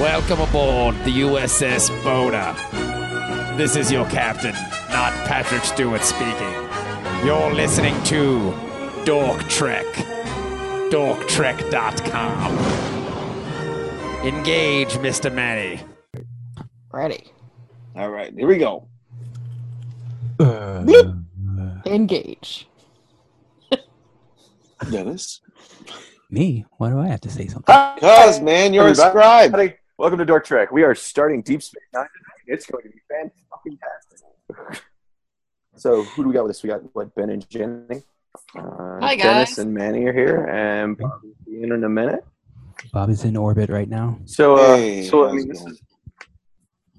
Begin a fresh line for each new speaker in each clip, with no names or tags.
Welcome aboard the USS Boda. This is your captain, not Patrick Stewart speaking. You're listening to Dork Trek. DorkTrek.com. Engage, Mr. Manny.
Ready.
All right, here we go.
Engage.
Dennis.
Me? Why do I have to say something?
Cuz, man, you're a
Everybody.
scribe.
Everybody, welcome to Dork Trek. We are starting Deep Space Nine. tonight. It's going to be fantastic. so, who do we got with us? We got what Ben and Jenny. Uh,
Hi, guys.
Dennis and Manny are here, and Bobby will be in in a minute.
Bob is in orbit right now.
So, uh,
Hey,
so I
how's
mean,
it
this
going?
is,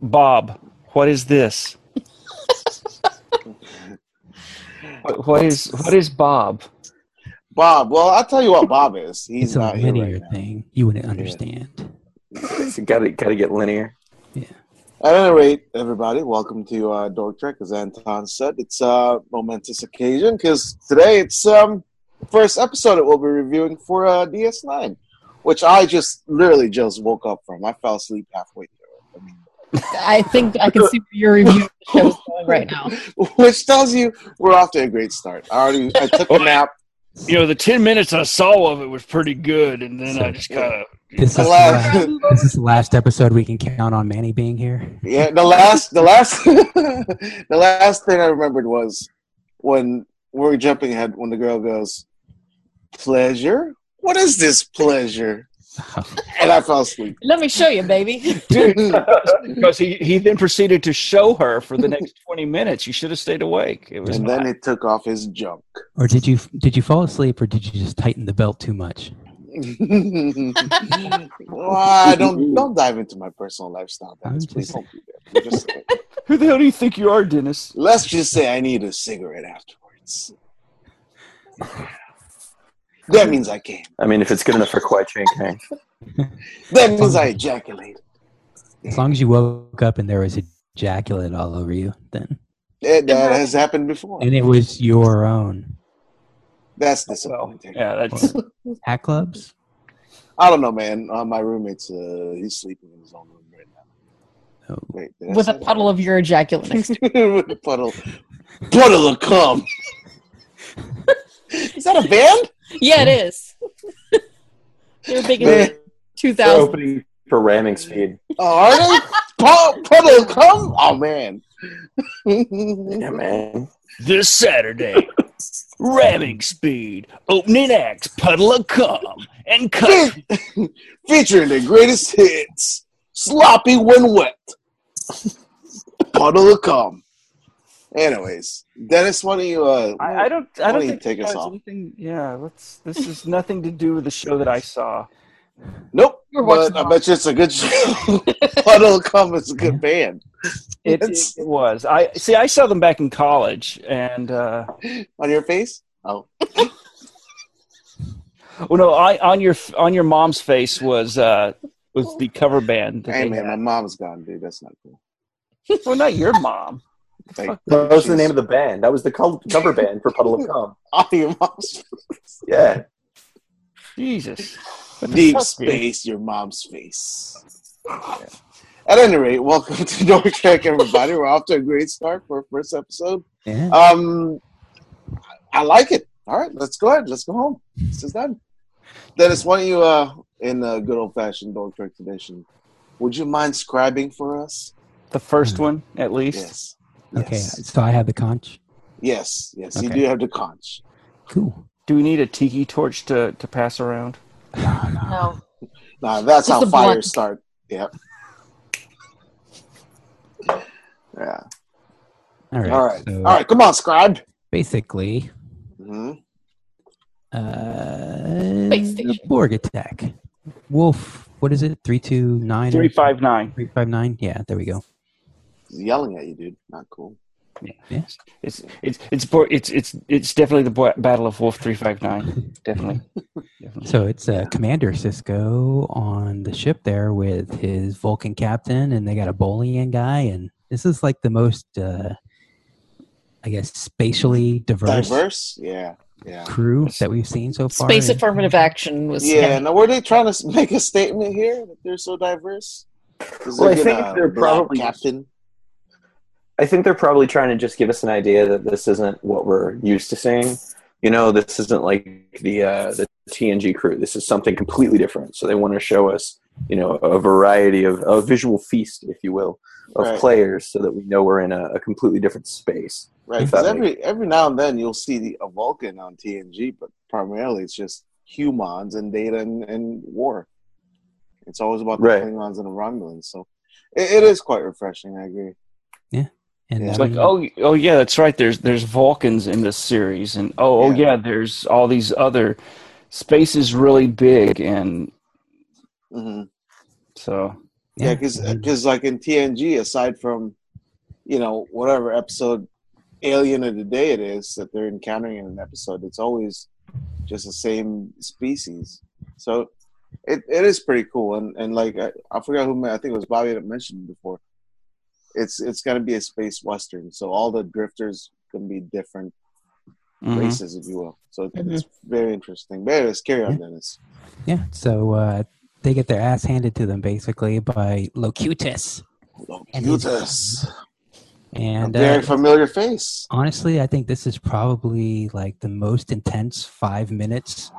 Bob, what is this? What- what is what is Bob?
Bob, well, I'll tell you what Bob is. He's
it's a
not here
linear
right now.
thing. You wouldn't understand.
got to got to get linear.
At any rate, everybody, welcome to uh, Dork Trek. As Anton said, it's a momentous occasion because today it's um first episode that we'll be reviewing for uh, DS9, which I just literally just woke up from. I fell asleep halfway through it. I mean,
I think I can see where your review of the show is going right now.
which tells you we're off to a great start. I already I took a nap.
You know, the ten minutes I saw of it was pretty good, and then I just kind of
This is, the last,
Hello.
this is the last episode we can count on Manny being here.
Yeah, the last, the last, the last thing I remembered was when we were jumping ahead. When the girl goes, "Pleasure? What is this pleasure?" And I fell asleep.
Let me show you, baby.
because he, he then proceeded to show her for the next twenty minutes. You should have stayed awake. It was
and then it took off his junk.
Or did you did you fall asleep or did you just tighten the belt too much?
Well, I don't don't dive into my personal lifestyle, guys. Please don't do that. Just-
who the hell do you think you are, Dennis?
let's just say I need a cigarette afterwards. That means I came.
I mean, if it's good enough for Kwai Chang Kang.
That means I ejaculate.
As long as you woke up and there was ejaculate all over you, then
That, that has happened before.
and it was your own
That's
Oh, Well,
disappointing.
yeah, that's
hat clubs.
I don't know, man. Uh, my roommate's uh, he's sleeping in his own room right now.
Oh.
Wait, did I
With
say
a
that?
puddle of your ejaculate next to
with a puddle, puddle of cum. Is that a band?
you. Yeah, it is. They were big in
Man.
They're
2000.
opening for ramming speed.
Oh, are they? Pu- puddle of cum. Oh man.
Yeah, man.
this Saturday. Ramming speed, opening acts, puddle of cum, and cut.
Featuring the greatest hits, sloppy when wet. Puddle of cum. Anyways, Dennis, why don't you? Uh,
I, I don't.
Why
I
don't
don't
you
think
take
this
us
has
off?
anything- Yeah, let's. This is nothing to do with the show that I saw.
nope.
You're watching
But I bet you it's a good show. puddle of cum is a good band.
It, it,
It's-
it was. I see. I saw them back in college, and uh,
on your face? Oh,
well, oh, no, I on your on your mom's face was uh, was the cover band. that
hey
they
man, my
had.
mom's gone, dude. That's not cool.
well, not your mom.
Like,
That was the name of the band. That was the co- cover band for Puddle of Cum.
on your mom's
Yeah.
Jesus.
deep
fuck, dude?
space, your mom's face. At any rate, welcome to Door Trek, everybody. We're off to a great start for our first episode.
Yeah.
Um, I like it. All right, let's go ahead. Let's go home. This is done. Dennis, why don't you, uh, in uh, good old fashioned Door Trek tradition, would you mind scribing for us?
The first one, at least.
Yes.
Okay,
Uh, Yes.
so I have the conch.
Yes. Yes. You
Okay.
do have the conch.
Cool.
Do we need a tiki torch to, to pass around?
No.
Nah, that's
Just
how
a
fires
blunt.
start. Yep. Yeah.
All right.
All right.
so
All right. Come on, scribe.
Basically,
hmm
Uh,
Space station.
Borg attack. Wolf. What is it? Three two nine.
Three five nine.
Three five nine. Yeah, there we go.
He's yelling at you, dude. Not cool.
It's it's it's bo- it's it's it's definitely the bo- Battle of Wolf three five nine. Definitely.
So it's uh, Commander Cisco on the ship there with his Vulcan captain, and they got a Bolian guy, and this is like the most, uh, I guess, spatially diverse,
Diverse. Yeah. Yeah.
crew that we've seen so far.
Space
is-
affirmative action was
Yeah. Now, were they trying to s- make a statement here that they're so diverse? Is there
Well, I
gonna
think they're
be a
probably-
captain.
I think they're probably trying to just give us an idea that this isn't what we're used to seeing. You know, this isn't like the uh, the TNG crew. This is something completely different. So they want to show us, you know, a variety of a visual feast, if you will, of
Right.
players, so that we know we're in a, a completely different space.
Right, because
Exactly.
every every now and then you'll see the, a Vulcan on TNG, but primarily it's just humans and data and, and war. It's always about the
Right.
Klingons and the Romulans, so it, it is quite refreshing. I agree.
and
It's
um, I
It's like,
mean,
oh, oh yeah, that's right. There's there's Vulcans in this series, and oh, oh
Yeah.
yeah, there's all these other. Space is really big, and
hmm
so
Yeah, because
uh,
like in TNG, aside from you know whatever episode alien of the day it is that they're encountering in an episode, it's always just the same species. So it, it is pretty cool, and and like I, I forgot who ma- I think it was Bobby that mentioned it before. It's it's gonna be a space western, so all the drifters can be different
Mm-hmm.
mhm.
races, if you will. So it- it's very interesting. But anyways, carry on, Dennis.
yeah. So uh, they get their ass handed to them basically by Locutus, And he's-
Locutus, a
and
very
uh,
familiar face.
honestly, I think this is probably like the most intense five minutes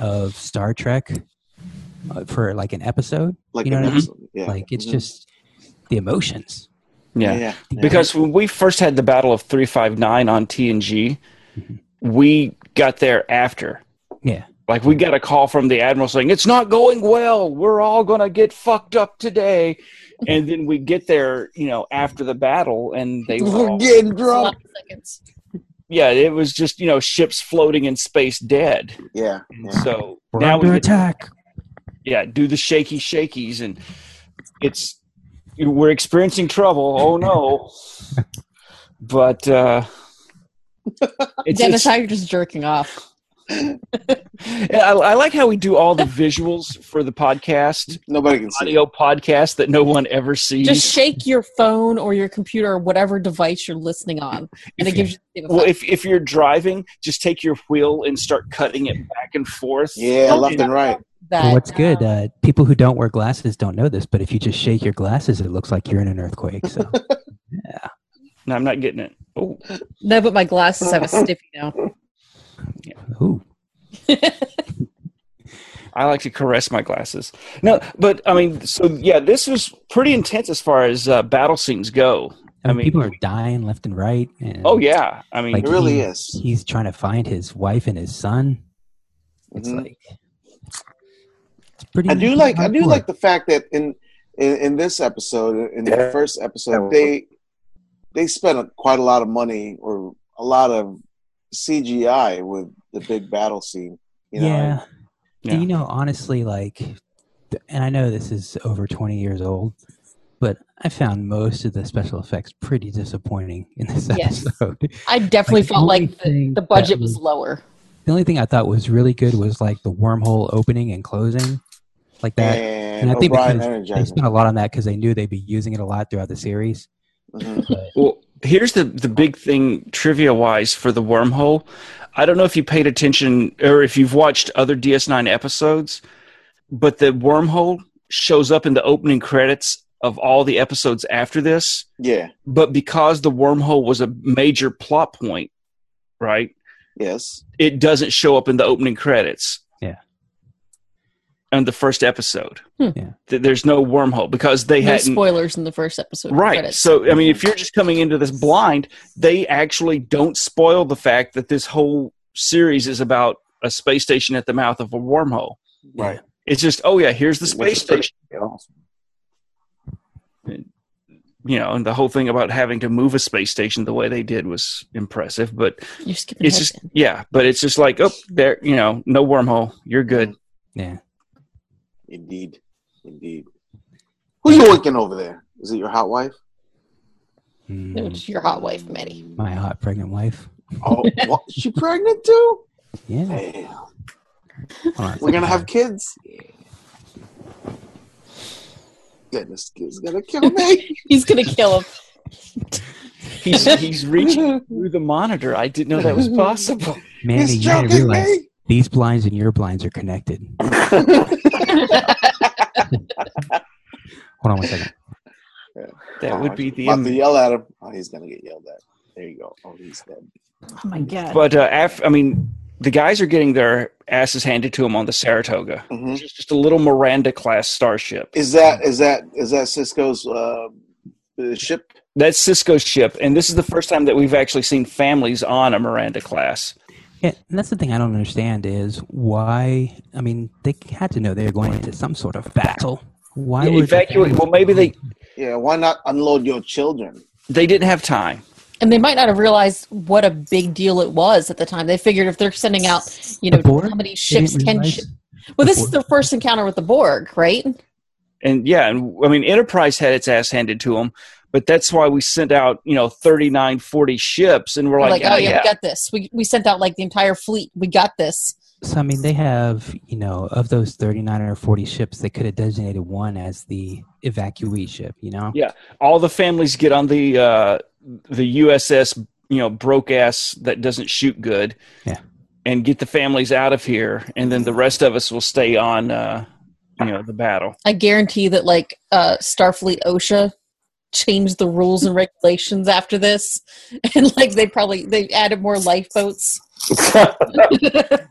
of Star Trek uh, for like an episode.
Like
you know
an
what I mean?
episode, yeah.
Like it's
Mhm.
just the emotions.
yeah.
yeah.
Because when we first had the Battle of 359 on TNG, we got there after.
Yeah.
Like we got a call from the admiral saying it's not going well. We're all gonna get fucked up today, and then we get there, you know, after the battle, and they were all,
getting
a lot of seconds.
yeah, it was just you know ships floating in space dead.
Yeah.
And
yeah.
So
We're
now we
under
get-
attack.
yeah, do the shaky shakies, and it's we're experiencing trouble. Oh no! but uh, it's,
Dennis,
it's-
how you're just jerking off.
Yeah, I, I like how we do all the visuals for the podcast,
Nobody can see. it.
audio podcast that no one ever sees.
Just shake your phone or your computer or whatever device you're listening on, and it gives you the same
well,
effect.
if, if you're driving, just take your wheel and start cutting it back and forth.
Yeah, left and right.
that,
Well, what's good?
um,
Uh, people who don't wear glasses don't know this, but if you just shake your glasses, it looks like you're in an earthquake. So
No, I'm not getting it. Oh,
no, but my glasses have a stiffy now.
ooh.
I like to caress my glasses. No, but I mean, so yeah, this was pretty intense as far as uh, battle scenes go.
I
I
mean,
mean-
people are dying left and right. And
Oh yeah, I mean,
Like-
It really
he-
is.
he's trying to find his wife and his son. It's
Mhm.
like it's pretty.
I do
pretty
like I do
hardcore.
like the fact that in in, in this episode, in the
Yeah.
first episode, they they spent a- quite a lot of money or a lot of CGI with the big battle scene. You know,
yeah.
Yeah.
Do you know honestly, like, th- and I know this is over twenty years old, but I found most of the special effects pretty disappointing in this
Yes.
episode.
I definitely
Like, the
felt
only
like the,
thing
the budget
that
was
was-
lower.
The only thing I thought was really good was like the wormhole opening and closing, like that.
and,
and I think
O'Brien
because They
energizing.
spent a lot on that because they knew they'd be using it a lot throughout the series.
Mhm.
Well, here's the the big thing trivia wise for the wormhole. I don't know if you paid attention or if you've watched other DS9 episodes, but the wormhole shows up in the opening credits of all the episodes after this.
Yeah.
But because the wormhole was a major plot point, right?
Yes.
It doesn't show up in the opening credits.
Yeah.
And the first episode.
Hmm.
Yeah.
Th- There's no wormhole because they
No
hadn't
spoilers in the first episode.
right
credits.
so i mean if you're just coming into this blind they actually don't spoil the fact that this whole series is about a space station at the mouth of a wormhole
Right.
it's just oh yeah here's the
Which
space
is pretty
station
awesome.
you know and the whole thing about having to move a space station the way they did was impressive but
you're skipping.
it's
ahead
just
then.
yeah but it's just like oh there you know no wormhole you're good
Yeah.
Indeed. Indeed. Who you waking over there? Is it your hot wife?
Mm,
No, it's your hot wife, Maddie.
my hot pregnant wife.
Oh, what? she pregnant too?
Yeah.
Damn.
Hold on a
We're
second.
gonna have kids. Goodness, kid's gonna kill me.
He's gonna kill him.
He's he's reaching through the monitor. I didn't know that was possible.
Mandy, you gotta realize these blinds and your blinds are connected. Hold on one second.
That would be the
I'm about to yell at him. Oh, he's gonna get yelled at. There you go. Oh, he's dead.
Oh my god.
But uh, af- I mean, the guys are getting their asses handed to them on the Saratoga.
Mhm.
It's just, just a little Miranda class starship.
Is that is that is that Cisco's uh, uh, ship?
That's Cisco's ship, and this is the first time that we've actually seen families on a Miranda class.
Yeah, and that's the thing I don't understand is why. I mean, they had to know they were going into some sort of battle. Why
Yeah,
would the
evacuate.
family-
Well, maybe they
Yeah. Why not unload your children?
they didn't have time.
and they might not have realized what a big deal it was at the time. They figured if they're sending out, you know,
The Borg?
how many
They didn't
ships, ten
realize-
ships. Well, this is their first encounter with the Borg, right?
and yeah, and I mean Enterprise had its ass handed to them, but that's why we sent out you know 39, 40 ships, and we're
They're
like, oh yeah,
we got this. We we sent out like the entire fleet. We got this.
So I mean, they have you know of those thirty nine or forty ships, they could have designated one as the evacuee ship. You know,
Yeah. all the families get on the uh, the USS, you know, broke ass that doesn't shoot good,
Yeah.
and get the families out of here, and then the rest of us will stay on, uh, you know, the battle.
I guarantee that like uh, Starfleet OSHA changed the rules and regulations after this, and like they probably they added more lifeboats. that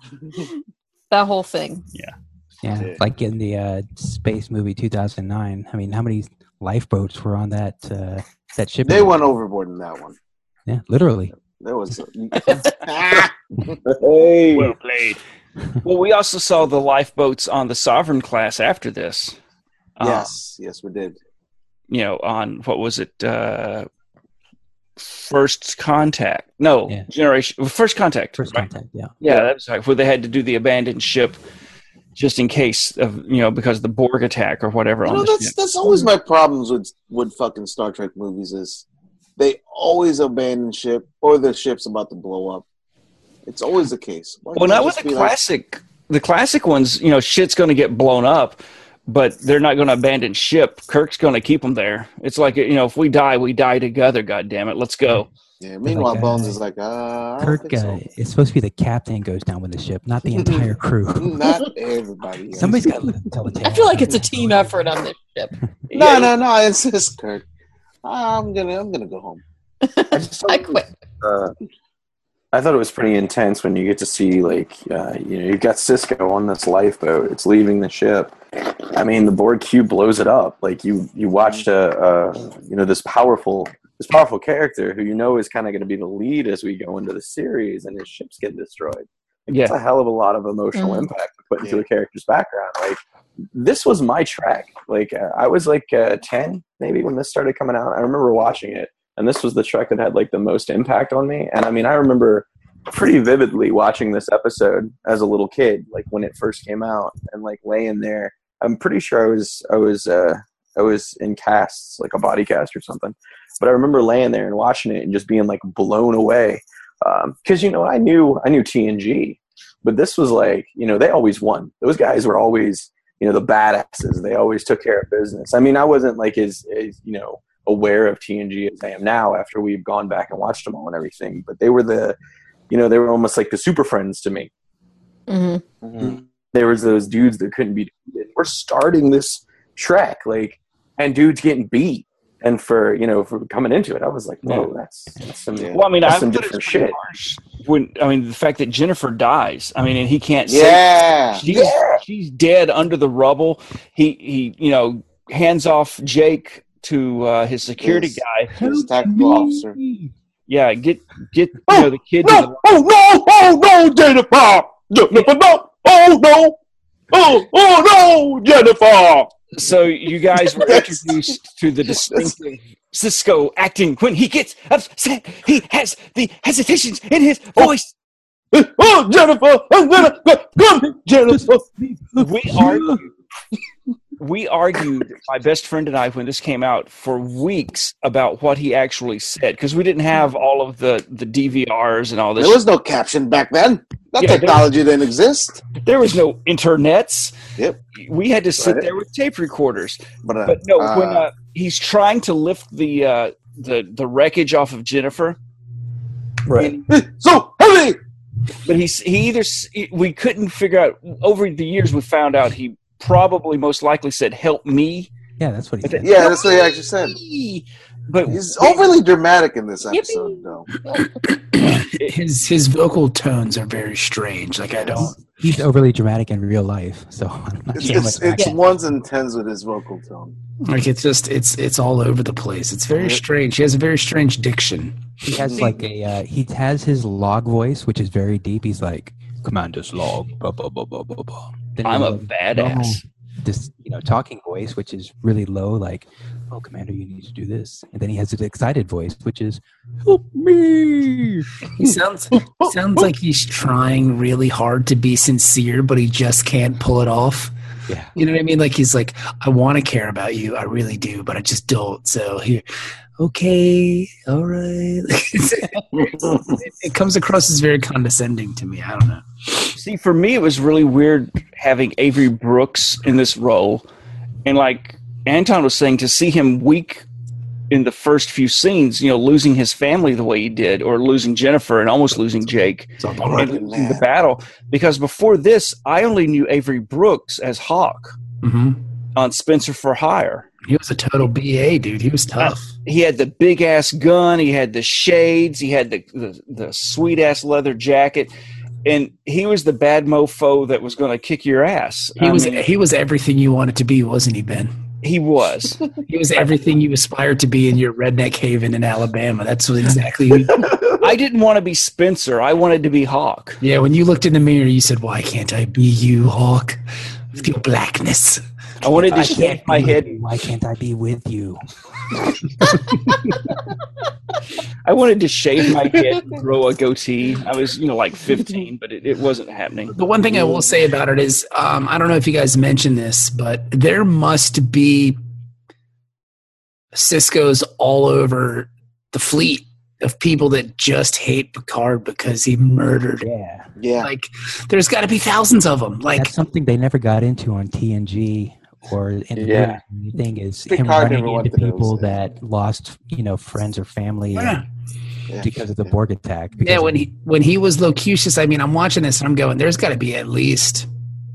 whole thing.
yeah,
Yeah.
like in the uh, space movie two thousand nine. I mean, how many lifeboats were on that uh, that ship?
They went overboard in that one.
Yeah, literally.
There was. A,
hey.
played. well, we also saw the lifeboats on the Sovereign class after this. Uh,
yes, yes, we did.
you know, on what was it? Uh, first contact? No,
Yeah.
generation. well, First contact.
First
right?
contact. Yeah.
Yeah, that was like where they had to do the abandoned ship, just in case of you know because of the Borg attack or whatever
You
on
know,
the
that's
ship.
that's always my problems with with fucking Star Trek movies is they always abandon ship or the ship's about to blow up. It's always the case. Why
Well,
can't
not
it
with
just
the
be like-
classic. The classic ones, you know, shit's going to get blown up, but they're not going to abandon ship. Kirk's going to keep them there. It's like you know, if we die, we die together. God damn it, let's go.
Yeah. Meanwhile,
Like, uh,
Bones is like, uh, I don't
Kirk
think so.
uh, it's supposed to be the captain goes down with the ship, not the entire crew.
Not everybody. else.
Somebody's got to tell the tale.
I feel like it's a team effort on this ship.
No,
Yeah,
no, no. I insist, Kirk. I'm gonna, I'm gonna go home.
I just thought
I
it was,
quit.
uh, I thought it was pretty intense when you get to see like uh, you know you've got Cisco on this lifeboat. It's leaving the ship. I mean, the Borg cube blows it up. Like you you watched a, a you know this powerful this powerful character who you know is kind of going to be the lead as we go into the series, and his ships get destroyed.
yeah.
It's a hell of a lot of emotional
Mhm.
impact to put into
Yeah.
a character's background. Like this was my track. Like uh, I was like uh, ten maybe when this started coming out. I remember watching it, and this was the track that had like the most impact on me. And I mean, I remember pretty vividly watching this episode as a little kid, like when it first came out, and like laying there. I'm pretty sure I was I was uh, I was in casts, like a body cast or something. But I remember laying there and watching it and just being like blown away because you know I knew I knew TNG, but this was like you know they always won. Those guys were always you know the badasses. They always took care of business. I mean, I wasn't like as, as you know aware of TNG as I am now after we've gone back and watched them all and everything. But they were the you know they were almost like the super friends to me
hmm
Mm-hmm.
Mm-hmm.
there was those dudes that couldn't be defeated. We're starting this trek, like, and dudes getting beat. And for you know, for coming into it, I was like, whoa, that's, that's some.
Yeah.
Well, I mean,
That's
I
some
thought it
different
was pretty
shit.
harsh When I mean, the fact that Jennifer dies, I mean, and he can't say
Yeah.
She's,
Yeah.
she's dead under the rubble. He he you know hands off Jake to uh, his security
Yes.
guy.
His tactical officer.
Yeah, get get you know the kid. to the-
oh no! Oh no, Jennifer! Jennifer, no! Oh no! Oh oh no, Jennifer!
So you guys were
Yes.
introduced to the distinctive Cisco acting when he gets upset. He has the hesitations in his voice.
Oh Jennifer! I'm gonna come, Jennifer.
We argued. We argued, my best friend and I, when this came out, for weeks about what he actually said because we didn't have all of the the DVRs and all this.
There was no caption back then. That
Yeah, there-
technology didn't exist.
There was no internets.
Yep.
We had to sit
Right.
there with tape recorders.
But, uh,
But no,
uh,
when uh, he's trying to lift the uh, the the wreckage off of Jennifer.
Right.
so heavy.
But he's he either s- we couldn't figure out over the years we found out he probably most likely said help me.
Yeah, that's what he said.
Yeah, that's what he actually said.
But
He's overly dramatic in this episode, though.
His his vocal tones are very strange. Like I don't.
He's overly dramatic in real life, so I'm not
It's
sure
it's,
what
it's
action-
ones and tens with his vocal tone.
Like it's just it's it's all over the place. It's very strange. He has a very strange diction.
he has like a uh, he has his log voice, which is very deep. He's like Commander's log, blah blah blah blah blah blah. Then
I'm
he
a
has
badass.
This you know talking voice, which is really low, like oh Commander, you need to do this, and then he has his excited voice, which is help me.
He sounds sounds like he's trying really hard to be sincere, but he just can't pull it off.
Yeah.
You know what I mean? Like he's like, I want to care about you, I really do, but I just don't. So here, okay, all right. it, it comes across as very condescending to me. I don't know.
See, for me, it was really weird having Avery Brooks in this role. And like Anton was saying, to see him weak in the first few scenes, you know, losing his family the way he did, or losing Jennifer and almost losing Jake
So I'm
and
alright.
losing the battle. Because before this, I only knew Avery Brooks as Hawk
Mhm.
on Spencer for Hire.
He was a total BA, dude. He was tough.
He had the big ass gun, he had the shades, he had the, the, the sweet ass leather jacket. And he was the bad mofo that was going to kick your ass.
He
I
was
mean-
he was everything you wanted to be, wasn't he, Ben?
He was.
He was everything you aspired to be in your redneck haven in Alabama. That's what exactly. Who,
I didn't want to be Spencer. I wanted to be Hawk.
yeah, when you looked in the mirror, you said, "Why can't I be you, Hawk, with your blackness?"
I wanted to
I
shave
can't
my
be with
head.
you. Why can't I be with you?
I wanted to shave my head, and grow a goatee. I was, you know, like 15, but it, it wasn't happening.
The one thing I will say about it is, um, I don't know if you guys mentioned this, but there must be Cisco's all over the fleet of people that just hate Picard because he murdered.
Yeah,
Yeah,
Like, there's got to be thousands of them. Like,
that's something they never got into on TNG or in the
Yeah.
movies. The thing is
Picard
him running
never went
into
to those,
people
yeah.
that lost you know friends or family. and-
yeah.
because of the Borg attack.
Yeah,
because
when
of-
he when he was locutious, I mean, I'm watching this and I'm going, there's got to be at least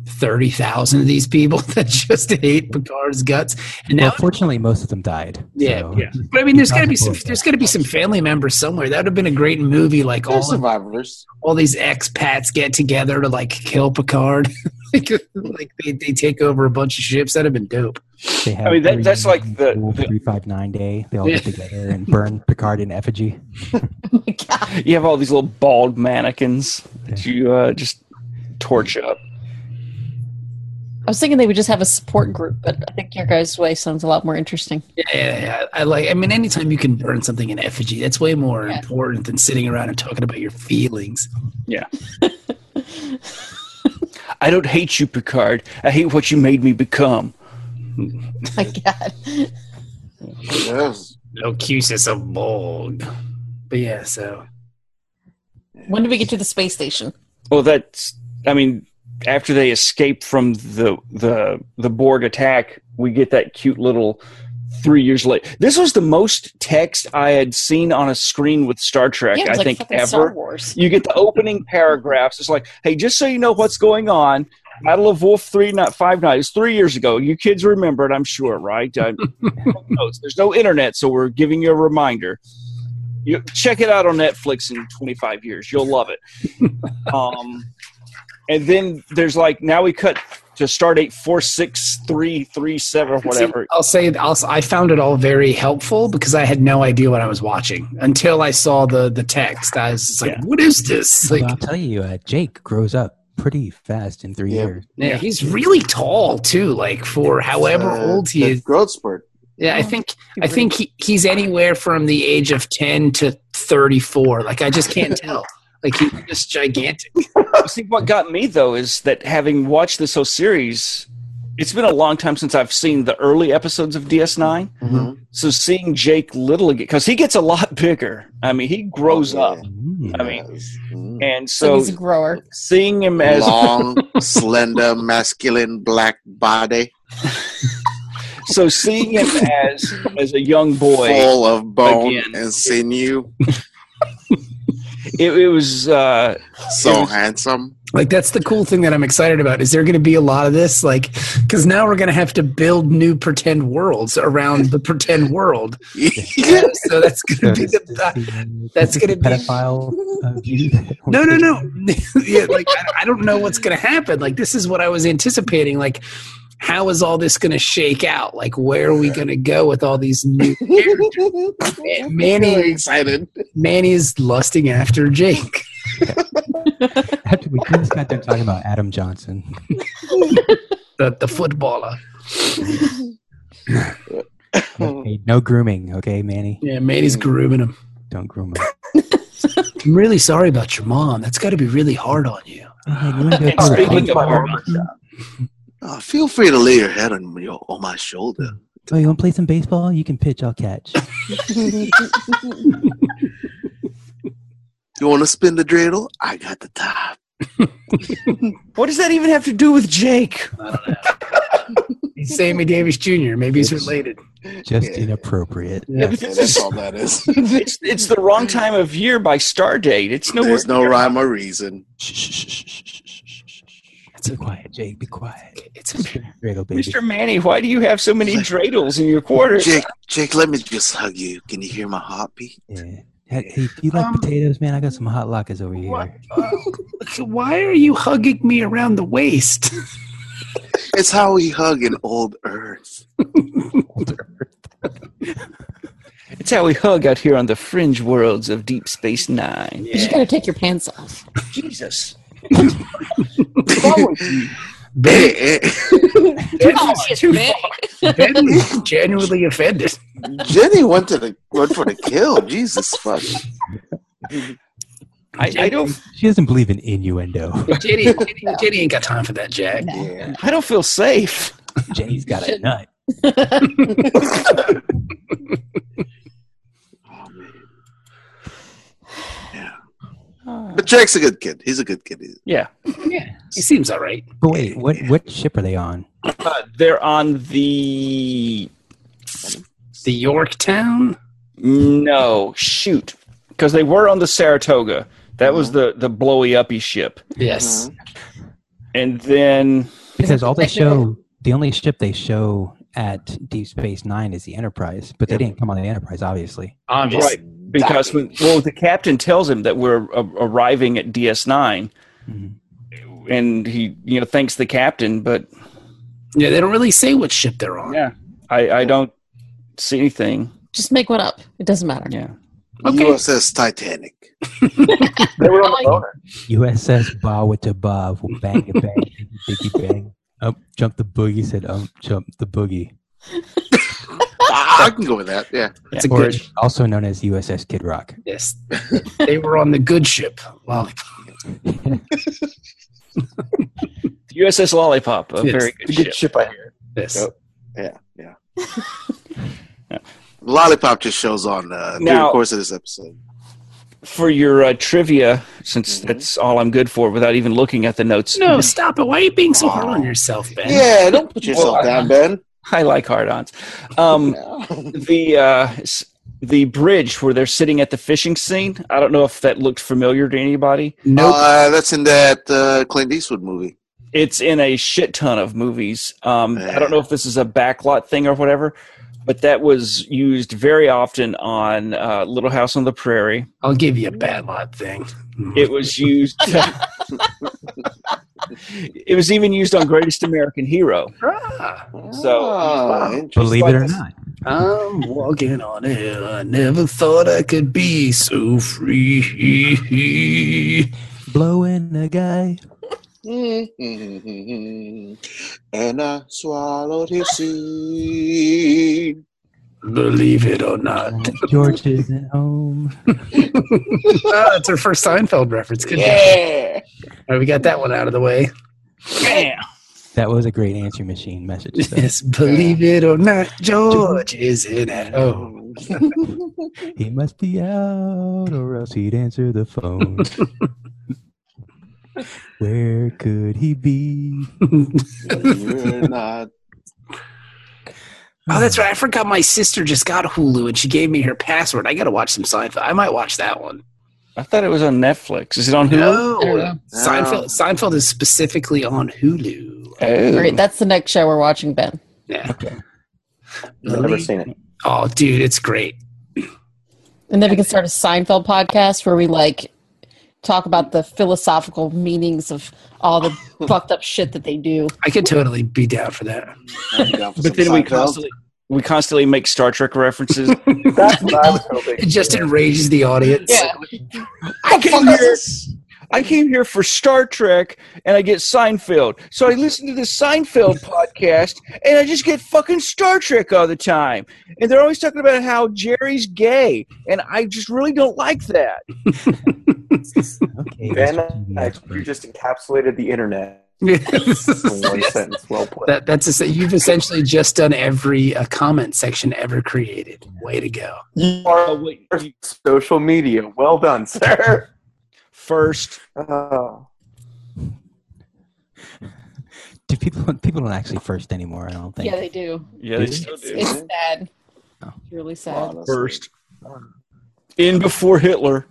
thirty thousand of these people that just hate Picard's guts. And now,
well, fortunately, most of them died.
Yeah,
so-
yeah.
but I mean, there's got to be some there's got to be some family members somewhere. That would have been a great movie, like
they're
all of,
survivors.
all these expats get together to like kill Picard, like, like they, they take over a bunch of ships. That'd have been dope.
They have
I mean, that- that's like the- the-
three five nine day. They all get together and burn Picard in effigy.
Oh my God.
You have all these little bald mannequins that you uh, just torch up.
I was thinking they would just have a support group, but I think your guys' way sounds a lot more interesting.
Yeah, yeah, yeah. I like. I mean, anytime you can burn something in effigy, that's way more
Yeah.
important than sitting around and talking about your feelings.
I don't hate you, Picard. I hate what you made me become.
My God.
Yes.
Locutus of Borg. But yeah, so
When do we get to the space station?
Well, that's. I mean, after they escape from the the the Borg attack, we get that cute little three years later. This was the most text I had seen on a screen with Star Trek.
yeah, it
I
was like
think
fucking
ever.
Star Wars.
You get the opening paragraphs. It's like, hey, just so you know what's going on, Battle of Wolf Three, not Five Nine. It's three years ago. You kids remember it, I'm sure, right? Uh, notes. There's no internet, so we're giving you a reminder. You check it out on Netflix in 25 years. You'll love it. um, and then there's like now we cut to start eight four six three three seven or whatever.
I'll say I'll, I found it all very helpful because I had no idea what I was watching until I saw the the text. I was just like,
Yeah.
"What is this?" Like,
Well, I'll tell you, uh, Jake grows up pretty fast in three
Yeah.
years.
yeah, he's really tall too. Like for however
Uh,
old he
the
is.
Growth spurt.
Yeah, I think I think he, he's anywhere from the age of ten to thirty four. Like I just can't tell. Like he's just gigantic.
See, what got me though is that having watched this whole series, it's been a long time since I've seen the early episodes of DS9.
Mhm.
So seeing Jake Little again, because he gets a lot bigger. I mean, he grows
Yeah.
up,
Mm.
I mean-
Yes. Mhm.
and
So,
so
he's a grower.
seeing him as
long, slender, masculine, black body.
So seeing him as as a young boy,
full of bone
again.
and sinew,
it, it was uh,
so handsome.
Like that's the cool thing that I'm excited about. Is there going to be a lot of this? Like, because now we're going to have to build new pretend worlds around the pretend world. So that's going to be the. that's gonna be-
uh, pedophile. uh, view that-
no, no, no. yeah, like I, I don't know what's going to happen. Like this is what I was anticipating. Like, how is all this going to shake out? Like, where are we going to go with all these new characters? Man- Manny,
excited.
Manny is lusting after Jake.
After we just got done talking about Adam Johnson.
The, the footballer.
Okay, no grooming, okay, Manny?
Yeah, Manny's grooming him.
Don't groom him.
I'm really sorry about your mom. That's got to be really hard on you.
Hey, you wanna go
And
for a
speaking
date?
of Arma,
Uh, feel free to lay your head on, my- on my shoulder.
Oh, you want to play some baseball? You can pitch, I'll catch.
You want to spin the dreidel? I got the time.
what does that even have to do with Jake?
He's Sammy Davis Jr. Maybe he's related.
Just inappropriate.
Yeah.
Yeah, that's all that is.
It's, it's the wrong time of year by Stardate. It's nowhere.
There's no rhyme or reason.
Shh, shh, shh, shh, shh, shh, shh, shh, shh, shh. Be quiet, Jake. Be quiet.
It's a,
Dreidel, baby.
Mr. Manny, why do you have so many dreidels in your quarters?
Jake, Jake, let me just hug you. Can you hear my heartbeat?
Yeah. Hey, hey, do you like
Um,
potatoes, man? I got some hot lockers over here.
what? uh, why are you hugging me around the waist?
It's how we hug in old Earth.
It's how we hug out here on the fringe worlds of Deep Space Nine.
You just gotta take your pants off.
Jesus.
Ben,
Eh, eh.
Oh, shit, man.
ben was genuinely offended.
Jenny went to the went for the kill. Jesus fuck.
I, I don't
She doesn't believe in innuendo.
Jenny, Jenny, Jenny ain't got time for that, Jack.
Yeah.
I don't feel safe.
Jenny's got a
Shouldn't.
nut.
But Jake's a good kid. He's a good kid. He's-
Yeah.
He seems all right.
But wait, what what ship are they on?
Uh, they're on the
The Yorktown.
no shoot because they were on the Saratoga. That was the the blowy uppy ship,
Yes.
and then
Because all they
the second
show, the only ship they show at Deep Space Nine is the Enterprise, but they didn't come on the Enterprise, obviously.
Obviously.
because when, well the captain tells him that we're uh, arriving at DS Nine,
Mhm.
and he you know thanks the captain, but
Yeah, they don't really say what ship they're on.
yeah, I I don't see anything.
Just make one up. It doesn't matter.
Yeah,
USS Titanic.
They were on
Like-
the boner.
USS Bawatabav will bang a bang, biggie bang. Up jump the boogie, said um jump the boogie.
I, I can go with that. Yeah.
It's a
Or
good.
also known as USS Kid Rock.
Yes. they were on the good ship. Lollipop.
the USS Lollipop, a
Yes,
very good
It's a
ship.
good ship I hear.
Yes.
Yep. Yeah. Yeah. Lollipop just shows on uh, through
Now-
the course of this episode.
For your uh, trivia, since that's all I'm good for without even looking at the notes.
No, stop it. Why are you being so hard on yourself, Ben?
Yeah, don't put yourself
Well,
down, Ben.
I like hard-ons. Um, the uh, s- the bridge where they're sitting at the fishing scene. I don't know if that looked familiar to anybody.
Nope.
Uh, that's in that uh, Clint Eastwood movie.
It's in a shit ton of movies. Um, I don't know if this is a backlot thing or whatever, but that was used very often on uh, Little House on the Prairie.
I'll give you a bad lot thing.
It was used. it was even used on Greatest American Hero.
Ah,
So,
Ah, interesting.
Believe it or not.
I'm walking on air. I never thought I could be so free.
Blowing a guy.
Mm-hmm. and I swallowed his seed.
Believe it or
Uh,
not.
George isn't home.
Ah, that's our first Seinfeld reference. Good job.
Yeah.
All right, we got that one out of the way.
bam!
That was a great answering machine message. so
Yes, believe it or not, George is in it. Oh,
he must be out or else he'd answer the phone. Where could he be?
You're not.
Oh, that's right. I forgot my sister just got Hulu and she gave me her password. I got to watch some Seinfeld. I might watch that one.
I thought it was on Netflix. Is it on Hulu?
No.
No.
Seinfeld, Seinfeld is specifically on Hulu.
Oh.
All right, that's the next show we're watching, Ben.
Yeah.
Never
Really?
seen it.
Oh, dude, it's great.
And then we can start a Seinfeld podcast where we like talk about the philosophical meanings of all the fucked up shit that they do.
I could totally be down for that.
But then we constantly we constantly make Star Trek references.
That's what I was hoping.
It just enrages the audience.
I came here. I came here for Star Trek, and I get Seinfeld. So I listen to the Seinfeld podcast, and I just get fucking Star Trek all the time. And they're always talking about how Jerry's gay, and I just really don't like that.
Okay.
Ben,
Mr. TV
I-
expert.
you just encapsulated the internet in one
that,
sentence. Well put.
that's a, you've essentially just done every uh, comment section ever created. Way to go!
you are
Oh, wait,
first
you-
social media. Well done, sir.
First,
Oh.
Do people people don't actually first anymore? I don't think.
Yeah, they do.
Oh,
yeah,
they
they
Really?
still
It's,
do.
it's sad.
Oh.
It's really sad.
First, in before Hitler.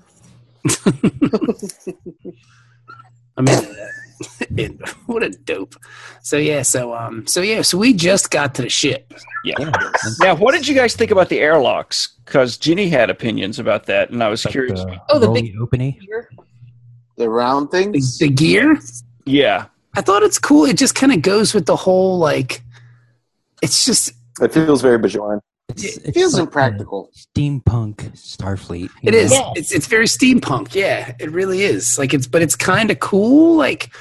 I'm into that. And what a dope. So yeah, so um, so yeah, so we just got to the ship.
Yeah.
Now, what did you guys think about the airlocks? Because Ginny had opinions about that, and I was curious.
uh,
Oh, the
rolly
big-
uh, opening.
The round
The,
things.
the gear,
Yeah,
I thought it's cool. It just kind of goes with the whole like, it's just
It feels very Bajoran.
It's,
It
it's
feels
like
impractical.
a Steampunk Starfleet. you
It is.
know?
It's it's very steampunk. Yeah, it really is. Like it's, but it's kind of cool. Like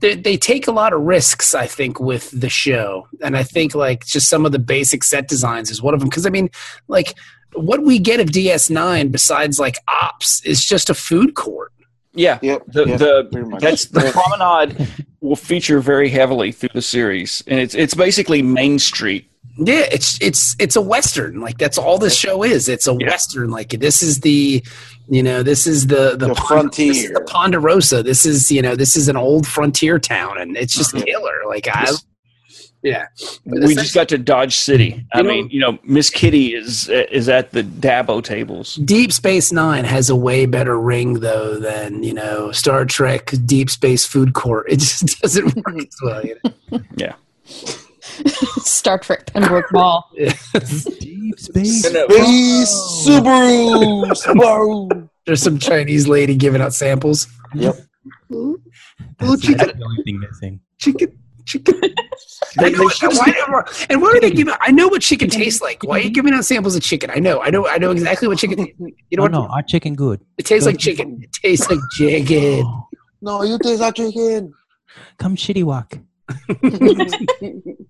they they take a lot of risks, I think, with the show, and I think like just some of the basic set designs is one of them. Because I mean, like what we get of DS9 besides like ops is just a food court.
yeah.
Yep.
The,
yep,
the
pretty much.
That's the
Yeah.
promenade will feature very heavily through the series, and it's it's basically Main Street.
Yeah, it's it's it's a western. Like that's all this show is. It's a
Yeah.
western. Like this is the, you know, this is the the,
The
Pon- this is
frontier.
the Ponderosa. This is you know this is an old frontier town, and it's just killer. Like I,
This-
yeah, But
We just got to Dodge City. I
You know-
mean, you know, Miss Kitty is is at the Dabo tables.
Deep Space Nine has a way better ring though than you know Star Trek Deep Space Food Court. It just doesn't work as well. You know?
Star Trek Pembroke Mall.
Deep space.
Baby Subaru. Subaru.
There's some Chinese lady giving out samples.
Yep.
Little
That's,
chicken,
that's the only thing missing.
chicken, chicken. I know it. Why- and why are they giving? I know what chicken tastes like. Why are you giving out samples of chicken? I know. I know. I know exactly what chicken. tastes like. You know
Oh,
what?
no, our chicken good. Oh.
It tastes like chicken. It tastes like chicken.
No, you taste that chicken.
Come shitty walk.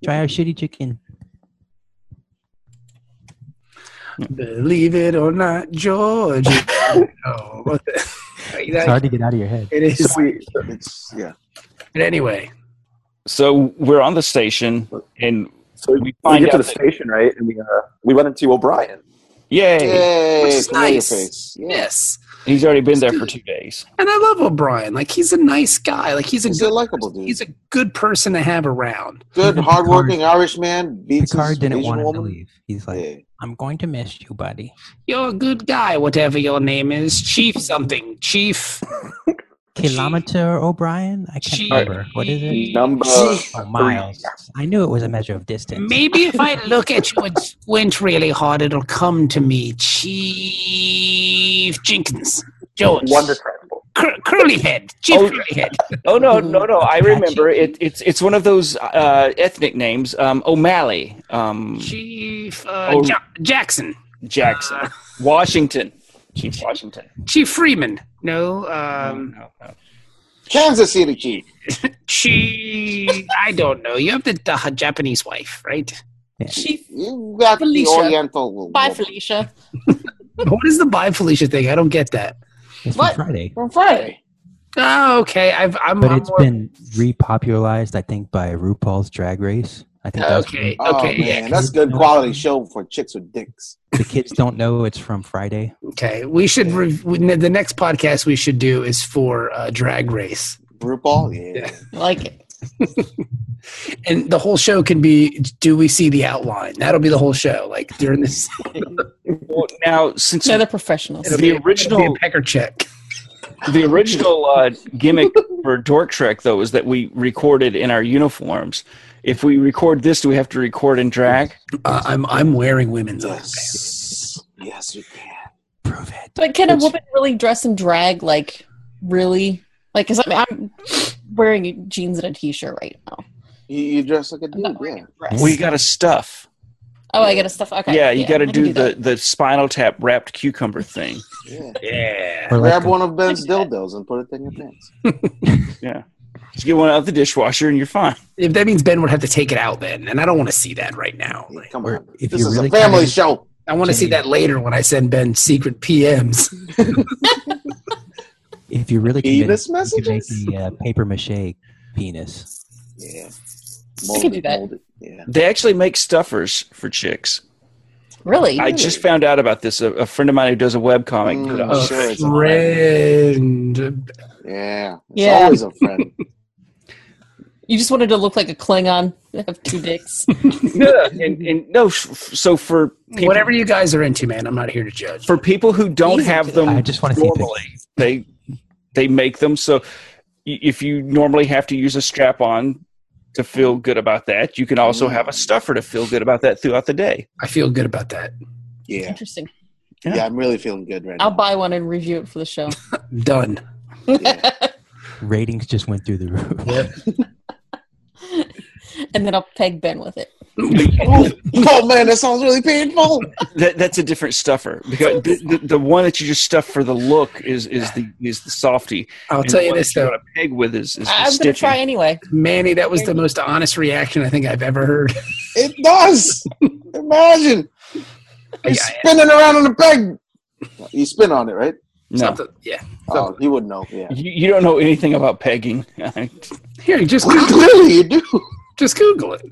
Try our shitty chicken.
Believe it or not, George. oh, what the? Like
It's
that-
hard to get out of your head.
it is.
It's yeah.
But anyway,
So we're on the station, and
So
We
we,
find
get to
out
the
that-
station, right? And we uh, we went into O'Brien.
yay,
Yay!
Which is
familiar
nice.
face. Yeah.
yes.
he's already been there for two days.
And I love O'Brien. Like he's a nice guy. Like he's a
He's a
good.
likable dude.
He's a good person to have around.
good,
Picard-
hardworking Irish man. Beats his
Picard didn't
Asian
want him to
woman.
leave. He's like,
Yeah.
I'm going to miss you, buddy.
You're a good guy, whatever your name is, Chief something, Chief.
Kilometer O'Brien? I can't
Gee.
remember. What is it?
Number
Oh, miles. I knew it was a measure of distance.
Maybe if I look at you and squint really hard, it'll come to me. Chief Jenkins. George.
Wonder Tribal.
Cur- curly head. Chief
Oh.
Curly head.
Oh no, no, no! I remember it. It's it's one of those uh, ethnic names. Um, O'Malley, um,
Chief uh,
Oh.
Ja- Jackson.
Jackson, Washington, Chief Washington.
Chief Freeman. No. Um,
No, no.
Kansas City Chief.
Chief. I don't know. You have the, the Japanese wife, right?
Chief.
You got
Felicia.
the Oriental.
Bye,
woman
Felicia.
what is the bi Felicia thing? I don't get that.
It's
What?
from Friday.
From Friday.
Oh, okay. I've, I'm,
But
I'm
it's
more-
been repopularized, I think, by RuPaul's Drag Race. I think that's
Okay.
Oh
okay. yeah.
man, that's good quality show for chicks with dicks.
the kids don't know it's from Friday.
Okay, we should. Rev- we- the next podcast we should do is for uh, Drag Race.
RuPaul, yeah.
Like it.
and the whole show can be do we see the outline? That'll be the whole show. Like during this
Well, now, since
No, they're professionals.
The original-
it'll be a pecker check.
the original uh, gimmick for Dork Trek, though, is that we recorded in our uniforms. If we record this, do we have to record in drag?
Uh, I'm I'm wearing women's
Yes. Yes, you can.
Prove it.
But can a woman really dress in drag? Like, really? Like, cause I'm, I'm wearing jeans and a t-shirt right now.
You, you dress like a
I'm
dude,
not wearing
yeah.
a dress.
We got to stuff.
oh, I got to stuff. Okay.
yeah, you got to
I can
do the,
that.
the spinal tap wrapped cucumber thing.
yeah.
Yeah.
Or like
Grab
the-
one of Ben's
Yeah.
dildos and put it in your pants.
Yeah. Just get one out of the dishwasher and you're fine.
If that means Ben would have to take it out then, and I don't want to see that right now. Like,
Come
Or
on.
if
This
you
is
really
a family
kinda-
show.
I want to see that later when I send Ben secret PMs.
If you really
Penis
convinced, you can make
messages?
the uh, paper mache penis.
Yeah.
I could do
Mold it,
that.
mold it. Yeah.
They actually make stuffers for chicks.
Really?
I just found out about this. A, a friend of mine who does a webcomic put
Mm.
up
Oh, sure, it's a
friend.
Yeah. It's
Yeah.
always a friend.
you just wanted to look like a Klingon. Have two dicks.
yeah, and, and no, f- so for people,
Whatever you guys are into, man, I'm not here to judge.
for people who don't
Easy
have
to
them
I just want to see a picture.
normally, they they make them. So y- if you normally have to use a strap on to feel good about that, you can also have
Mm.
a stuffer to feel good about that throughout the day.
I feel good about that.
Yeah.
Interesting.
Yeah.
yeah. I'm really feeling good right
I'll
now.
buy one and review it for the show.
Done.
Ratings just went through the roof.
and then I'll peg Ben with it.
oh, oh, man, that sounds really painful.
That, that's a different stuffer because the, the, the one that you just stuff for the look is is the is the softy.
I'll
And
tell
the
you
one
this
that
though,
got a peg with is, is the
I- I'm gonna
stitching.
try anyway.
Manny, that was the most honest reaction I think I've ever heard.
It does. Imagine. You're
Oh, Yeah,
spinning around on a peg. You spin on it, right?
No,
Something- yeah.
Oh, you wouldn't know. Yeah.
you, you don't know anything about pegging.
Here, just Google,
Clearly you do.
just Google it.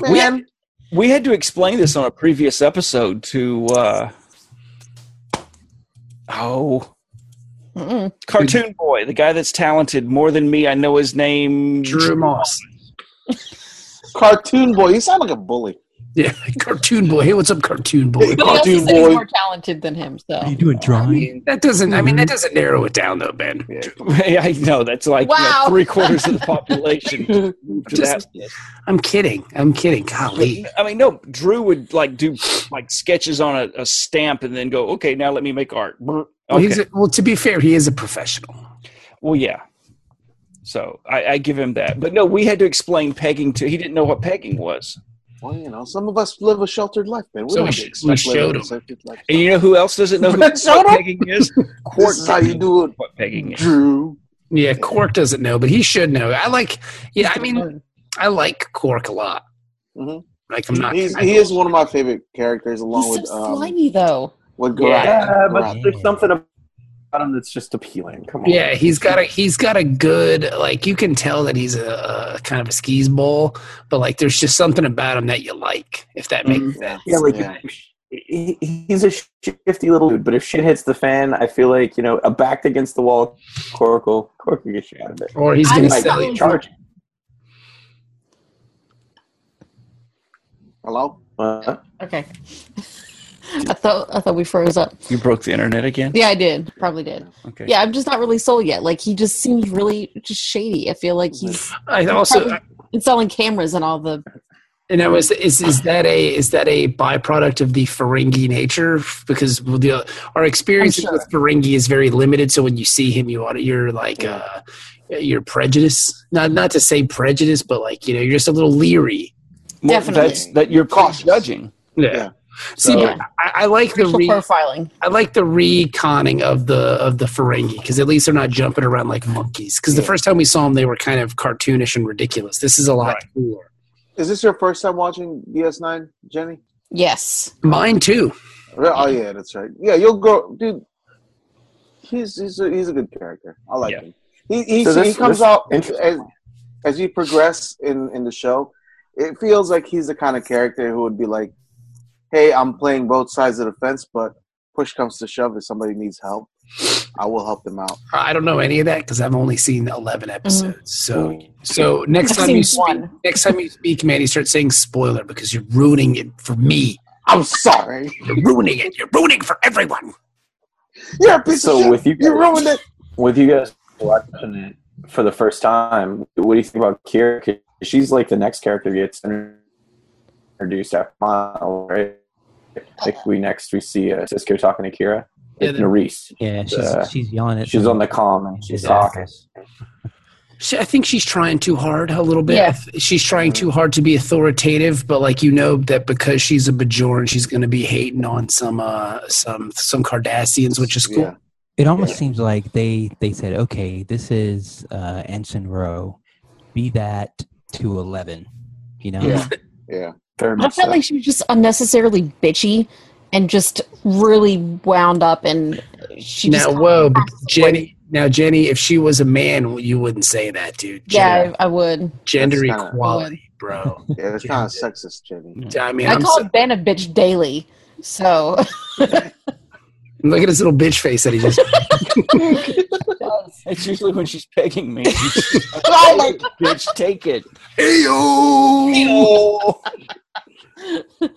Man.
We had to explain this on a previous episode to uh oh
Mm-mm.
cartoon boy, the guy that's talented more than me. I know his name.
Drew Moss.
Cartoon boy. You sound like a bully.
Yeah, cartoon boy. Hey, what's up, cartoon boy?
Nobody else
Cartoon
is any
boy.
more talented than him, so.
What are you doing,
I
drawing?
mean, that doesn't. I mean, that doesn't narrow it down though, Ben.
Yeah.
I know that's like you know,
Wow.
three quarters of the population. to
Just-
that list.
I'm kidding. I'm kidding. Golly.
I mean, no. Drew would like do like sketches on a, a stamp and then go, "Okay, now let me make art." Brr.
Well, he's
Okay.
a, well, to be fair, he is a professional.
Well, yeah. So I, I give him that. But no, we had to explain pegging to. He didn't know what pegging was.
Well, you know, some of us live a sheltered life, man. We
So
don't
we
have
sh-
to
we
expect living
showed
a
him.
sheltered life.
And you know who else doesn't know who
Shut
what
up.
pegging is? Court
This is how you do it,
what pegging is.
Drew.
Yeah, Cork doesn't know, but he should know. I like. Yeah, I mean,
Learn.
I like Cork a lot.
Mhm.
Like, I'm not.
He's, he is one of my favorite characters, along
He's so
with um,
slimy, though.
with Garak.
Yeah,
Garak.
but there's something about him that's just appealing. Come on.
Yeah, he's got a he's got a good like you can tell that he's a, a kind of a skis ball, but like there's just something about him that you like. If that
Mm-hmm.
makes sense.
Yeah, like
Yeah.
he- he's a shifty little dude, but if shit hits the fan, I feel like you know a backed against the wall, Cork will Cork will get you out of it.
Or he's
I
gonna
like
sell
that.
you.
Charge.
Hello.
Uh,
Okay. I thought I thought we froze up.
You broke the internet again.
Yeah, I did. Probably did.
Okay.
Yeah, I'm just not really sold yet. Like he just seems really just shady. I feel like he's
I also
installing cameras and all the.
And I was is is that a is that a byproduct of the Ferengi nature? Because with the our experience
I'm sure.
with Ferengi is very limited. So when you see him, you ought to, you're like uh, you're prejudiced. Not not to say prejudice, but like you know you're just a little leery.
Definitely.
That's that you're
Cautious.
judging.
Yeah.
Yeah.
See,
So-
but I, I like the
Racial
re-
profiling.
I like the reconning of the of the Ferengi because at least they're not jumping around like monkeys. Because the
Yeah.
first time we saw them, they were kind of cartoonish and ridiculous. This is a lot cooler.
Is this your first time watching DS9, Jenny?
Yes.
Mine too.
Re- Oh yeah, that's right. Yeah, you'll go, dude. He's he's a, he's a good character. I like
Yeah.
him. He he,
So
he
this-
comes
this-
out as,
interesting.
as you progress in in the show. It feels like he's the kind of character who would be like, "Hey, I'm playing both sides of the fence, but push comes to shove, if somebody needs help, I will help them out.
I don't know any of that because I've only seen
Mm-hmm.
eleven episodes.
Oh,
So, so next
I've
time
seen
you speak,
one.
next time you speak, Manny, start saying spoiler because you're ruining it for me.
I'm sorry.
You're ruining it. You're ruining it for everyone.
You're a piece of
So
shit.
with you,
you ruined it.
with you guys watching it for the first time, what do you think about Kira? 'Cause She's like the next character gets introduced after Mile, right? Like we next we see uh, Cisco talking to Kira.
Yeah,
It's
the-
Nerys.
Yeah, she's
Uh,
she's yelling at.
She's on the comm and she's talking.
She, I think she's trying too hard a little bit.
Yeah.
She's trying too hard to be authoritative, but like you know that because she's a Bajoran, she's going to be hating on some uh some some Cardassians, which is cool.
Yeah.
It almost seems like they they said, okay, this is uh, Ensign Rowe, be that to eleven, you know.
Yeah. Yeah.
Very
I
much
felt
so.
like she was just unnecessarily bitchy and just really wound up and she
now,
just
whoa, but
Absolutely.
Jenny. Now, Jenny, if she was a man, you wouldn't say that, dude.
yeah,
Gen-
I, I would.
gender
That's kinda-
equality, bro.
Yeah, it's kind of sexist, Jenny.
I mean,
I
I'm
call
so-
Ben a bitch daily. So
look at his little bitch face that he just.
It's usually when she's pegging me.
Oh my
Bitch, take it.
Hey, yo!
no.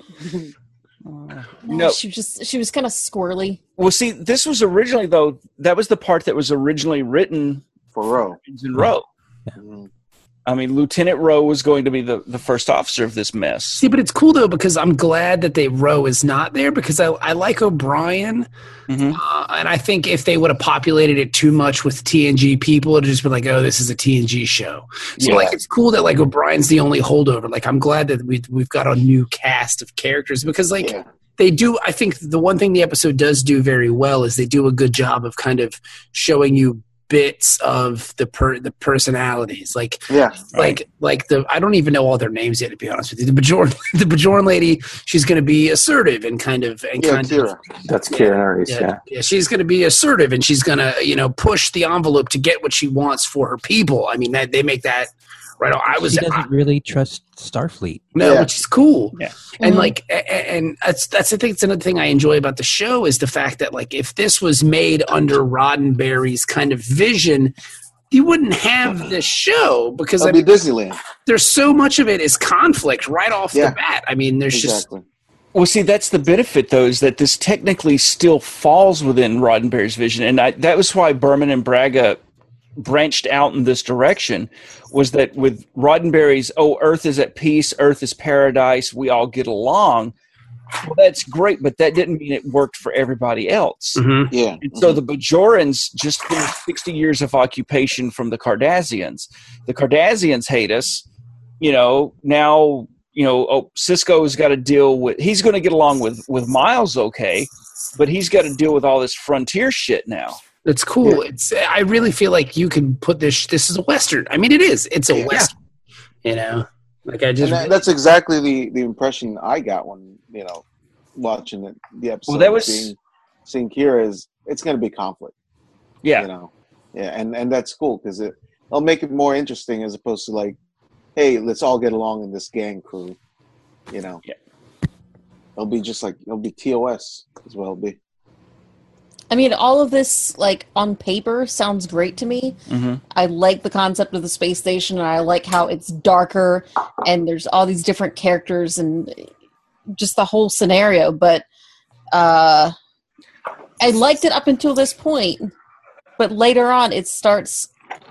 No.
she was just she was kind of squirrely.
Well, see, this was originally though. That was the part that was originally written
For real. Mm-hmm.
in Rowe. I mean, Lieutenant Rowe was going to be the, the first officer of this mess.
See, but it's cool though because I'm glad that they Roe is not there because I I like O'Brien,
Mhm.
uh, and I think if they would have populated it too much with TNG people, it'd just be like, oh, this is a TNG show. So like, it's cool that like O'Brien's the only holdover. Like, I'm glad that we we've got a new cast of characters because like.
Yeah.
they do i think the one thing the episode does do very well is they do a good job of kind of showing you bits of the per the personalities like
Yeah.
like like the i don't even know all their names yet to be honest with you the bajoran the bajoran lady she's going to be assertive and kind of and
Yeah,
kind
Kira.
of
That's Kira Nerys. Yeah.
yeah, yeah, she's going to be assertive and she's going to you know push the envelope to get what she wants for her people i mean that they make that right i was uh,
she doesn't really trust Starfleet.
no,
Yeah.
which is cool.
Yeah.
Mm-hmm.
And
Mhm.
like, a- a- and that's that's the thing. It's another thing I enjoy about the show is the fact that like, if this was made under Roddenberry's kind of vision, you wouldn't have this show because I
Uh-huh. That'd be
mean,
Disneyland.
there's so much of it is conflict right off
Yeah.
the bat. I mean, there's just
Exactly.
Well, see, that's the benefit though, is that this technically still falls within Roddenberry's vision, and I, that was why Berman and Braga branched out in this direction. Was that with Roddenberry's "Oh, Earth is at peace, Earth is paradise, we all get along." Well, that's great, but that didn't mean it worked for everybody else.
Mhm.
Yeah. Mm-hmm.
And so the Bajorans just finished 60 years of occupation from the Cardassians. The Cardassians hate us. You know, now, you know, oh, Cisco's got to deal with, he's going to get along with, with Miles okay, but he's got to deal with all this frontier shit now.
it's cool. It's I really feel like you can put this. This is a western. I mean, it is. It's a
Yeah.
western. You know, like I just
And that, that's exactly the, the impression I got when you know watching it, the episode.
Well, that was-
seeing, seeing Kira is it's going to be conflict.
Yeah.
You know, yeah, and and that's cool because it it'll make it more interesting as opposed to like, hey, let's all get along in this gang crew. You know.
Yeah.
It'll be just like it'll be TOS as well. Be
I mean, all of this like on paper sounds great to me.
Mhm.
I like the concept of the space station, and I like how it's darker, and there's all these different characters, and just the whole scenario. But uh, I liked it up until this point, but later on, it starts.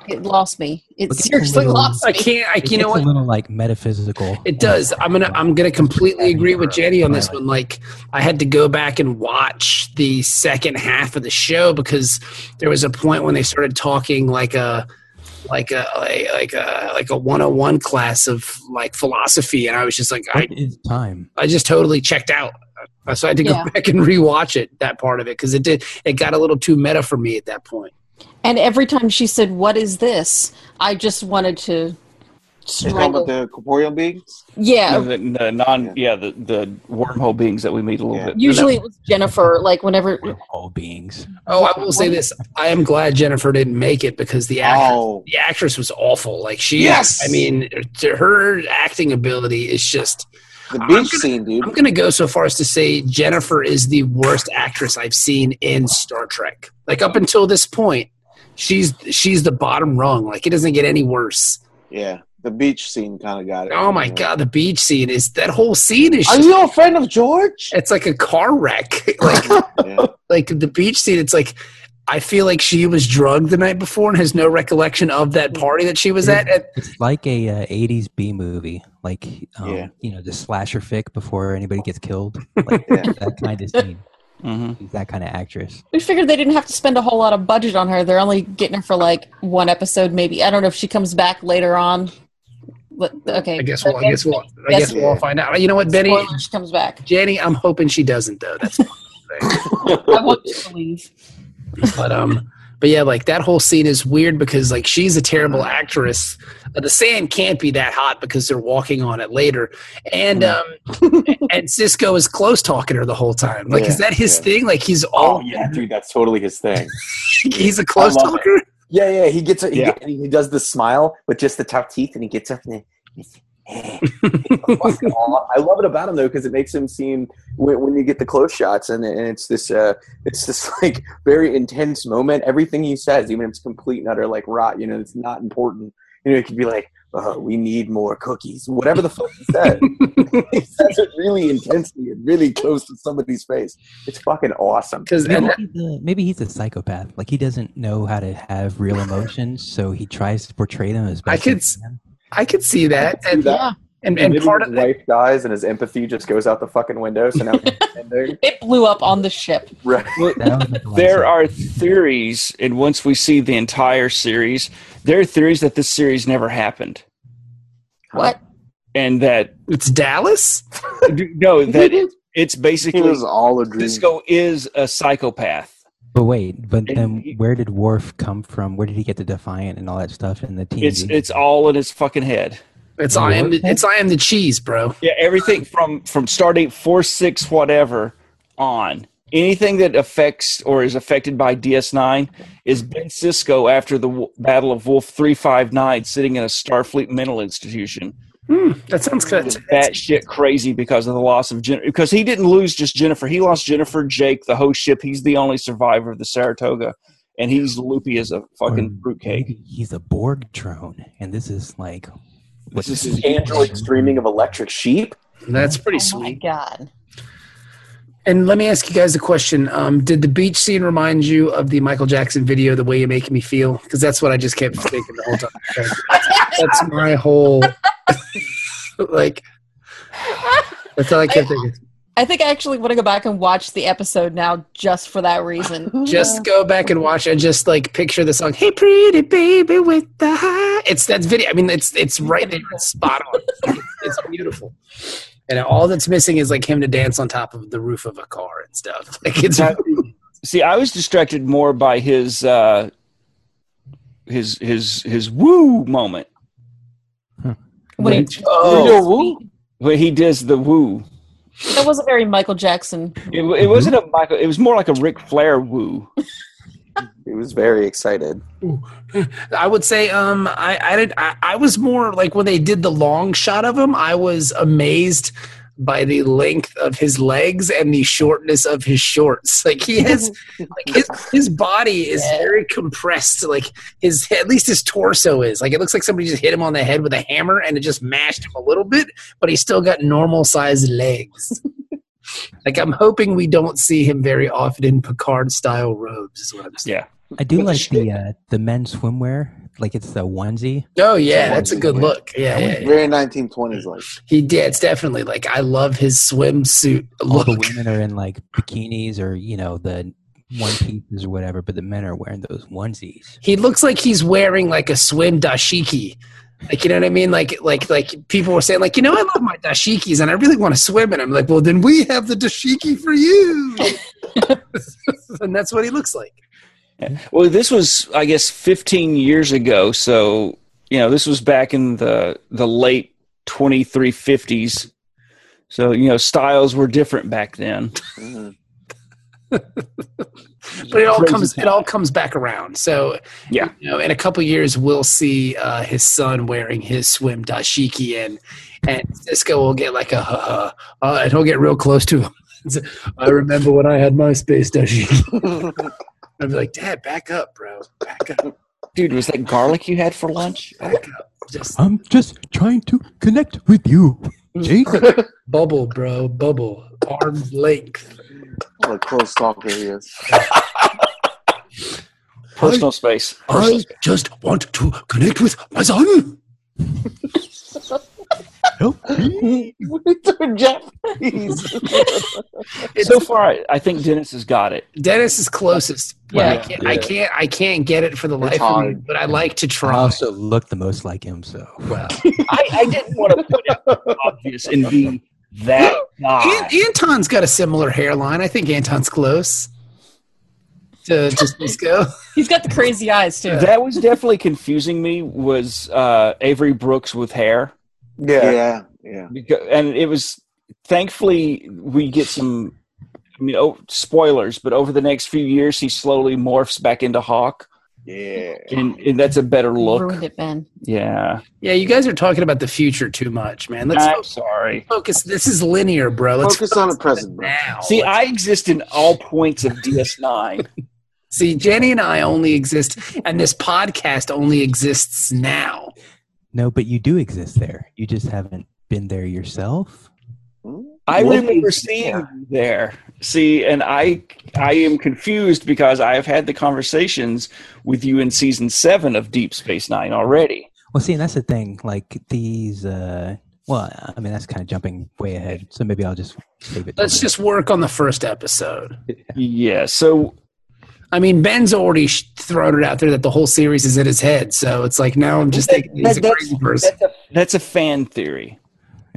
It lost me. It
Look at the
seriously
little-
lost
I
me.
can't. I
It
you know
gets
what?
a little like metaphysical.
It does. I'm gonna I'm gonna completely agree with Jenny on this one. Like I had to go back and watch the second half of the show because there was a point when they started talking like a like a like a like a 101 class of like philosophy and I was just like I
What is time?
I just totally checked out. Uh, So I had to go
Yeah.
back and rewatch it that part of it because it did it got a little too meta for me at that point.
And every time she said, "What is this?" I just wanted to
you talking about
strangle.
the corporeal beings?
Yeah,
the, the non, yeah, the, the wormhole beings that we meet a little
Yeah.
bit.
usually it was Jennifer. Like whenever
We're all beings.
Oh, I will say this: I am glad Jennifer didn't make it because the actress,
Oh.
the actress was awful. Like she,
Yes!
I mean, to her acting ability is just.
The
I'm
beach
gonna-
scene, dude.
I'm going to go so far as to say Jennifer is the worst actress I've seen in Star Trek. Like up until this point, she's she's the bottom rung. Like it doesn't get any worse.
yeah, the beach scene kind of got it.
Oh my god, the beach scene is that whole scene is
Are
just,
you a friend of George?
it's like a car wreck. like
yeah.
like the beach scene, it's like I feel like she was drugged the night before and has no recollection of that party that she was
Mm-hmm.
at. And
It's like a uh, 80s B movie, like um,
Yeah.
you know, the slasher fic before anybody gets killed. Like
Yeah.
that kind of scene.
hmm
She's that kind of actress.
We figured they didn't have to spend a whole lot of budget on her. They're only getting her for like one episode, maybe. I don't know if she comes back later on. But, okay.
I guess we'll I guess we'll I
Yes.
guess we'll all find out. You know what, Benny?
Spoiler, she comes back.
Jenny, I'm hoping she doesn't though. That's
I want you to believe.
but um but yeah like that whole scene is weird because like she's a terrible actress Uh, the sand can't be that hot because they're walking on it later and um and cisco is close talking her the whole time like is
Yeah,
that his
yeah.
thing like he's
Oh
all
yeah, dude, that's totally his thing.
he's a close
I love
talker
Yeah, yeah, he gets he,
Yeah.
get- he does the smile with just the top teeth, and he gets up and. he- I love it about him though because it makes him seem when, when you get the close shots and, and it's this uh, it's this like very intense moment. Everything he says, even if it's complete and utter like rot, you know, it's not important. You know, it could be like, uh, "We need more cookies," whatever the fuck he said. he says it really intensely and really close to somebody's face. It's fucking awesome.
because
Maybe he's, a, maybe he's a psychopath. Like he doesn't know how to have real emotions, so he tries to portray them as
I
best
could
as he can.
i could see that and
That-
Yeah.
and,
And,
and part of
his
that
wife dies, and his empathy just goes out the fucking window. So now, he's pretending.
It blew up on the ship.
right?
That was like the last
There
one.
are theories, and once we see the entire series, there are theories that this series never happened,
What?
and that
it's dallas
no, that it, it's
It
basically
was all a dream.
Cisco is a psychopath.
But wait, but
And
then
he-
where did Worf come from? Where did he get the Defiant and all that stuff in the TNG?
It's it's all in his fucking head.
it's i am
What?
it's i am the cheese bro
Yeah, everything from from Stardate four six whatever on anything that affects or is affected by DS nine is Ben Cisco after the w- Battle of Wolf three five nine sitting in a Starfleet mental institution.
that sounds good
That shit crazy because of the loss of Jennifer. Because he didn't lose just Jennifer, he lost Jennifer, Jake, the whole ship. He's the only survivor of the Saratoga, and he's loopy as a
Or
fucking fruitcake.
maybe He's a Borg drone, and this is like
This is
This is Android streaming of electric sheep.
that's pretty
oh my
sweet
god.
And let me ask you guys a question. Um, did the beach scene remind you of the Michael Jackson video, The Way You Make Me Feel? Because that's what I just kept thinking the whole time. Like, that's my whole, like, that's all I kept thinking.
I think I actually want to go back and watch the episode now just for that reason.
Just go back and watch and just like picture the song, Hey Pretty Baby with the High. It's that video. I mean, it's it's right there. It's spot on. It's beautiful. And all that's missing is like him to dance on top of the roof of a car and stuff. Like it's
See, I was distracted more by his uh, his his his woo moment.
Wait,
Oh,
Well, he does the woo.
that wasn't very Michael Jackson.
It, it wasn't a Michael. It was more like a Ric Flair woo.
he was very excited.
I would say um I I did I, I was more like when they did the long shot of him, I was amazed by the length of his legs and the shortness of his shorts. Like he has like his his body is
Yeah.
very compressed. Like his at least his torso is. Like it looks like somebody just hit him on the head with a hammer and it just mashed him a little bit, but he's still got normal sized legs. like I'm hoping we don't see him very often in Picard style robes is what I'm saying.
Yeah.
I do like the uh, the men's swimwear. Like it's the onesie.
Oh yeah, that's a good look. Yeah, yeah, yeah.
Very 1920s like.
He did. It's definitely like I love his swimsuit
All
look.
the women are in like bikinis or you know the one pieces or whatever, but the men are wearing those onesies.
He looks like he's wearing like a swim dashiki. Like you know what I mean? Like like like people were saying like you know I love my dashikis and I really want to swim and I'm like well then we have the dashiki for you. and that's what he looks like.
Well, this was, I guess, 15 years ago. So, you know, this was back in the the late 2350s. So, you know, styles were different back then.
Mhm.
But it all
Crazy
comes
time.
it all comes back around. So
Yeah.
you know, in a couple years we'll see uh, his son wearing his swim dashiki and and Cisco will get like a ha ha, uh, and he'll get real close to him. I remember when I had my space dashing. I'd be like, Dad, back up, bro, back up,
Dude, was that garlic you had for lunch? Oh.
back up, just
I'm just trying to connect with you. Jake.
bubble, bro, bubble, arm's length.
What a close talker he is.
Personal space.
I just want to connect with my son.
Help me.
What are you doing, Jeff? He's-
So far, I, I think Dennis has got it.
Dennis is closest. Yeah, I,
Yeah.
can't, I can't. I can't get it for the life of me.
hard.
But I like to
I
try.
also look the most like him, so
Well,
I, I didn't want to put it obvious and be that
An-
guy.
Anton's got a similar hairline. I think Anton's close to to Cisco.
He's got the crazy eyes too.
That was definitely confusing me. Was uh, Avery Brooks with hair?
Yeah.
yeah, yeah.
Because, and it was thankfully we get some. I mean, oh, spoilers, but over the next few years, he slowly morphs back into Hawk,
Yeah.
and, and that's a better
You
look.
ruined it, Ben.
Yeah,
Yeah, you guys are talking about the future too much, man. Let's
I'm
focus.
sorry.
focus. This is linear, bro. Let's
Focus on the present, bro.
now.
See, I exist in all points of DS9.
See, Jenny and I only exist, and this podcast only exists now.
no, but you do exist there. You just haven't been there yourself.
I
Wolf
remember
is
seeing you there. See, and I I am confused because I have had the conversations with you in season seven of Deep Space Nine already.
Well, see, and that's the thing. Like these. uh Well, I mean, that's kind of jumping way ahead. So maybe I'll just save it. till
Let's
then.
just work on the first episode.
Yeah. So
I mean, Ben's already sh- thrown it out there that the whole series is in his head. So it's like now I'm just thinking he's a
That-
crazy person.
that's a, that's a fan theory.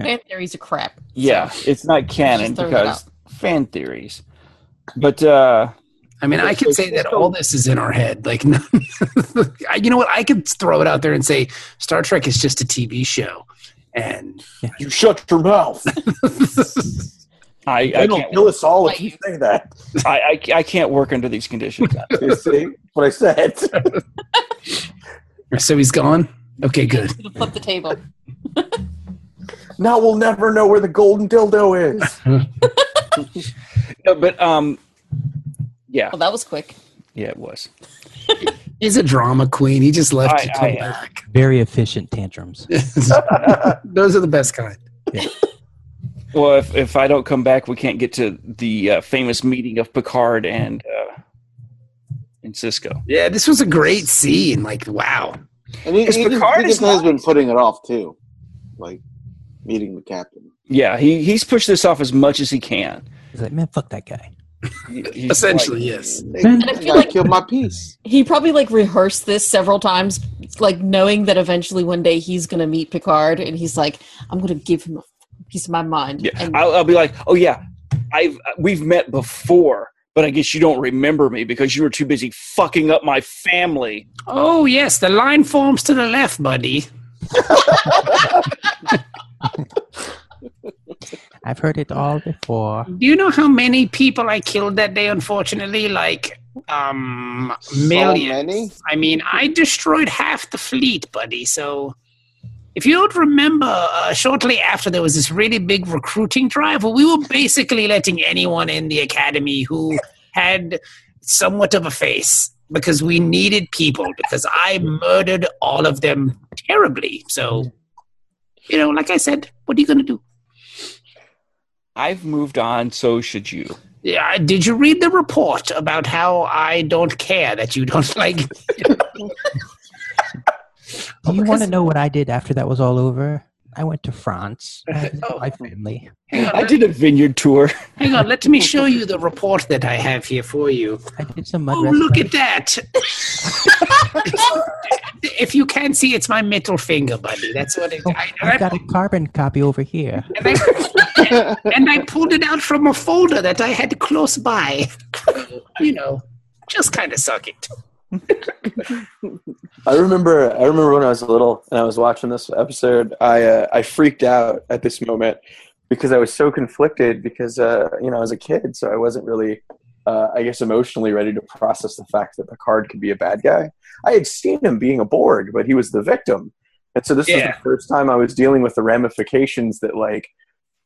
Fan theories are crap.
Yeah, it's not
Just
canon
throw that
because fan theories. But uh,
I mean, I could say that all this is in our head. Like, I- you know what? I could throw it out there and say Star Trek is just a TV show. And
You shut your mouth.
I I
They don't
can't,
kill us all
Like-
if you say that.
I, I I can't work under these conditions.
You see what I said?
so he's gone. Okay, good.
Gonna flip the table.
now we'll never know where the golden dildo is.
No, but um, yeah,
Well, that was quick.
yeah, it was.
He's a drama queen. He just left
I-
to come
I-
back.
very efficient tantrums.
Those are the best kind.
Well, if, if I don't come back, we can't get to the uh, famous meeting of Picard and uh, and Cisco.
Yeah, this was a great scene. Like, wow.
And he,
Because
he, he,
Picard
he
is
just has been putting it off too, like meeting the captain.
Yeah, he he's pushed this off as much as he can.
He's like, man, fuck that guy.
He- he's
Essentially,
like-
yes.
They,
And
I
I feel
gotta
like-
kill my piece.
He probably like rehearsed this several times, like knowing that eventually one day he's gonna meet Picard, and he's like, "I'm gonna give him a f- piece of my mind."
yeah.
And
I'll, I'll be like, oh yeah, I've we've met before, but I guess you don't remember me because you were too busy fucking up my family.
Oh, yes. The line forms to the left, buddy.
I've heard it all before.
Do you know how many people I killed that day, unfortunately? Like, um, millions.
So many.
I mean, I destroyed half the fleet, buddy. So, if you don't remember, uh, shortly after there was this really big recruiting drive where we were basically letting anyone in the academy who had somewhat of a face because we needed people because I murdered all of them terribly. So, you know, like I said, what are you going to do?
I've moved on, so should you.
Yeah, Uh, did you read the report about how I don't care that you don't like
Do you want to know what I did after that was all over? I went to France. I visited
Oh.
my family.
I did a vineyard tour.
Hang on, let me show you the report that I have here for you.
I did some mud
Oh, look
wrestling.
at that! if you can see, it's my middle finger, buddy. That's what it. Oh, I, and,
I've
I,
got a carbon copy over here.
and, I, and I pulled it out from a folder that I had close by. you know, just kind of suck it.
I remember. I remember when I was little and I was watching this episode. I uh, I freaked out at this moment because I was so conflicted because uh, you know I was a kid, so I wasn't really, uh, I guess, emotionally ready to process the fact that Picard could be a bad guy. I had seen him being a Borg, but he was the victim, And so this was
Yeah.
the first time I was dealing with the ramifications that like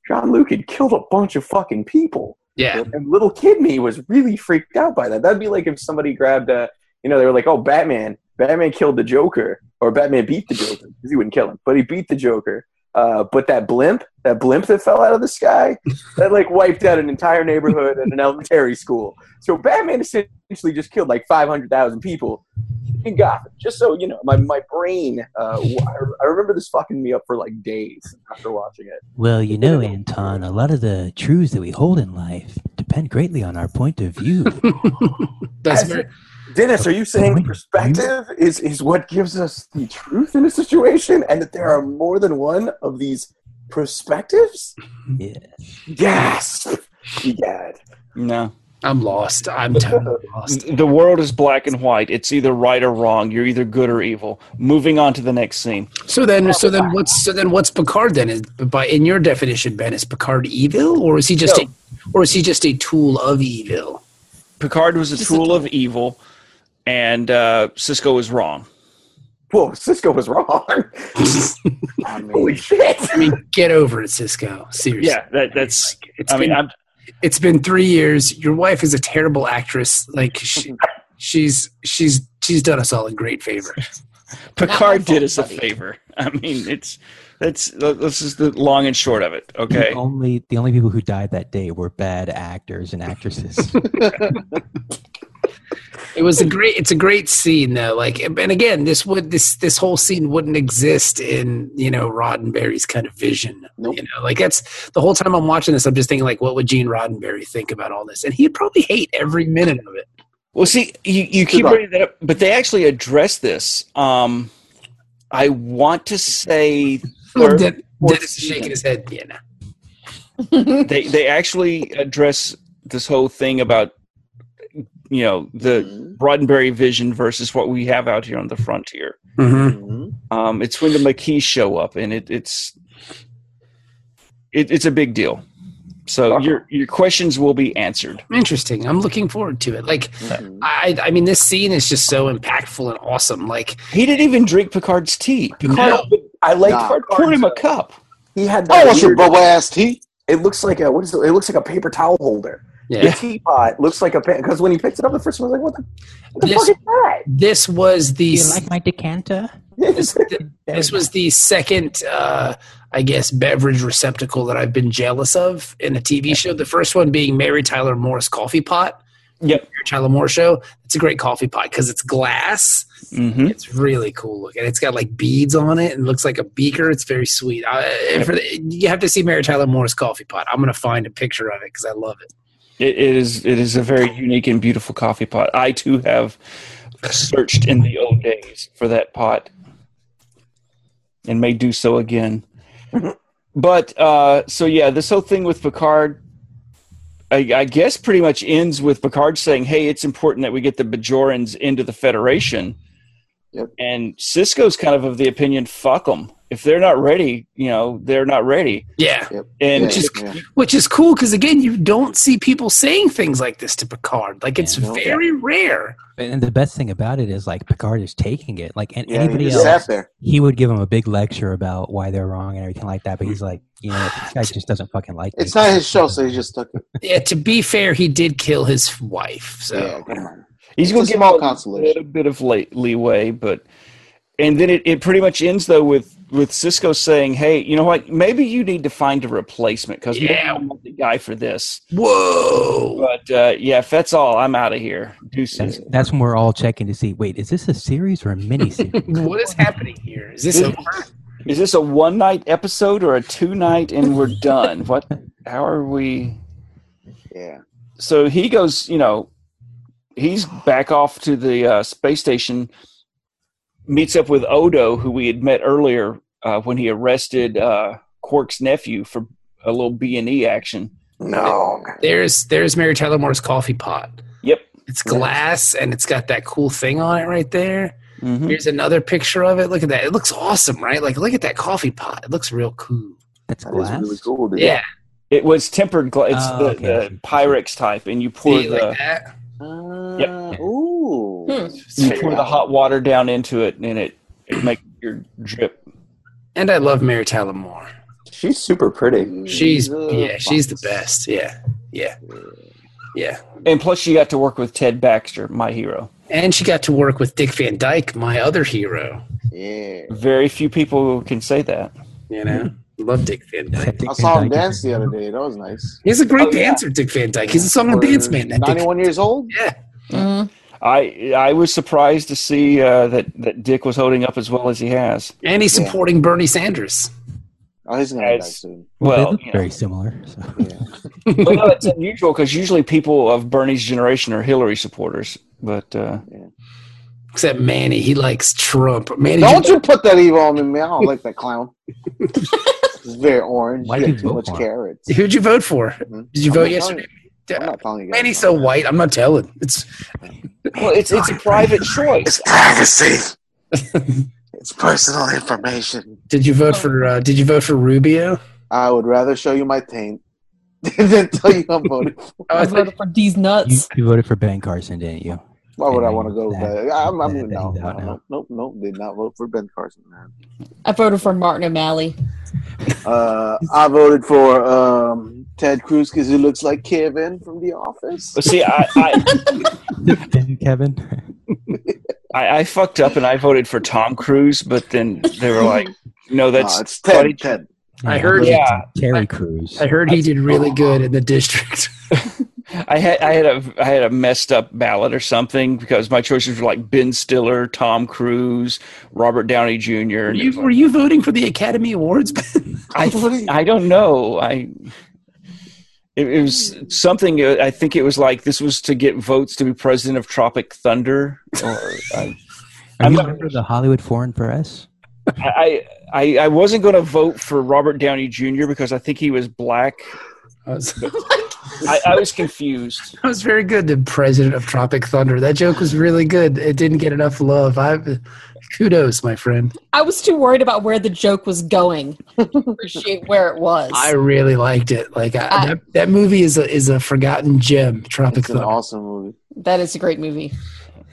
John Luke had killed a bunch of fucking people.
Yeah.
And little kid me was really freaked out by that. That'd be like if somebody grabbed a, you know, they were like, oh, Batman, Batman killed the Joker, or Batman beat the Joker because he wouldn't kill him, but he beat the Joker. Uh, but that blimp, that blimp that fell out of the sky, that like wiped out an entire neighborhood and an elementary school. So Batman essentially just killed like 500,000 people in Gotham. Just so you know, my, my brain, uh, w- I- I remember this fucking me up for like days after watching it.
Well, you know, Anton, a lot of the truths that we hold in life depend greatly on our point of view.
That's
As-
very,
Dennis, are you saying perspective is, is what gives us the truth in a situation and that there are more than one of these perspectives?
yeah.
Gasp! Egad.
No.
I'm lost. I'm totally lost.
The world is black and white. It's either right or wrong. You're either good or evil. Moving on to the next scene.
So then, so then, what's so then, what's Picard then? Is by in your definition, Ben, is Picard evil, or is he just, a, or is he just a tool of evil?
Picard was a
Just a
tool of evil, and uh, Cisco was wrong.
Whoa, Cisco was wrong.
I mean,
Holy shit!
I mean, get over it, Cisco. Seriously.
Yeah, that, that's.
It's
I mean,
been,
I'm,
it's been three years. Your wife is a terrible actress. Like she, she's she's she's done us all a great favor.
Picard
fault,
did us a
buddy.
favor. I mean, it's that's this is the long and short of it. Okay.
The only the only people who died that day were bad actors and actresses.
It was a great. It's a great scene though. Like, and again, this would this this whole scene wouldn't exist in you know Roddenberry's kind of vision.
Nope.
You know, like that's the whole time I'm watching this. I'm just thinking like, what would Gene Roddenberry think about all this? And he'd probably hate every minute of it.
Well, see, you, you keep
luck.
bringing that up, but they actually address this. Um, I want to say
Well,
third-
Den-
fourth
Dennis is shaking
season.
his head. Yeah, nah.
they they actually address this whole thing about you know the Roddenberry vision versus what we have out here on the frontier.
Mm-hmm.
Um, it's when the McKees show up, and it, it's it, it's a big deal. So your your questions will be answered.
Interesting. I'm looking forward to it. Like, I I mean, this scene is just so impactful and awesome. Like,
He didn't even drink Picard's tea. Picard,
I like
Nah.
Picard.
poured him a cup.
He had
oh,
that
what's your
weird-
bubble ass tea?
It looks like a what is it? It looks like a paper towel holder.
yeah.
The teapot looks like a because when he picked it up the first time, I was like, "What the, what the
This-
fuck is
This was the
you like my decanter?
that?"
this was the second uh, i guess beverage receptacle that i've been jealous of in a tv show the first one being mary tyler moore's coffee pot
Yep.
mary tyler moore show it's a great coffee pot because it's glass
Mm-hmm.
hmm
it's really cool looking it's got like beads on it and looks like a beaker it's very sweet I, for the, you have to see mary tyler moore's coffee pot i'm going to find a picture of it because i love it
It, it is it is a very unique and beautiful coffee pot. I too have searched in the old days for that pot, and may do so again. but uh, so yeah, this whole thing with Picard, I, I guess, pretty much ends with Picard saying, "Hey, it's important that we get the Bajorans into the Federation."
Yep.
And Cisco's kind of of the opinion, "Fuck them. If they're not ready, you know, they're not ready."
yeah
And
Yeah,
Which is-
yeah.
which is cool because again you don't see people saying things like this to picard like it's
no.
very rare
And the best thing about it is like Picard is taking it. Like and
Yeah,
anybody
he just
else,
sat there.
he would give him a big lecture about why they're wrong and everything like that. But he's like, you know, this guy just doesn't fucking like me.
It's not his show, so he just took it.
Yeah, to be fair, he did kill his wife. So
Yeah, come on.
He's
It's
going
a
to give
small
him
consolation.
a little bit of le- leeway, but and then it, it pretty much ends though with with Cisco saying, "Hey, you know what? Maybe you need to find a replacement because
Yeah.
I'm not the guy for this."
whoa,
But uh, yeah, if that's all, I'm out of here.
That's,
Deuces.
that's when we're all checking to see. Wait, is this a series or a miniseries?
what is happening here? Is this
Dude.
over?
Is this a one night episode or a two night and we're done? What? How are we?
Yeah.
so he goes, you know, he's back off to the uh, space station, meets up with Odo, who we had met earlier uh, when he arrested uh, Quark's nephew for a little B and E action.
no,
There's there's Mary Tyler Moore's coffee pot.
Yep.
It's glass and it's got that cool thing on it right there.
Mhm.
Here's another picture of it. Look at that. It looks awesome, right? Like look at that coffee pot. It looks real cool.
That's
That is
glass.
really cool, dude.
Yeah.
It was tempered glass. It's
Oh,
the,
okay.
the Pyrex type, and you pour
See,
the
like that.
Uh,
Yep.
Ooh.
Hmm.
you pour the hot water down into it, and it it makes your drip
And I love Mary Tyler Moore.
She's super
Hmm.
pretty.
She's yeah, she's the best. Yeah, yeah, yeah.
And plus, she got to work with Ted Baxter, my hero.
And she got to work with Dick Van Dyke, my other hero.
Yeah.
Very few people can say that.
You know, love Dick Van Dyke.
I saw him dance the other day. That was nice.
He's a great dancer, Dick Van Dyke. He's a song and
Oh, For
dance man. That Dick.
91 years old?
Yeah,
Mm.
I I was surprised to see uh, that that Dick was holding up as well as he has.
and he's
Yeah.
supporting Bernie Sanders.
Oh, he's going to die
Yes.
soon.
Well, they
Well,
look
you know.
very similar. So.
Well, no, it's unusual because usually people of Bernie's generation are Hillary supporters. But uh,
Except Manny, he likes Trump. Manny,
Don't you put that evil on me, man. I don't like that clown. He's very orange.
Why
Why
do you
too
vote
much
for him?
carrots.
who'd you vote for? Did
I'm
you vote
not telling
yesterday?
I'm not telling you guys.
Manny's so white. I'm not telling. It's
well, it's it's a private choice.
Privacy. it's personal information.
Did you vote for? Uh, did you vote for Rubio?
I would rather show you my taint than tell you I'm voting.
Oh, I
I
thought,
voted for these
You,
nuts.
you voted for Ben Carson, didn't you?
Why would I want to go with
That-
that? I'm, I'm no,
that- that he's
no,
out now.
no, nope, nope. Did not vote for Ben Carson, man.
I voted for Martin O'Malley.
Uh, I voted for um, Ted Cruz because he looks like Kevin from The Office.
But see, I, I,
Ben Kevin.
I I fucked up and I voted for Tom Cruise, but then they were like, no, that's
Nah, Uh, it's Ted.
funny.
Ted.
I heard-
yeah.
Terry Crews.
I heard he did really good in the district.
I had I had a I had a messed up ballot or something because my choices were like Ben Stiller, Tom Cruise, Robert Downey Jr. and it was
you,
like-
were you voting for the Academy Awards? Ben?
I I don't know. I it, it was something. uh, I think it was like this was to get votes to be president of Tropic Thunder, or I
Are
I'm
you a
not-
member of the Hollywood Foreign Press?
I I, I wasn't going to vote for Robert Downey Jr. because I think he was black.
I was,
I, I was confused.
I was very good. The president of Tropic Thunder. That joke was really good. It didn't get enough love. I kudos, my friend.
I was too worried about where the joke was going. to Appreciate where it was.
I really liked it. Like I,
I-
that, that movie is a is a forgotten gem. Tropic
It's an
Thunder.
awesome movie.
that is a great movie.
and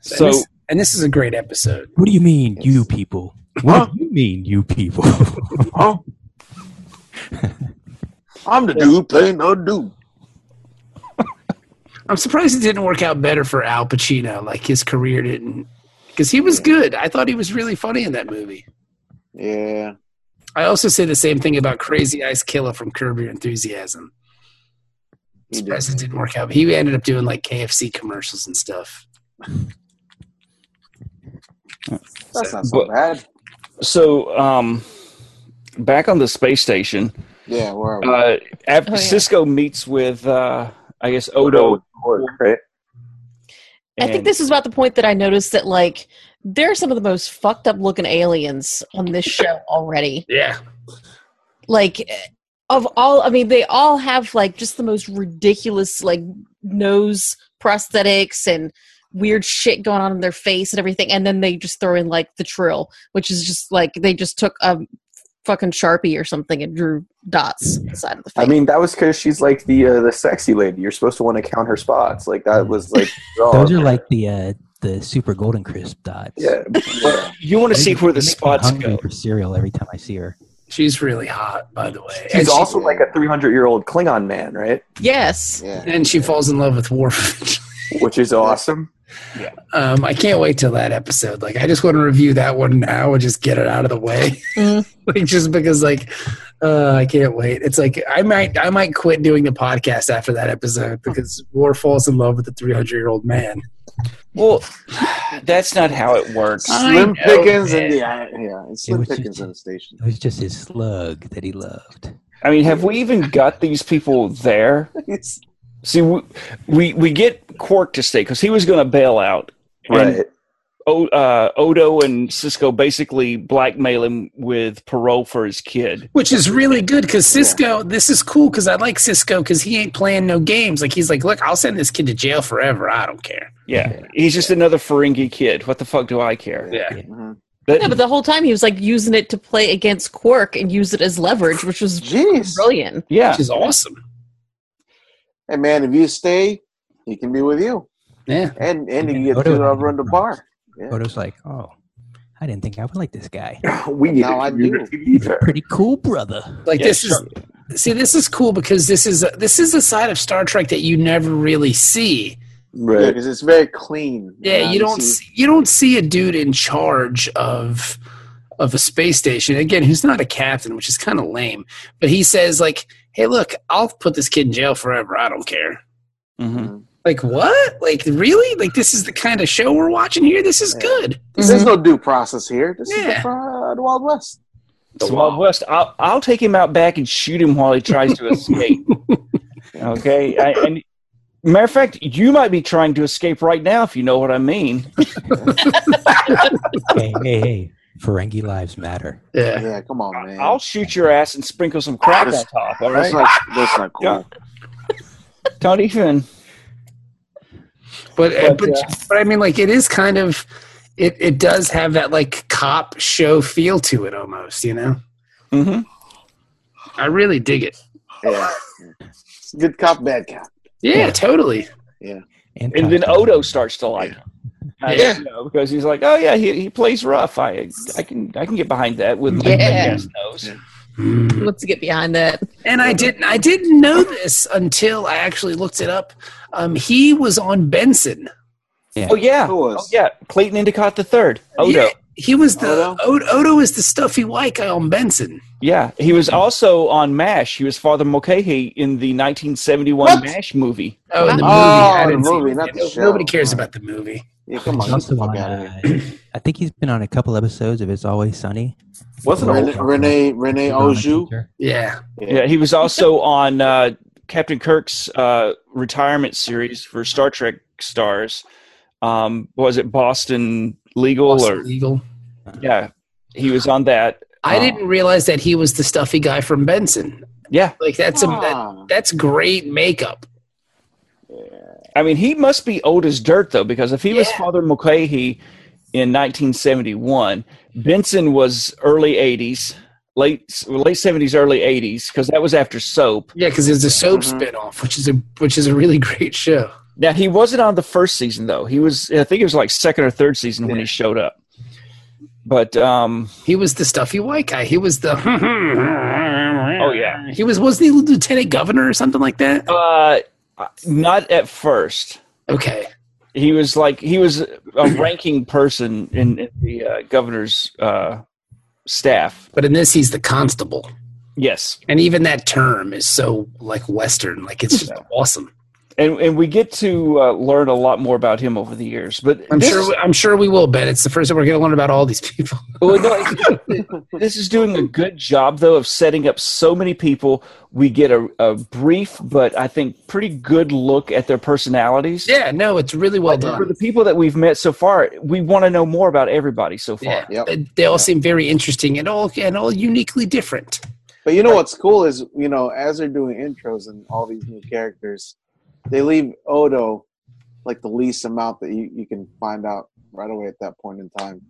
So
this, and this is a great episode.
What do you mean, you people? What do you mean, you people?
Huh? I'm the dude playing the dude.
I'm surprised it didn't work out better for Al Pacino. Like his career didn't, because he was good. I thought he was really funny in that movie.
Yeah.
I also say the same thing about Crazy Ice Killer from Curb Your Enthusiasm.
He did.
Surprised it didn't work out. He ended up doing like KFC commercials and stuff.
That's not so
But-
bad.
so um, back on the space station,
Yeah, where are we?
uh, af-
Oh, yeah.
Cisco meets with uh, I guess
Odo
Odo.
work, right?
I think
and-
this is about the point that I noticed that like there are some of the most fucked up looking aliens on this show already.
Yeah,
Like of all I mean they all have like just the most ridiculous like nose prosthetics and weird shit going on in their face and everything and then they just throw in like the trill which is just like they just took a fucking sharpie or something and drew dots on the side of the face.
I mean, that was because she's like the uh, the sexy lady. You're supposed to want to count her spots. Like that was like
Those are like the uh, the super golden crisp dots.
yeah.
Well, you want to see where the
They make me
spots
hungry
go.
for cereal every time I see her.
she's really hot, by the way. And
He's
she,
also like a 300 year old Klingon man, right?
yes.
yeah.
and she falls in love with Worf.
Which is awesome.
um, I can't wait till that episode. Like, I just want to review that one now and just get it out of the way.
Mm.
like, just because, like, uh, I can't wait. It's like I might, I might quit doing the podcast after that episode because War falls in love with a 300 year old man.
Well, that's not how it works.
Slim
I know,
Pickens
man.
and the uh, yeah, it's
It
Slim
was just-
Pickens in the station.
It was just his slug that he loved.
I mean, have we even got these people there?
It's-
See, we we, we get Quark to stay because he was going to bail out. And
Right.
o, uh, Odo and Cisco basically blackmail him with parole for his kid.
Which is really good because Cisco, this is cool because I like Cisco because he ain't playing no games. Like he's like, look, I'll send this kid to jail forever. I don't care.
Yeah, he's just another Ferengi kid. What the fuck do I care?
Yeah.
mhm.
That-
Yeah, but the whole time he was like using it to play against Quark and use it as leverage, which was
Jeez.
brilliant.
yeah,
Which is awesome.
Hey man, if you stay, he can be with you,
Yeah.
and and
Yeah,
you get to
Odo
uh,
had a
run the
problem.
bar. Yeah.
Odo's like, oh, I didn't think I would like this guy.
we need
Now
a
I
community
He's a
leader.
pretty cool brother.
Like
Yeah,
this
sure.
is see this is cool because this is this is a side of Star Trek that you never really see.
Yeah,
Right.
because it's very clean.
Yeah,
Uh,
you don't see, you don't see a dude in charge of of a space station again who's not a captain, which is kind of lame. But he says like, "Hey, look, I'll put this kid in jail forever. I don't care."
hmm
Like what? Like really? Like this is the kind of show we're watching here. This is
Yeah.
good.
There's no due process here. This is
Yeah.
the, uh, the Wild West.
The Wild West. I'll, I'll take him out back and shoot him while he tries to escape. okay. I, and matter of fact, you might be trying to escape right now if you know what I mean.
hey, hey, hey. Ferengi lives matter.
Yeah.
Yeah, come on, man.
I'll shoot your ass and sprinkle some crack on top. All
that's
right.
not that's not cool.
Yeah. Don't even.
But uh,
But,
but, but, I mean, like it is kind of it. It does have that like cop show feel to it almost. You know,
hmm
I really dig it.
Yeah. It's Good cop, bad cop.
Yeah,
Yeah.
totally.
And then Odo starts to like him. I-
Yeah.
you know, because he's like, oh yeah, he, he plays rough. I I can I can get behind that with my
Yeah.
ass nose.
Hmm. Mm.
Let's get behind that.
And I didn't I didn't know this until I actually looked it up. Um, he was on Benson.
Oh yeah,
Who was?
oh yeah, Clayton Endicott the third. Odo.
Yeah, he was the
Odo?
Odo, Odo is the stuffy white guy on Benson.
Yeah, he was also on MASH. He was Father Mulcahy in the 1971
What?
MASH movie.
Oh, in the movie.
Oh,
I
the
didn't see
movie,
it.
not the
No-
show.
Nobody cares about the movie.
Yeah, come on, get
Also
the fuck
on,
out of here.
uh, I think he's been on a couple episodes of It's Always Sunny.
Wasn't
Really?
old.
Rene, Rene, Rene Oju.
Yeah.
Yeah, he was also on uh, Captain Kirk's uh, retirement series for Star Trek stars. Um, what was it Boston Legal
Boston
or
Legal.
yeah? He was on that.
I
Oh.
didn't realize that he was the stuffy guy from Benson.
Yeah,
Like that's a that,
Ah,
that's great makeup.
I mean he must be old as dirt though because if he was
Yeah.
Father Mulcahy in 1971, Benson was early 80s, late late 70s, early 80s because that was after Soap.
Yeah, because there's a soap
Mhm.
spinoff, which is a which is a really great show.
Now he wasn't on the first season though. He was I think it was like second or third season when he showed up. But um
He was the stuffy white guy. He was the
oh yeah.
he was wasn't he lieutenant governor or something like that?
Uh not at first.
Okay,
He was like he was a ranking person in, in the uh, governor's uh staff.
but in this he's the constable,
Yes.
and even that term is so like western, like it's just awesome.
And and we get to uh, learn a lot more about him over the years. But
I'm
this-
sure we- I'm sure we will, Ben. It's the first time we're going to learn about all these people.
Well, no, it's- this is doing a good job, though, of setting up so many people. We get a, a brief, but I think pretty good look at their personalities.
Yeah, no, it's really well
But For
done.
the people that we've met so far, we want to know more about everybody so far.
Yeah,
Yep.
they, they all seem very interesting and all and all uniquely different.
But you know what's cool is you know as they're doing intros and all these new characters, they leave Odo like the least amount that you, you can find out right away at that point in time.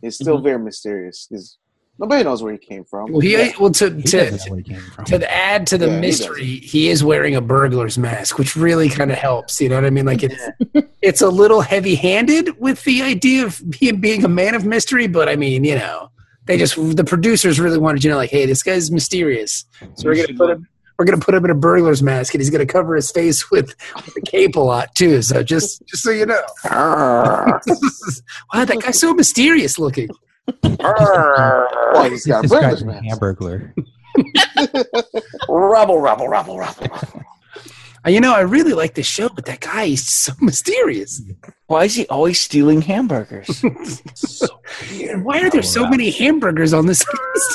He's still very mysterious because nobody knows where he came from.
Well, he well to
He
to,
doesn't know where he came from.
to add to the
Yeah, he
mystery, he, is wearing a burglar's mask, which really kind of helps. You know what I mean? Like it's it's a little heavy handed with the idea of him being a man of mystery, but I mean, you know, they just the producers really wanted you to know, like, hey, this guy's mysterious, so we're gonna put
um,
him. We're gonna put him in a burglar's mask, and he's gonna cover his face with, with a cape a lot too. So just just so you know, wow, that guy's so mysterious looking.
Well, "Oh, he's got a burglar's
describes a
mask.
hamburglar.
Rubble, rubble, rubble, rubble. rubble.
Uh, You know, I really like this show, but that guy is so mysterious.
Why is he always stealing hamburgers?
And why are there Oh, so many hamburgers on this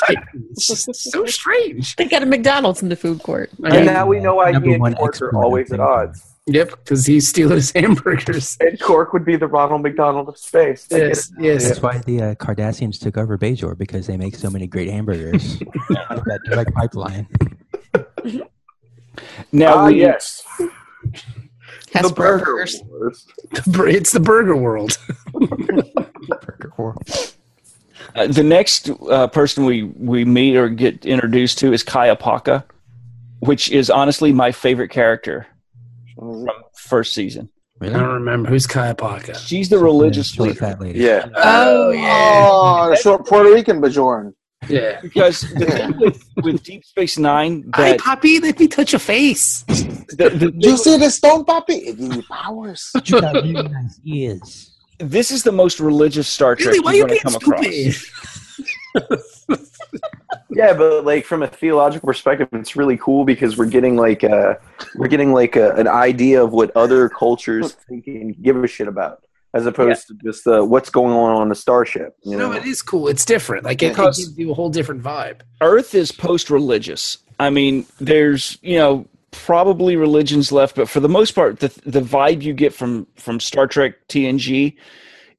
site? It's just so strange.
They got a McDonald's in the food court.
And now we know why
Number
he
one
and Cork
expert
are always at
in-
odds.
Yep, because he's stealing his hamburgers.
And Cork would be the Ronald McDonald of space. I get
Yes, yes.
That's why the uh, Cardassians took over Bajor because they make so many great hamburgers. Out of that direct pipeline.
it.
now,
Ah,
we-
yes.
Has
the burger
burgers.
wars.
Bur- It's the burger world.
uh, the next uh, person we, we meet or get introduced to is Kaya Paka, which is honestly my favorite character
What is it?
from first season.
I don't remember who's Kaya Paca.
She's the religious
short,
leader.
fat lady.
Yeah.
Oh, yeah.
Oh, the short Puerto Rican Bajoran.
Yeah.
Because the thing with, with Deep Space Nine
Hi,
that
Poppy. Let me touch your face.
the, the,
Do you see the stone puppy? It gives you powers.
She's got really nice ears.
this is the most religious Star Trek
Really? Why are you
you're going
being
to come
stupid?
across.
Yeah, but like from a theological perspective, it's really cool because we're getting like uh we're getting like a, an idea of what other cultures think and give a shit about, as opposed to just the what's going on on the starship. You know,
No, it is cool. It's different. Like it, it
Because-
gives you a whole different vibe.
Earth is post-religious. I mean, there's you know probably religions left, but for the most part, the the vibe you get from from Star Trek TNG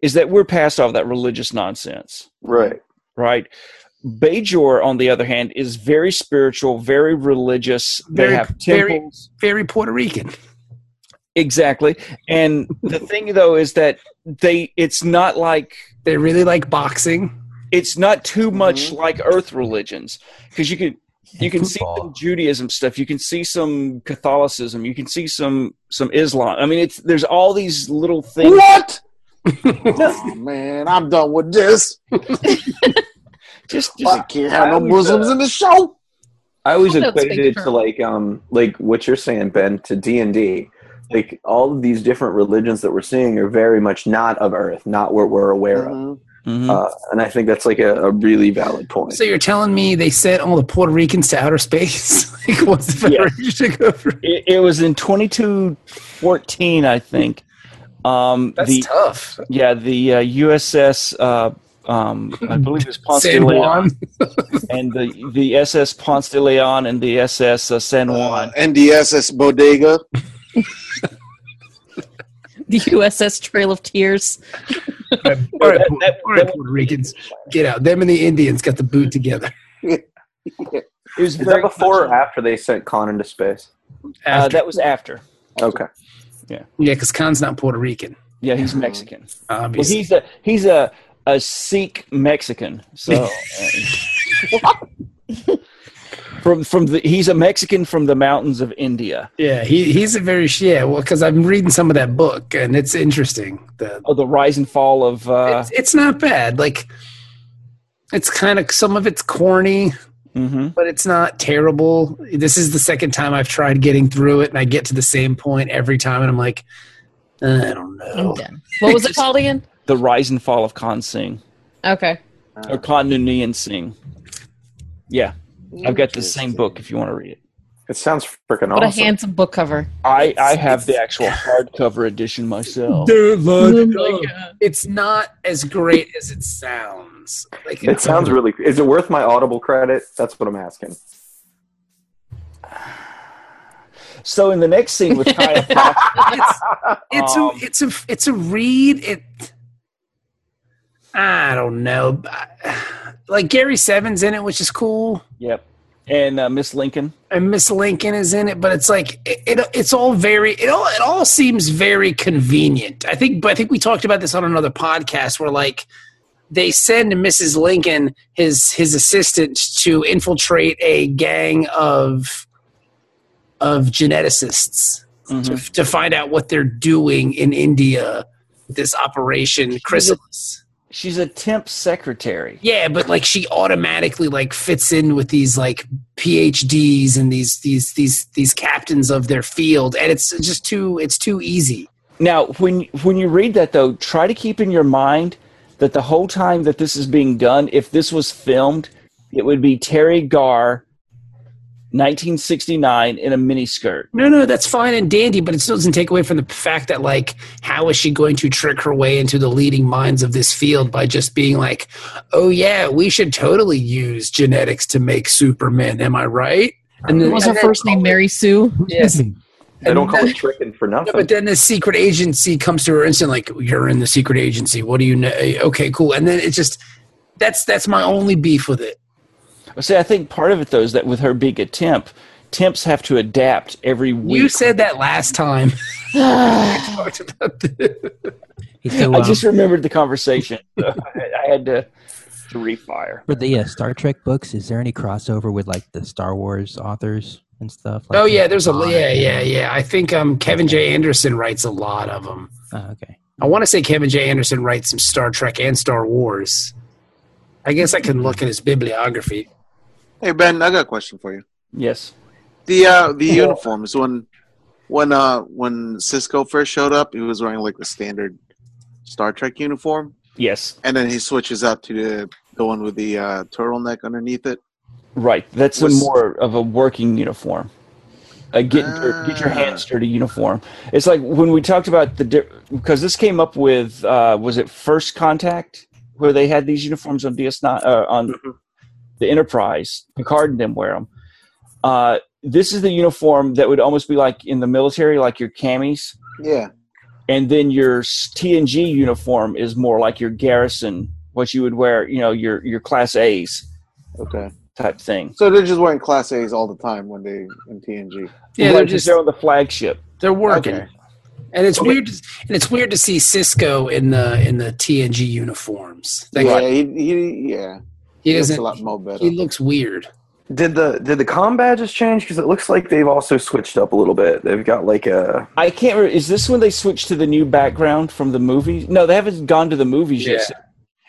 is that we're past all that religious nonsense.
right?
right? Bajor, on the other hand, is very spiritual, very religious.
Very-
they have
very-
temples.
Very Puerto Rican.
Exactly. And the thing though is that they it's not like
They really like boxing.
it's not
Mm-hmm.
too much like earth religions. Because you could you can see some Judaism stuff, you can see some Catholicism, you can see some some Islam. I mean it's there's all these little things
What? oh, man, I'm done with this.
just, just
I can't have no
I was,
Muslims
uh,
in the show.
I always
I don't speak
equated it
for-
to like um like what you're saying, Ben, to D and D. Like all of these different religions that we're seeing are very much not of Earth, not what we're aware
Mm-hmm.
of,
Mhm.
Mhm.
uh, and I think that's like a, a really valid point.
So you're telling me they sent all the Puerto Ricans to outer space? like what's the
Yeah.
Federation to go for?
it, it was in twenty two fourteen, I think. Um
That's
the
tough.
Yeah, the uh, USS, uh, um, I believe it's Ponce de
San
Leon,
Juan.
and the, the SS Ponce de Leon and the SS uh, San
Uh,
Juan.
NDSS Bodega.
The USS Trail of Tears.
all right, all right,
that-
Pu-
that-
all right,
that-
Puerto Ricans, get out. Them and the Indians got the boot together.
It was
is that
very
before or
much-
after they sent Khan into space?
Uh,
After-
that was after.
Okay.
yeah, because Khan's not Puerto Rican,
Yeah, he's Mexican. Well,
obviously.
he's a he's a, a Sikh Mexican. So uh, from from the he's a Mexican from the mountains of India.
yeah, he, he's a very yeah. Well, because I'm reading some of that book and it's interesting. The
Oh, the rise and fall of uh,
it's, it's not bad. Like it's kind of some of it's corny,
mhm.
but it's not terrible. This is the second time I've tried getting through it, and I get to the same point every time, and I'm like, uh, I don't
I'm
know.
done. What was it called again?
the rise and fall of Khan Singh
Okay.
Uh.
or Khan Noonien Singh. Yeah, I've got the same book if you want to read it.
It sounds freaking
What
awesome.
a handsome book cover.
I, I have the actual hardcover edition myself.
"Oh, It's not as great as it sounds. Like
it sounds really. Is it worth my Audible credit? That's what I'm asking.
So in the next scene with Kaya, Pac-
it's, it's
Um,
a it's a it's a read. It I don't know. Like Gary Seven's in it, which is cool,
yep, and uh, Miss Lincoln.
and Miss Lincoln is in it, but it's like it, it it's all very it all it all seems very convenient. I think, but I think we talked about this on another podcast where like they send Mrs. Lincoln his his assistant to infiltrate a gang of of geneticists to, to find out what they're doing in India with this operation Chrysalis.
She's a temp secretary.
Yeah, but like she automatically like fits in with these like PhDs and these these these these captains of their field, and it's just too it's too easy.
Now, when when you read that though, try to keep in your mind that the whole time that this is being done, if this was filmed, it would be Terry Garr, 1969, in a miniskirt.
No, no, that's fine and dandy, but it still doesn't take away from the fact that, like, how is she going to trick her way into the leading minds of this field by just being like, oh, yeah, we should totally use genetics to make Superman? Am I right? And then,
Was her
and then-
first name Mary Sue?
Yes.
They don't call it tricking for
No,
nothing.
but then the secret agency comes to her and says, like, you're in the secret agency. What do you know? Okay, cool. And then it just, that's that's my only beef with it.
Well, See, I think part of it though is that with her being a temp, temps have to adapt every week.
You said that last time. we talked about this.
Hey, so,
I
um,
just remembered the conversation. I I had to to refire.
for the uh, Star Trek books, is there any crossover with like the Star Wars authors? and stuff.
Oh yeah, there's a
Ron
yeah
and-
yeah yeah. I think um Kevin J. Anderson writes a lot of them.
Oh, okay.
I want to say Kevin J. Anderson writes some Star Trek and Star Wars. I guess I can look at his bibliography.
Hey Ben, I got a question for you.
Yes.
The uh, the uniforms when when uh when Cisco first showed up, he was wearing like the standard Star Trek uniform,
Yes.
and then he switches up to the the one with the uh, turtleneck underneath it.
Right. That's a
Was-
more of a working uniform. A get or get your hands dirty uniform. It's like when we talked about the di- because this came up with uh, was it First Contact where they had these uniforms on DS9 uh, on the Enterprise. Picard and them wear them. Uh, this is the uniform that would almost be like in the military, like your camis.
Yeah,
and then your s- TNG uniform is more like your garrison, what you would wear, you know, your your class A's
okay.
type thing.
So they're just wearing Class A's all the time when they in TNG.
Yeah,
Right,
they're
'cause
just
they're on the flagship.
they're working,
Okay.
and it's weird. to- And it's weird to see Cisco in the in the TNG uniforms. Like,
Yeah, he, he yeah.
He
looks a
doesn't.
lot more better.
He looks weird.
Did the did the com badges change? Because it looks like they've also switched up a little bit. They've got like a
I can't remember. Is this when they switched to the new background from the movie? No, they haven't gone to the movies yet. so-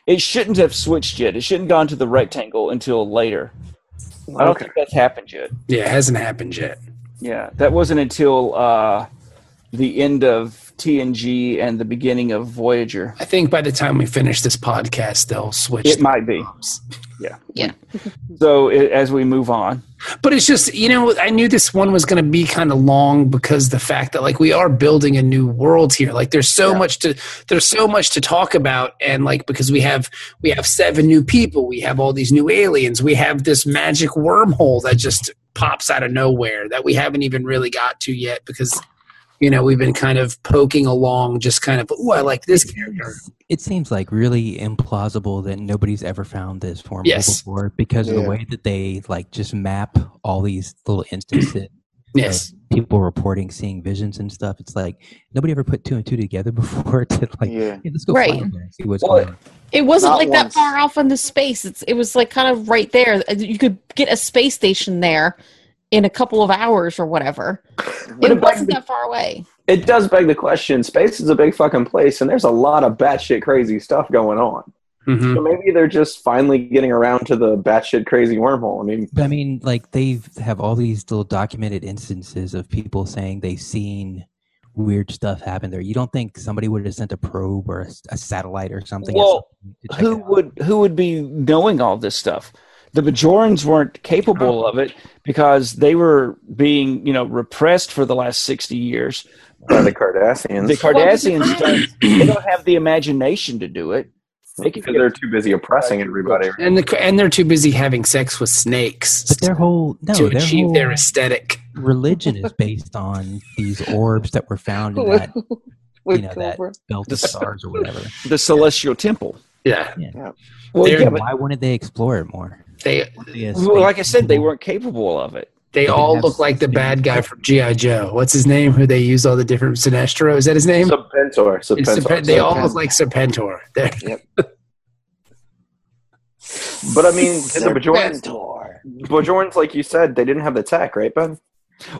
It shouldn't have switched yet. It shouldn't have gone to the rectangle until later. I don't think that's happened yet.
Yeah, it hasn't happened yet.
Yeah, that wasn't until uh, the end of TNG and the beginning of Voyager.
I think by the time we finish this podcast, they'll switch.
It
the
might be.
jobs.
So i as we move on,
But it's just, you know, I knew this one was going to be kind of long because the fact that like we are building a new world here. Like there's so much to there's so much to talk about and like because we have we have seven new people, we have all these new aliens, we have this magic wormhole that just pops out of nowhere that we haven't even really got to yet because you know, we've been kind of poking along just kind of, oh, I like this character.
It seems like really implausible that nobody's ever found this form
Yes.
before because of
Yeah.
the way that they like just map all these little instances.
Yes.
of people reporting seeing visions and stuff. It's like nobody ever put two and two together before to like,
Yeah.
hey, let's go
Right.
find there and see what's
Well,
going on.
It wasn't
Not
like that
once.
far off on the space. It's it was like kind of right there. Uh, You could get a space station there in a couple of hours or whatever.
But
it
it might
wasn't
be-
that far away.
it does beg the question. Space is a big fucking place, and there's a lot of batshit crazy stuff going on.
Mhm.
So maybe they're just finally getting around to the batshit crazy wormhole. I mean,
But I mean, like they have all these little documented instances of people saying they've seen weird stuff happen there. You don't think somebody would have sent a probe or a, s- a satellite or something? at
Well,
some point to check
who
it out?
would who would be knowing all this stuff? The Bajorans weren't capable of it because they were being, you know, repressed for the last sixty years.
by the
The
Kardashians.
Kardashians don't, they don't have the imagination to do it. They can
because they're too busy oppressing everybody.
And the, and they're too busy having sex with snakes
But their whole no,
to
their
achieve
whole
their aesthetic.
religion is based on these orbs that were found in that you know that belt of stars or whatever.
the Celestial Temple.
Yeah.
Well,
They're-
yeah, but
Why wouldn't they explore it more?
They
Yes,
well, like I said, they weren't capable of it.
they
They
all
have
look like the
skin.
bad guy from G.I. Joe. What's his name? Who they use all the different Sinestro? Is that his name?
Subpentor,
It's
subpentor.
Serpen- they all look like Serpentor. They're-
but I mean, did the Bajorans,
Serpentor.
Bajorans, like you said, they didn't have the tech, right, Ben?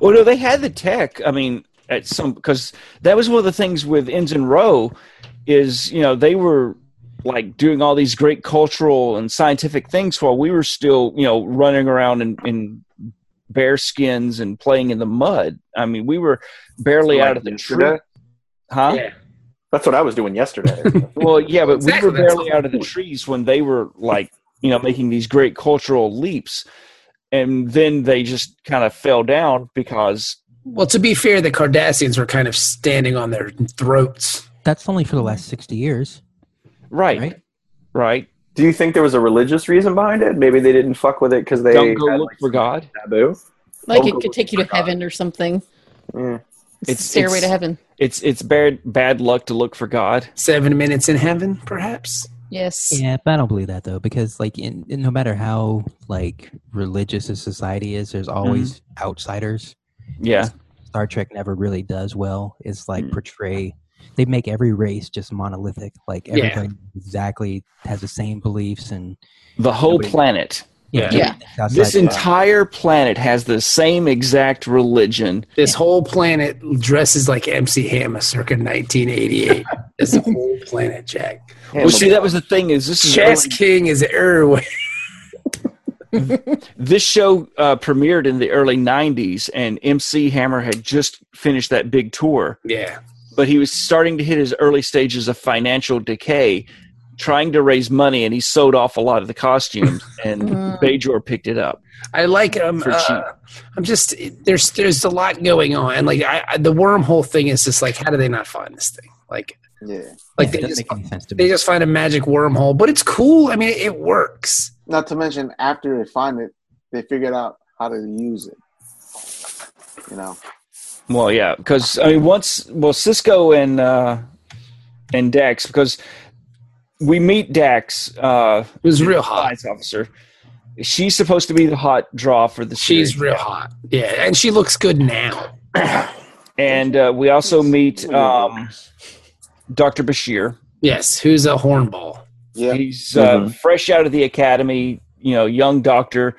Well, no, they had the tech. I mean, at some because that was one of the things with Ends and Row is you know they were like doing all these great cultural and scientific things while we were still you know running around in, in bear skins and playing in the mud. I mean, we were barely
Like
out of the
yesterday?
tree, huh?
Yeah.
That's what I was doing yesterday.
Well, yeah, but
Exactly,
we were
that's
barely
the
out of the
point.
trees when they were like, you know, making these great cultural leaps, and then they just kind of fell down because
Well, to be fair, the Cardassians were kind of standing on their throats.
That's only for the last sixty years,
right,
right?
right,
Do you think there was a religious reason behind it? Maybe they didn't fuck with it because they
don't go
had,
look
like,
for God.
taboo.
Like
Oh,
it
good
could take you to heaven or something.
Yeah.
It's,
It's-
the stairway
it's-
to heaven.
It's it's bad bad luck to look for God.
Seven minutes in heaven, perhaps.
Yes.
Yeah, but I don't believe that though, because like, in, in- no matter how like religious a society is, there's always outsiders.
Yeah,
Star Trek never really does well. It's like
Mm.
portray they make every race just monolithic, like
Yeah.
everybody exactly has the same beliefs and
the whole
Nobody-
planet.
Yeah.
Yeah.
Outside
This
the-
entire planet has the same exact religion.
This whole planet dresses like MC Hammer circa 1988. this whole planet, Jack.
Well, see, that was the thing is this is
Chess
early-
King is Irwin.
this show uh, premiered in the early '90s, and MC Hammer had just finished that big tour,
Yeah.
but he was starting to hit his early stages of financial decay, trying to raise money, and he sold off a lot of the costumes, and Bajor picked it up.
I like um,
For
uh,
cheap.
I'm just there's there's a lot going on, and like I, I the wormhole thing is just like how do they not find this thing? Like
Yeah.
yeah,
like
it
they
doesn't
just
make any sense to
they
me.
just find a magic wormhole, but it's cool. I mean, it, it works.
Not to mention, after they find it, they figured out how to use it. You know,
Well, yeah, because I mean, once well, Cisco and uh, and Dax, because we meet Dax, uh,
It was real hot.
compliance officer. She's supposed to be the hot draw for the series.
She's real hot. Yeah, and she looks good now.
and uh, we also meet um, Dr. Bashir.
Yes, who's a hornball?
yeah,
He's uh, fresh out of the academy, you know, young doctor,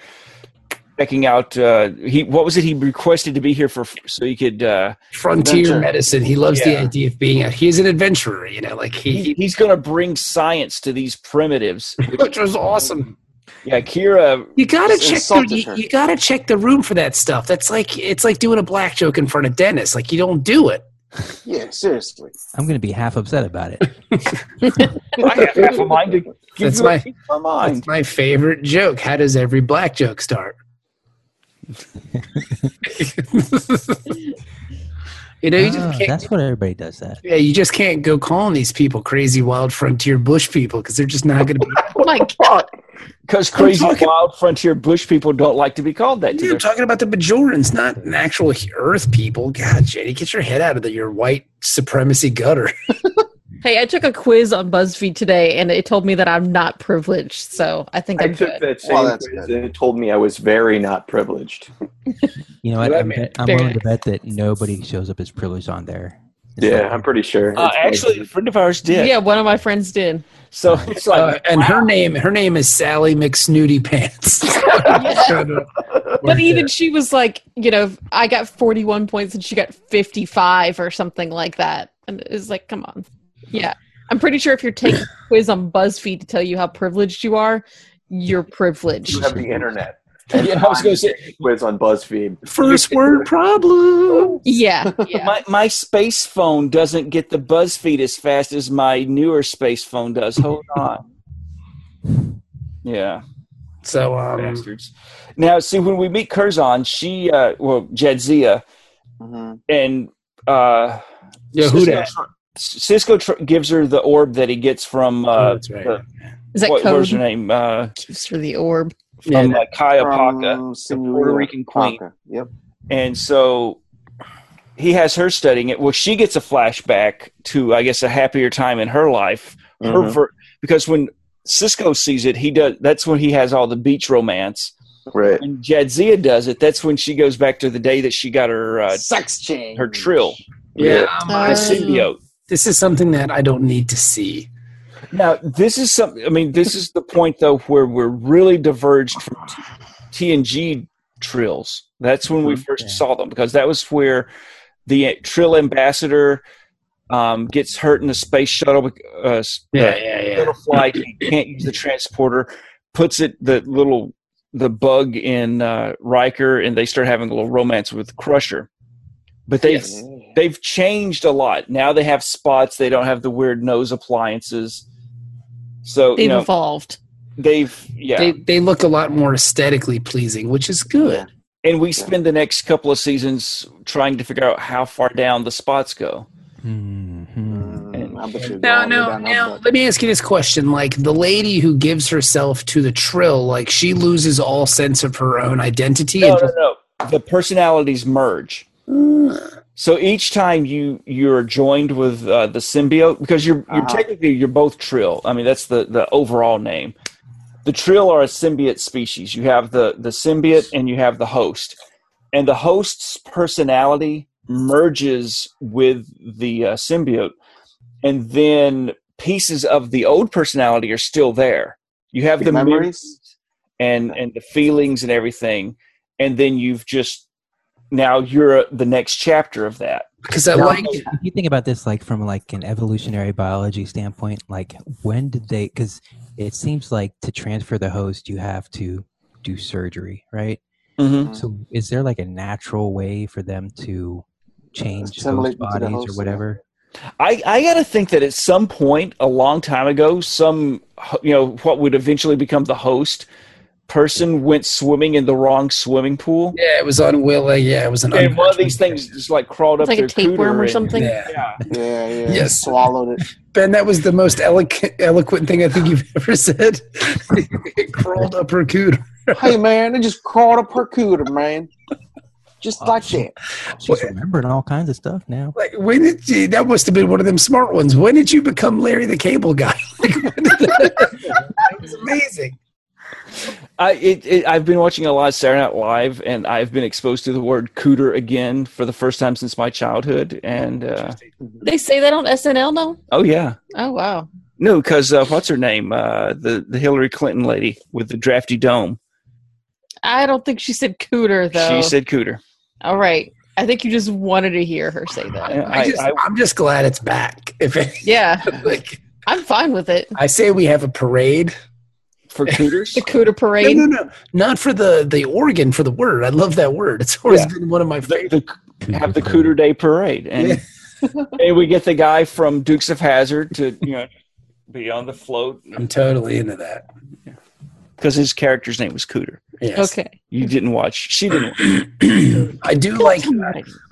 checking out. Uh, he what was it? He requested to be here for so he could. Uh,
Frontier
Adventure.
medicine. He loves the
Yeah.
idea of being out. He's an adventurer, you know. Like he,
he, he's going to bring science to these primitives.
which was awesome.
yeah, Kira.
You gotta
Just
check the
insulted
you,
her.
you gotta check the room for that stuff. That's like it's like doing a black joke in front of Dennis. Like you don't do it.
yeah. Seriously,
I'm going to be half upset about it.
I have half a mind to give
That's
you
my-
a piece of my mind.
That's my favorite joke. How does every black joke start? you know, you
Ah,
just can't.
that's what everybody does. That
Yeah, you just can't go calling these people crazy, wild frontier bush people because they're just not going to be.
Oh my god.
Because crazy wild frontier bush people don't like to be called that. To
You're
their
talking about the Bajorans, not an actual Earth people. God, Jenny, get your head out of the, your white supremacy gutter.
Hey, I took a quiz on BuzzFeed today and it told me that I'm not privileged, so I think
I
I'm
took
good.
that same
Well, that's
quiz
good.
and it told me I was very not privileged.
you know, what?
Well,
I'm,
that
bet- I'm
Very
willing to bet that nobody shows up as privileged on there. It's
Yeah,
like-
I'm pretty sure.
Uh,
It's like-
actually, a friend of ours did.
Yeah, one of my friends did.
So it's like,
Uh, and her name, her name is Sally McSnooty Pants. uh,
But even she was like, you know, I got 41 points and she got 55 or something like that. And it's like, come on. Yeah. I'm pretty sure if you're taking a quiz on BuzzFeed to tell you how privileged you are, you're privileged.
you have the internet.
Yeah, I was gonna say-
quiz on BuzzFeed.
first word problem.
Yeah. yeah.
my, my space phone doesn't get the BuzzFeed as fast as my newer space phone does. Hold on. Yeah,
So, um,
bastards. Now, see, when we meet Curzon, she, uh, well, Jadzia,
hmm
and uh,
yeah, who
Cisco,
that?
tr- Cisco tr- gives her the orb that he gets from,
Oh,
uh,
that's right.
the-
Is that
what, what
code?
was her name? Uh,
Gives her the orb.
from uh, Kaya Paca.
From
Puerto Rican queen.
Paca. Yep.
and so he has her studying it. Well, she gets a flashback to, I guess, a happier time in her life. Her
Mhm.
fir- because when Cisco sees it, he does. That's when he has all the beach romance.
Right.
When Jadzia does it, that's when she goes back to the day that she got her uh,
Sex change.
her trill,
Yeah.
Yeah, um,
Uh,
the
I see.
symbiote.
this is something that I don't need to see.
Now, this is some. I mean, this is the point though where we're really diverged from T and G trills. That's when
Mm-hmm.
we first saw them because that was where the uh, trill ambassador um, gets hurt in the space shuttle. Uh, s-
Yeah,
uh,
yeah, yeah.
shuttle flight. He can't use the transporter. Puts it the little the bug in uh, Riker, and they start having a little romance with Crusher. But they've they've changed a lot. Now they have spots. They don't have the weird nose appliances. So
They've
you know
evolved.
they've yeah.
They they look a lot more aesthetically pleasing, which is good.
and we spend the next couple of seasons trying to figure out how far down the spots go.
Mhm.
Mm, I bet you're
Now,
going
now,
down that
now,
butt.
let me ask you this question: Like the lady who gives herself to the trill, like she loses all sense of her own identity.
No,
and
no, no. The personalities merge. So each time you you're joined with uh, the symbiote because you're you're
Uh-huh.
technically you're both Trill. I mean that's the the overall name. The Trill are a symbiote species. You have the the symbiote and you have the host, and the host's personality merges with the uh, symbiote, and then pieces of the old personality are still there. You have the,
Memories?
memories and and the feelings and everything, and then you've just now you're the next chapter of that.
Because I
Now,
like
if you think about this like from like an evolutionary biology standpoint like when did they because it seems like to transfer the host you have to do surgery right
Mm-hmm.
so is there like a natural way for them to change
Assimilate into
host
the
bodies
host,
or
yeah.
whatever
I, I got to think that at some point a long time ago, some, ho- you know, what would eventually become the host person went swimming in the wrong swimming pool.
yeah, it was on Willa. Yeah, it was an
And one of
unnatural-
these things just like crawled
It's like
up their
a tapeworm
cooter
or
and-
something.
Yeah.
Yeah.
Yeah, yeah.
Yes.
Swallowed it.
Ben, that was the most eloquent, eloquent thing I think you've ever said. it crawled up her cooter.
hey, man, it just crawled up her cooter, man. Just like that.
she's remembering all kinds of stuff now
Like when did you, that must have been one of them smart ones. When did you become Larry the Cable Guy? Like, when did that, that was amazing.
I, it, it, I've been watching a lot of Saturday Night Live and I've been exposed to the word cooter again for the first time since my childhood. And, uh,
They say that on SNL now.
oh yeah.
Oh wow.
No, because uh, what's her name? Uh, the, the Hillary Clinton lady with the drafty dome.
I don't think she said cooter though.
She said cooter.
All right. I think you just wanted to hear her say that.
I, just,
I-
I'm just glad it's back. If it,
Yeah,
like,
I'm fine with it.
I say we have a parade.
for cooters?
The cooter parade.
No, no, no, not for the the organ for the word. I love that word. It's always
Yeah.
been one of my
the,
favorite.
the have the Cooter Day parade, and and we get the guy from Dukes of Hazard to you know be on the float
I'm totally into that.
because his character's name was Cooter.
Yes.
Okay.
You didn't watch. She didn't. Watch.
I do like.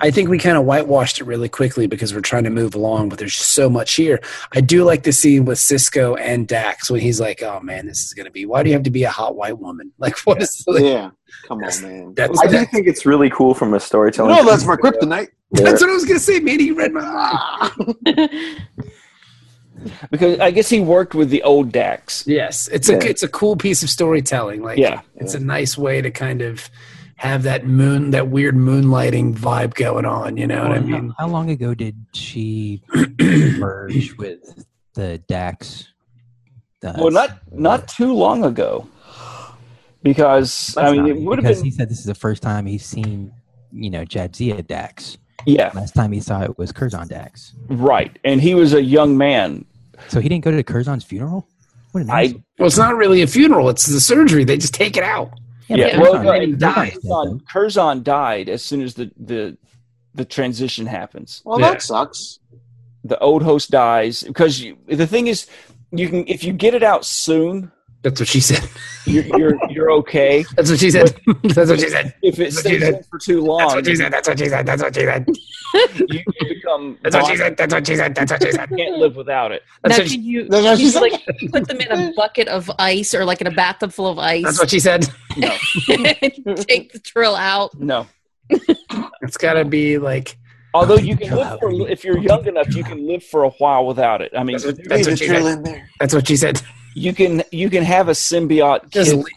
I think we kind of whitewashed it really quickly because we're trying to move along, but there's just so much here. I do like the scene with Cisco and Dax when he's like, "Oh man, this is gonna be. Why do you have to be a hot white woman? Like, what is like,
Yeah. Come on, man.
that's
I do
that-
think it's really cool from a
You
storytelling.
know that's my kryptonite.
that's what I was gonna say, man. You read my mind.
because I guess he worked with the old Dax.
Yes, it's a
Yeah.
it's a cool piece of storytelling. Like,
Yeah.
it's a nice way to kind of have that moon, that weird moonlighting vibe going on. You know what I
Well,
mean?
how, how long ago did she merge with the dax uh,
Well, not not too long ago, because I
That's
mean
not
it
me,
would have
because
been
he said this is the first time he's seen, you know, Jadzia Dax.
yeah
Last time he saw it was Curzon Dax.
right, and he was a young man.
So he didn't go to Curzon's funeral. What an
I
asshole.
Well, it's not really a funeral; it's the surgery. They just take it out.
yeah,
yeah,
but
well,
Curzon-
no,
and he
Curzon's
died.
dead,
Curzon,
though.
Curzon died as soon as the the the transition happens.
Well,
Yeah.
that sucks.
the old host dies because you, the thing is you can if you get it out soon
That's what she said.
you're you're, you're okay
That's what she said. that's what she said.
if it
That's what she
stays
said.
in for too
That's
long
what she said. That's what she said. That's what she said.
you, you become
That's what she said. That's what she said. That's what she said.
you can't live without it
That's
Now, could
what she,
you,
That's what
could
she
you,
said.
like put them in a bucket of ice or like in a bathtub full of ice
that's what she said.
and take the drill out?
no
It's gotta be like
although
Don't
you
take
can
the
live
pill
for
out.
if you're
Don't take
young
the
enough
pill
you
out.
can live for a while without it i mean
that's what, that's
Leave
what
the
she
drill
said.
in there.
That's what she said.
you can you can have a symbiote
Just
kid,
le-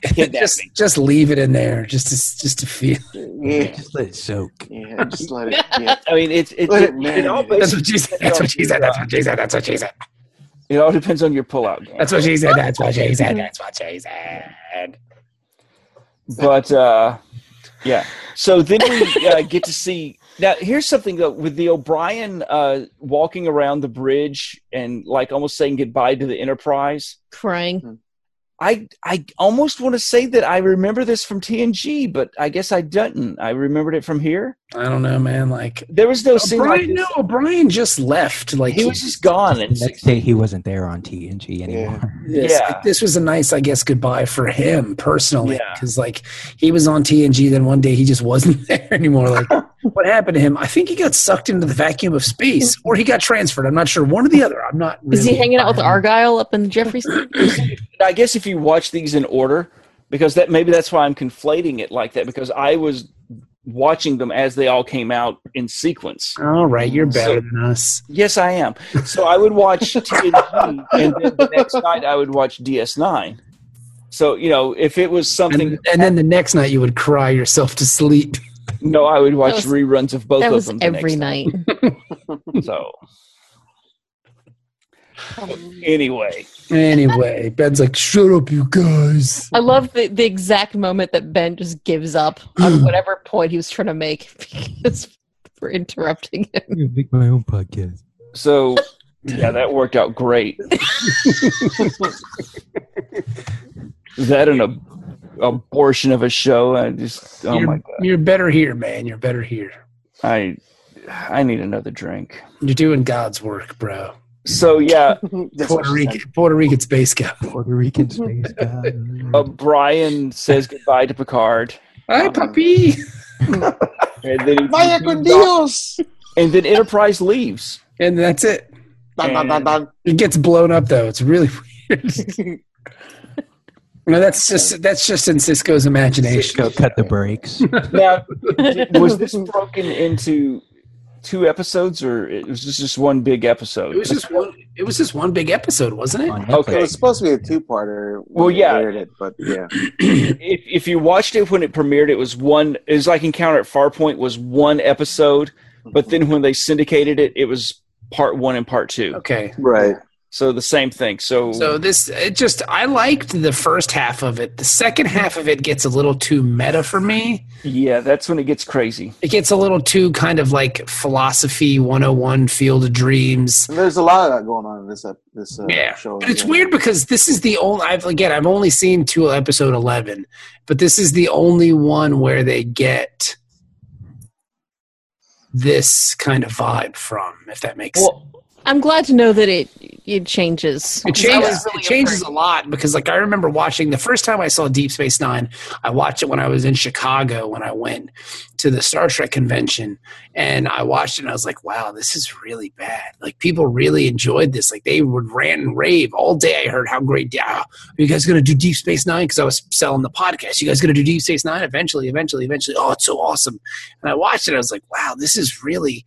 just,
kidnapping
just leave it in there, just to, just to feel.
Yeah.
Just let it soak.
Yeah. Just let it. Yeah.
i mean it's it,
Let
it,
it marinate.
all
That's
basically,
what she said. That's what she said. That's what she said. That's what she said.
it all depends on your pullout game.
That's what she said. That's what she said. That's what she said.
but uh, yeah. So then we uh, get to see. Now here's something though, with the O'Brien uh, walking around the bridge and like almost saying goodbye to the Enterprise.
Crying.
I I almost want to say that I remember this from TNG, but I guess I didn't. I remembered it from here.
I don't know, man. Like
There was no scene like
O'Brien,
this.
no, O'Brien just left. Like
He was just gone.
The
And
next day he wasn't there on TNG anymore.
this.
Yeah.
This was a nice, I guess, goodbye for him personally,
Yeah.
because like he was on TNG, then one day he just wasn't there anymore. Like, what happened to him? I think he got sucked into the vacuum of space, or he got transferred. I'm not sure. One or the other. I'm not. Really
Is he hanging out with Argyle up in Jeffrey's?
I guess if you watch these in order, because that maybe that's why I'm conflating it like that. Because I was watching them as they all came out in sequence.
All right, you're better than us.
Yes, I am. So I would watch TNG, and then the next night I would watch DS9. So you know, if it was something,
And, and then the next night you would cry yourself to sleep.
no, I would watch
That was-
reruns of both
That
of
was
them the
every
next
night.
So
Oh,
Anyway,
Anyway, Ben's like, shut up, you guys.
I love the, the exact moment that Ben just gives up on whatever point he was trying to make because we're interrupting him.
I'm gonna make my own podcast.
so yeah, that worked out great. that and a abortion of a show. I just oh
you're,
my god.
you're better here, man. You're better here.
I I need another drink.
You're doing God's work, bro.
So yeah,
That's what
Puerto
she
Rican, Puerto Rican space guy.
Puerto Rican space guy.
uh, Brian says goodbye to Picard,
Hi, puppy.
and then he-
said. Vaya con Dios!
and then Enterprise leaves.
And that's it.
Dun, dun, dun, dun.
It gets blown up though. It's really weird. no, that's just that's just in Cisco's imagination.
Go cut the brakes.
Now, was this broken into two episodes, or it was this just one big episode?
It was just one. It was just one big episode, wasn't it?
on
Okay.
It
Netflix.
was supposed to be a two-parter. when
Well,
they
yeah.
aired It, but yeah.
if, if you watched it when it premiered, it was one. It was like Encounter at Farpoint was one episode, but then when they syndicated it, it was part one and part two.
Okay.
Right.
So the same thing. So,
So this it just I liked the first half of it. The second half of it gets a little too meta for me.
yeah, that's when it gets crazy.
It gets a little too kind of like philosophy 101 field of dreams.
And there's a lot of that going on in this ep- this uh,
Yeah.
show.
But it's
yeah.
weird because this is the only I've again I've only seen two episode 11, but this is the only one where they get this kind of vibe from if that makes sense.
Well,
I'm glad to know that it it changes.
It
'Cause I was
changes.
really
it changes
afraid.
a lot because, like, I remember watching the first time I saw Deep Space Nine. I watched it when I was in Chicago when I went to the Star Trek convention, and I watched it and I was like, "Wow, this is really bad." Like, people really enjoyed this. Like, they would rant and rave all day. I heard how great. Yeah, are you guys going to do Deep Space Nine? Because I was selling the podcast. You guys going to do Deep Space Nine eventually? Eventually, eventually. Oh, it's so awesome! And I watched it. I was like, "Wow, this is really."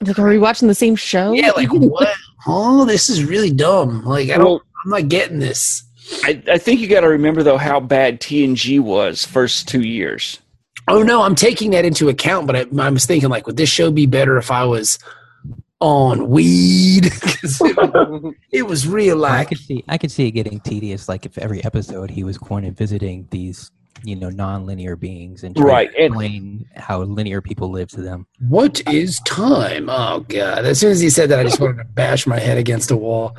Like, are we watching the same show?
Yeah, like what? Oh, this is really dumb. Like I don't,
Well-
I'm not getting this.
I, I think you got to remember though how bad TNG was first two years.
Oh no, I'm taking that into account, but I, I was thinking like, would this show be better if I was on weed? 'Cause it, was- it was real
I
like
could see I could see it getting tedious. Like if every episode he was going and visiting these, you know, non-linear beings and trying
Right,
to
and-
explain how linear people live to them.
What is time? Oh god! As soon as he said that, I just wanted to bash my head against a wall.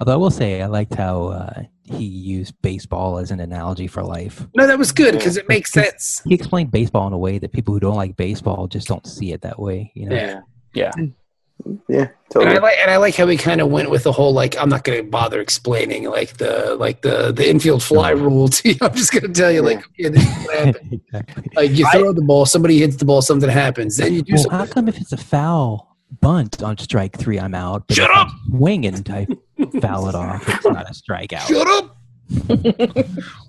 Although I will say I liked how uh, he used baseball as an analogy for life.
No, that was good because it makes sense.
He explained baseball in a way that people who don't like baseball just don't see it that way. You know,
Yeah,
Yeah,
and I
totally.
like and I like how he kind of went with the whole like I'm not going to bother explaining like the like the the infield fly rule. To you. I'm just going to tell you like yeah, this is what happened.
exactly.
Like you throw the ball, somebody hits the ball, something happens. Then you do
Well, how
something.
come if it's a foul bunt on strike three, I'm out? But
Shut
if I'm
up!
Swinging type foul it off. It's not a strikeout.
Shut up.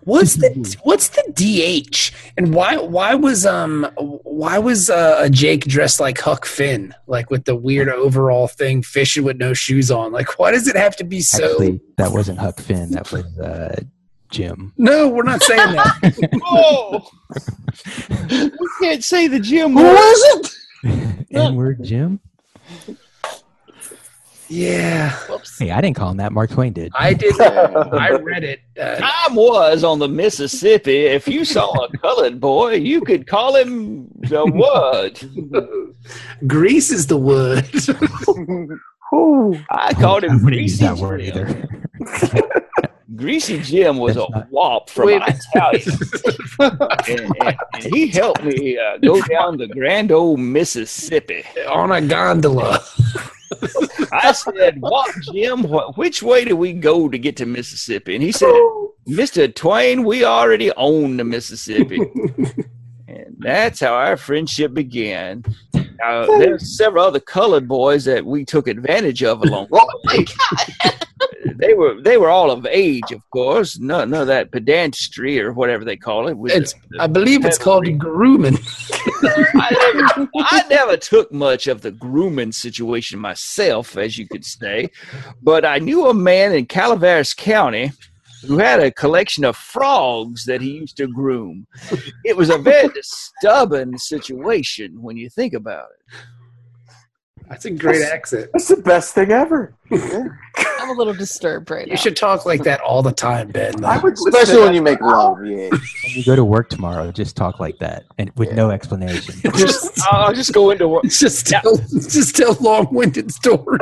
what's the what's the DH and why why was um why was uh, Jake dressed like Huck Finn like with the weird overall thing fishing with no shoes on like why does it have to be so
Actually, that wasn't Huck Finn. That was uh, Jim.
no we're not saying that
Oh, we can't say the gym.
Who is it?
N word Jim.
yeah
Hey, I didn't call him that. Mark Twain did.
I did I read it uh,
time was on the Mississippi, if you saw a colored boy, you could call him the word.
Grease is the wood
I called
I
him
wouldn't use
Greasy
that word
Jim.
either.
Greasy Jim was
That's
a
not-
wop from
Wait.
Italian. and, and- and he helped me uh, go down the grand old Mississippi.
on a gondola
I said, What, Jim? What, which way do we go to get to Mississippi? And he said, Mr. Twain, we already own the Mississippi. and that's how our friendship began. Uh, there's several other colored boys that we took advantage of along the way. they were they were all of age, of course. No, no, that pedantry or whatever they call it. was-
it's I believe it's called grooming
I, never, I never took much of the grooming situation myself, as you could say, but I knew a man in Calaveras County who had a collection of frogs that he used to groom. It was a very stubborn situation when you think about it.
that's a great accent
That's the best thing ever.
I a little disturbed right now.
You should talk like that all the time, Ben.
I would
Especially when you make love. Yeah.
When you go to work tomorrow, just talk like that and with no explanation.
just,
I'll just go into work.
just tell, just tell long-winded stories.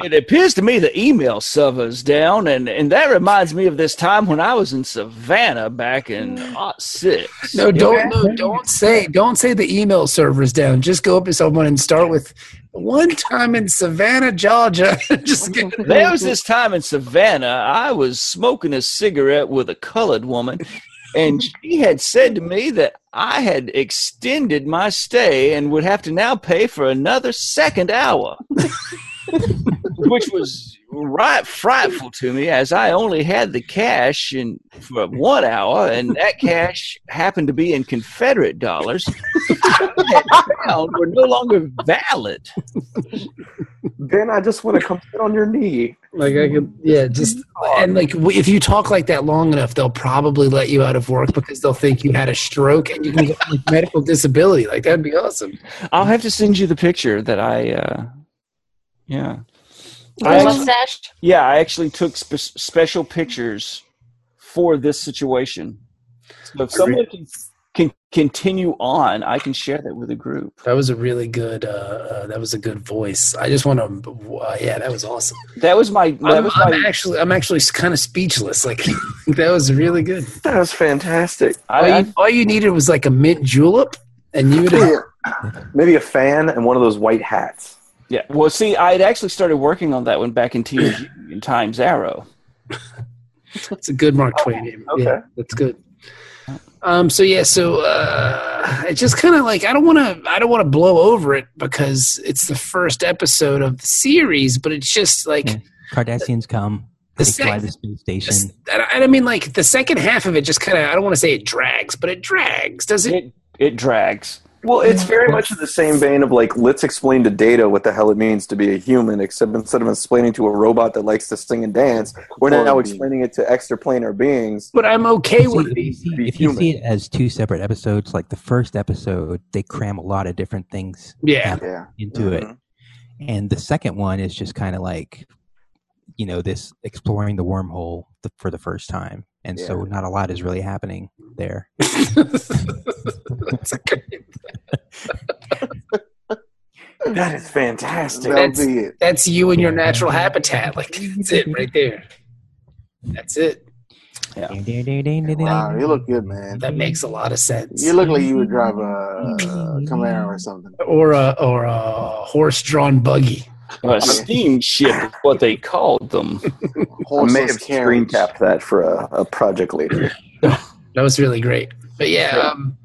It appears to me the email server's down, and, and that reminds me of this time when I was in Savannah back in '06.
No, don't no, don't say don't say the email server's down. Just go up to someone and start with one time in Savannah, Georgia. Just get,
There was this time in Savannah, I was smoking a cigarette with a colored woman, and she had said to me that I had extended my stay and would have to now pay for another second hour, which was right frightful to me as I only had the cash in, for one hour, and that cash happened to be in Confederate dollars. that I found were no longer valid.
Ben, I just want to come sit on your knee.
like I could, yeah, just and like w- if you talk like that long enough, they'll probably let you out of work because they'll think you had a stroke and you can get like, medical disability. Like that'd be awesome.
I'll have to send you the picture that I, uh, yeah,
I-
mustache.
yeah. I actually took spe- special pictures for this situation. So if someone can, can continue on, I can share that with a group.
That was a really good. Uh, uh, that was a good voice. I just want to. Uh, yeah, that was awesome.
That was my. That
I'm,
was
I'm
my.
actually, I'm actually kind of speechless. Like that was really good.
That was fantastic.
All
I,
you, all you needed was like a mint julep, and you would have.
Maybe a fan and one of those white hats.
yeah. Well, see, I had actually started working on that one back in TNG in Times Arrow.
It's a good Mark Twain.
okay.
Yeah, that's good. Um, so yeah, so uh, it's just kind of like I don't want to, I don't want to blow over it because it's the first episode of the series, but it's just like,
Yeah. Kardashians come.
The
They fly
sex-
the space station.
just- and I, and I mean, like the second half of it just kind of, I don't want to say it drags, but it drags. Does it?
It it drags.
Well, it's very much in the same vein of like, let's explain to Data what the hell it means to be a human, except instead of explaining to a robot that likes to sing and dance, we're
Or a
now
being.
explaining it to extraplanar beings.
But I'm
If
okay
you
with
see- if you
it.
see-
be
if you see
human.
it as two separate episodes, like the first episode, they cram a lot of different things
Yeah,
Yeah.
into it.
Mhm.
And the second one is just kind of like, you know, this exploring the wormhole th- for the first time. And so not a lot is really happening there.
That's okay.
That is fantastic.
That'll
That's-
be it.
that's you in your natural habitat. Like that's it right there. That's it.
Wow, you look good, man.
That makes a lot of sense.
You look like you would drive a Camaro or something.
or a or a horse-drawn buggy.
A steamship is what they called them.
I may
Horseless
have screen
carriage.
capped that for a, a project later.
That was really great. But yeah, um,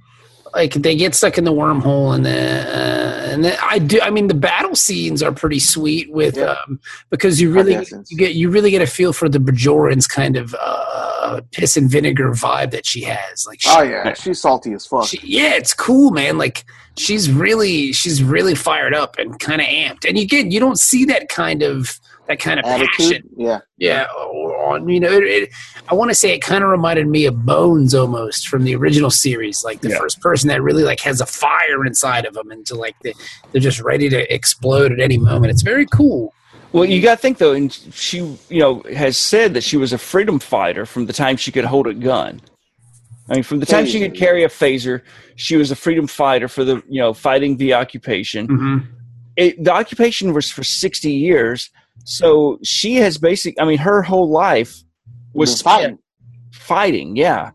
like they get stuck in the wormhole, and then uh, and then I do. I mean, the battle scenes are pretty sweet with
Yeah.
um, because you really
Kardashians.
you get you really get a feel for the Bajoran's kind of uh, piss and vinegar vibe that she has. Like, she,
Oh yeah, she's salty as fuck.
she- yeah, it's cool, man. Like she's really she's really fired up and kind of amped. And you get you don't see that kind of that kind of passion
Attitude. Yeah.
yeah, Uh, or on you know, it, it, I want to say it kind of reminded me of Bones almost from the original series, like the first person that really like has a fire inside of them, and to like the, they're just ready to explode at any moment. It's very cool.
Well, you got to think though, and she, you know, has said that she was a freedom fighter from the time she could hold a gun. I mean, from the time she could
Phaser.
carry a phaser, she was a freedom fighter for the, you know, fighting the occupation.
Mm-hmm.
It, the occupation was for sixty years, so she has basic. I mean, her whole life was
She's fighting.
spent fighting. Yeah,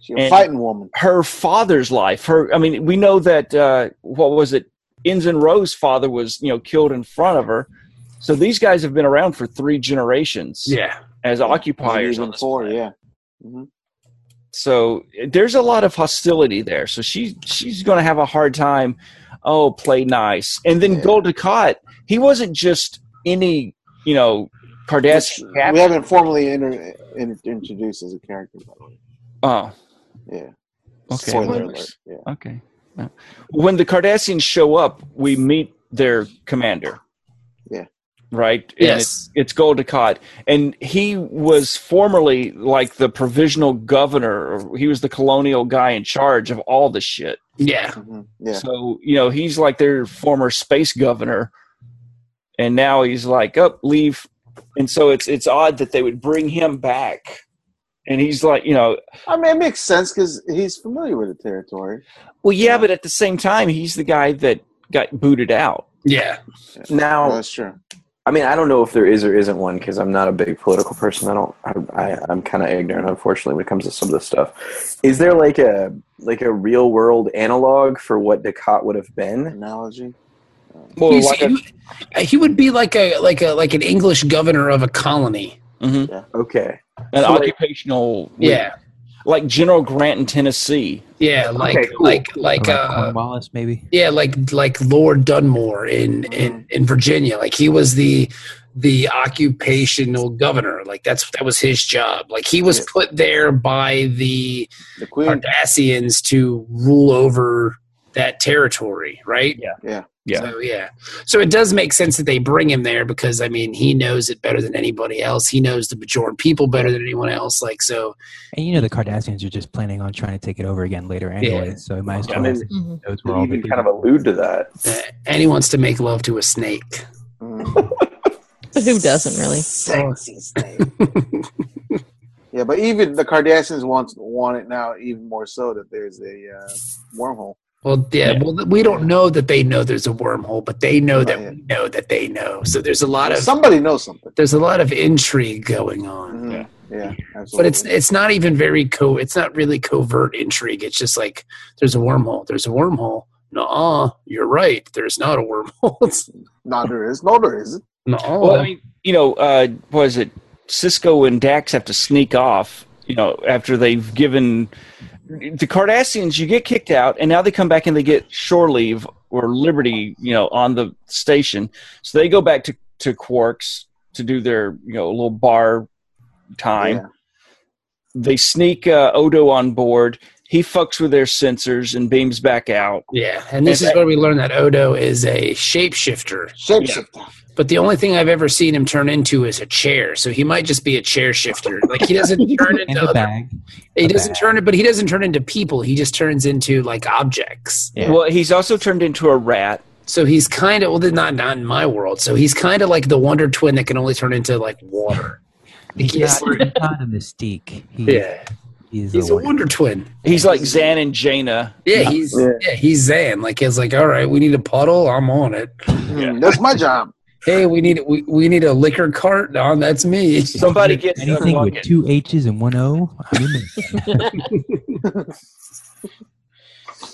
She's a
And-
fighting woman.
her father's life. Her, I mean, we know that uh, what was it? Ensign Rose's father was, you know, killed in front of her. So these guys have been around for three generations
Yeah,
as
Maybe
occupiers on
even
this
four.
planet.
Yeah.
So eh, there's a lot of hostility there. So she she's going to have a hard time. Oh, play nice. And then
Yeah.
Gul Dukat, he wasn't just any you know
Yes.
Kardashian.
We haven't formally inter- in- introduced as a character, by the way.
oh,
Yeah.
okay.
Spoiler alert. Yeah.
Okay. Yeah. When the Cardassians show up, we meet their commander.
Yeah.
Right? And
Yes.
It's, it's Gul Dukat. And he was formerly like the provisional governor. or He was the colonial guy in charge of all the shit.
yeah.
Mhm. Yeah.
So, you know, he's like their former space governor. and now he's like, "Up, leave." And so it's it's odd that they would bring him back, and he's like, you know,
I mean, it makes sense because he's familiar with the territory.
well, yeah, but at the same time, he's the guy that got booted out.
Yeah.
Oh,
Now,
that's true.
I mean, I don't know if there is or isn't one because I'm not a big political person. I don't. I, I I'm kind of ignorant, unfortunately, when it comes to some of this stuff. Is there like a like a real world analog for what Ducat would have been?
Analogy.
Well,
He's-
like a-
he, he would be like a like a like an English governor of a colony.
mhm.
Okay.
an
So, like-
occupational,
Yeah.
like General Grant in Tennessee.
Yeah, like
Okay, cool.
like like
Or
uh
Cornwallis, maybe.
yeah, like like Lord Dunmore in in in Virginia. Like he was the the occupational governor. Like that's that was his job. Like he was
Yeah.
put there by the
The queen.
Cardassians to rule over that territory, right?
Yeah.
Yeah.
Yeah.
So yeah. So it does make sense that they bring him there because I mean he knows it better than anybody else. He knows the Bajoran people better than anyone else. Like so
And you know the Cardassians are just planning on trying to take it over again later anyway, so it might as well.
I mean,
Mhm.
those were all
You
the
can kind of
people.
allude to that.
uh, and he wants to make love to a snake.
Mm.
But who doesn't really?
Sexy snake. yeah, but even the Kardashians want want it now even more so that there's a uh, wormhole.
Well, yeah,
Yeah.
Well, we don't know that they know there's a wormhole, but they know that
Right.
we know that they know. So there's a lot of
Somebody knows something.
there's a lot of intrigue going on.
Mhm. Yeah, absolutely.
But it's it's not even very co. It's not really covert intrigue. It's just like there's a wormhole. There's a wormhole. No, you're right. There's not a wormhole. It's-
no, there is. No, there isn't.
No,
Well, I mean, you know, uh, what is it? Cisco and Dax have to sneak off, you know, after they've given the Cardassians, you get kicked out, and now they come back and they get shore leave or liberty, you know, on the station. So they go back to, to Quarks to do their, you know, little bar time.
Yeah.
They sneak uh, Odo on board. He fucks with their sensors and beams back out.
yeah. And this is where we learn that Odo is a shapeshifter.
Shapeshifter.
But the only thing I've ever seen him turn into is a chair. So he might just be a chair shifter. Like he doesn't turn
And
into
the
other
bag.
He
a
doesn't
bag.
turn it, but he doesn't turn into people. He just turns into like objects.
Yeah.
Well, he's also turned into a rat.
So he's kind of well, then not not in my world. So he's kind of like the Wonder Twin that can only turn into like water. Like,
He's
he has-
not, he's not a mystique. He,
yeah,
he's,
he's
a
a
wonder.
Wonder Twin.
He's like Xan and Jaina.
Yeah, he's yeah. he's Zan. Like he's like, all right, we need a puddle. I'm on it.
Mm, That's my job.
Hey, we need we, we need a liquor cart. No, that's me.
Somebody gets
Anything
unlock
with
it.
two H's and one O, I'm in it.